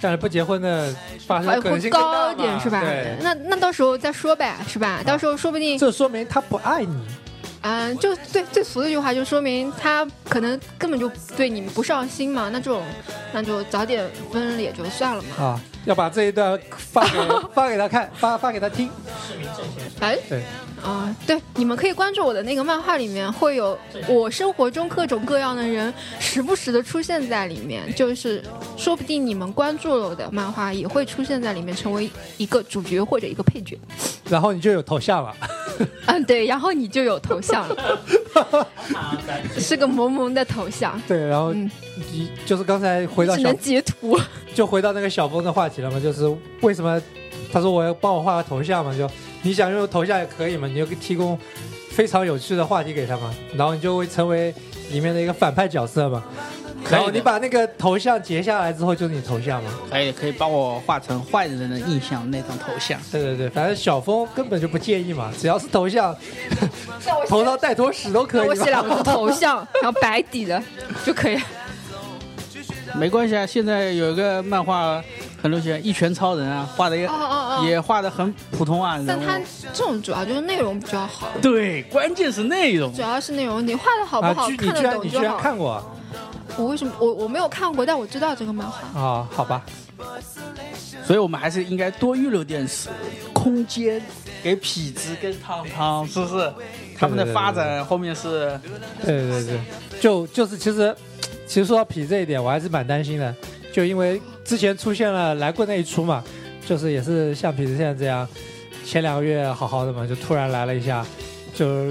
S2: 但是不结婚的发生
S4: 还
S2: 可能
S4: 会
S2: 性更大
S4: 高
S2: 嘛
S4: 一点，是吧
S2: 对？，啊
S4: 那那到时候再说呗，是吧？到时候说不定，
S2: 这说明他不爱你
S4: 嗯、就对最俗的一句话，就说明他可能根本就对你们不上心嘛。那这种，那就早点分了也就算了嘛。
S2: 啊，要把这一段发 给发给他看，发发给他听。
S4: 哎，
S2: 对，
S4: 啊、对，你们可以关注我的那个漫画，里面会有我生活中各种各样的人，时不时的出现在里面，就是说不定你们关注了我的漫画，也会出现在里面，成为一个主角或者一个配角。
S2: 然后你就有头像了。
S4: 嗯，对，然后你就有头像了，是个萌萌的头像，
S2: 对，然后
S4: 嗯
S2: 你就是刚才回到
S4: 只
S2: 小
S4: 能截图。
S2: 就回到那个小峰的话题了嘛，就是为什么他说我要帮我画个头像嘛，就你想用头像也可以嘛，你就提供非常有趣的话题给他嘛，然后你就会成为里面的一个反派角色嘛。
S3: 可以的
S2: 然后你把那个头像截下来之后，就是你头像嘛。
S3: 可哎以可以帮我画成坏人的印象那张头像。
S2: 对对对，反正小峰根本就不介 意嘛，只要是头像， 头上带坨屎都可以
S4: 我
S2: 嘛。
S4: 写两个头像，然后白 底的就可以了。
S3: 没关系啊，现在有一个漫画很流行，一拳超人啊，画的也
S4: 哦哦哦，
S3: 也画的很普通
S2: 嗯
S3: 啊。
S4: 但他
S3: 人物
S4: 这种主要就是内容比较好，
S3: 对，关键是内容
S4: 主。要是内容你画的好不
S2: 啊，
S4: 好，
S2: 居你
S4: 看
S2: 居
S4: 得
S2: 然
S4: 懂
S2: 你居
S4: 就
S2: 然
S4: 好。
S2: 看过啊
S4: 我为什么我我没有看过，但我知道这个漫画。
S2: 啊？好吧，
S3: 所以我们还是应该多预留点时空间给痞子跟汤汤，是不是？他们的发展后面是
S2: 对对对，就就是其实其实说到痞这一点，我还是蛮担心的，就因为之前出现了来过那一出嘛，就是也是像痞子现在这样，前两个月好好的嘛，就突然来了一下，就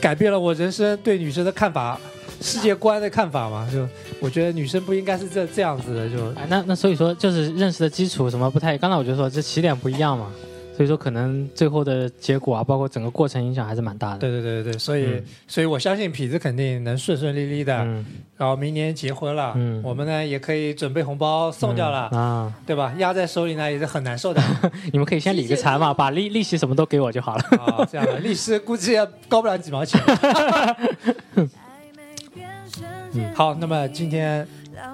S2: 改变了我人生对女生的看法。世界观的看法嘛，就我觉得女生不应该是这这样子的，就
S1: 哎，那那所以说就是认识的基础什么不太，刚才我就说这起点不一样嘛，所以说可能最后的结果啊，包括整个过程影响还是蛮大的。，
S2: 对对对对对，所以、
S1: 嗯
S2: 所以我相信痞子肯定能顺顺利利的，
S1: 嗯，
S2: 然后明年结婚了，
S1: 嗯
S2: 我们呢也可以准备红包送掉了，
S1: 嗯啊！
S2: 对吧？压在手里呢也是很难受的
S1: 你们可以先理个财嘛，把利利息什么都给我就好了。
S2: 啊，这样的律师估计也高不了几毛钱。好，那么今天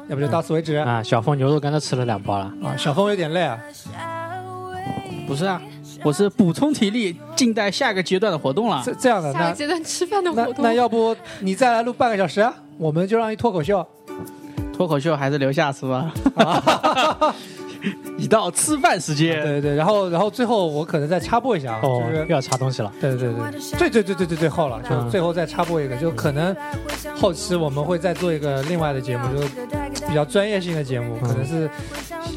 S2: 要不就到此为止啊
S1: 啊，小凤牛肉干都吃了两包了。
S2: 小峰有点累啊，
S5: 嗯
S3: 不是啊？我是补充体力，静待下个阶段的活动了。
S2: 这这样的
S4: 下个
S2: 那
S4: 阶段吃饭的
S2: 那
S4: 活动
S2: 那，要不你再来录半个小时，啊我们就让你脱口秀。
S3: 脱口秀还是留下是 吧？已到吃饭时
S2: 啊对
S3: 间，
S2: 对对，然后然后最后我可能再插播一下啊，
S1: 哦，
S2: 就是
S1: 又要查东西了。
S2: 对对对，对对对对对对，后了，就
S1: 嗯
S2: 最后再插播一个，就可能后期我们会再做一个另外的节目，就是比较专业性的节目，可能是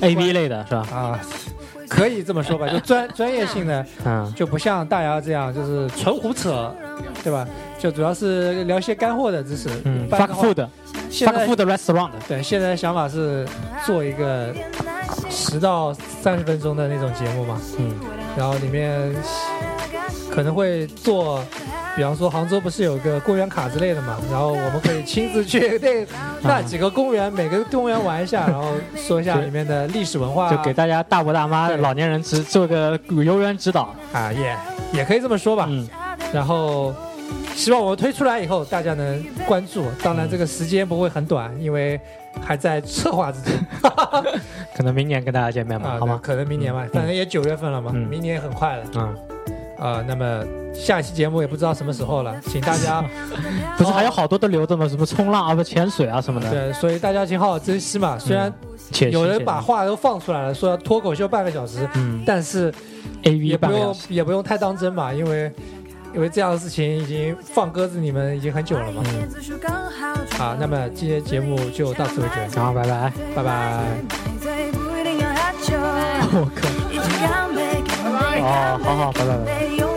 S1: A V 类的是吧？
S2: 啊，可以这么说吧，就专专业性的，
S1: 嗯，
S2: 就不像大牙这样就是纯胡扯，对吧？就主要是聊些干货的知识。
S1: 嗯
S2: 一般
S1: ，fuck
S2: 的
S1: food，fuck
S2: 话现在
S1: food restaurant，
S2: 对现在想法是做一个十到三十分钟的那种节目嘛，
S1: 嗯
S2: 然后里面可能会做，比方说杭州不是有个公园卡之类的嘛，然后我们可以亲自 去那
S1: 啊
S2: 那几个公园，每个公园玩一下，然后说一下里面的历史文化啊，
S1: 就给大家大伯大妈
S2: 对
S1: 老年人指做个游园指导。
S2: 啊也也可以这么说吧。
S1: 嗯，
S2: 然后希望我们推出来以后大家能关注，当然这个时间不会很短，因为还在策 划之中
S1: 可能明年跟大家见面吧，嗯
S2: 啊，
S1: 好吗？
S2: 可能明年吧，反正也九月份了嘛，
S1: 嗯
S2: 明年也很快了
S1: 嗯，嗯
S2: 啊、那么下一期节目也不知道什么时候了，请大家。
S1: 不是还有好多都留着吗？什么冲浪啊，不潜水啊什么的。嗯
S2: 对，所以大家请好好珍惜嘛。虽然
S1: 且
S2: 有人
S1: 且
S2: 把话都放出来了，说要脱口秀半个小时，
S1: 嗯
S2: 但是
S1: A
S2: 也
S1: V
S2: 不
S1: 半个
S2: 用
S1: 小时。
S2: 也不用太当真嘛，因为因为这样的事情已经放鸽子你们已经很久了嘛。
S1: 嗯
S2: 好，那么今天节目就到此为止，
S1: 好， 拜啊拜。
S2: 拜拜。
S1: 我靠！哦，好好，拜拜拜拜。
S5: 拜拜。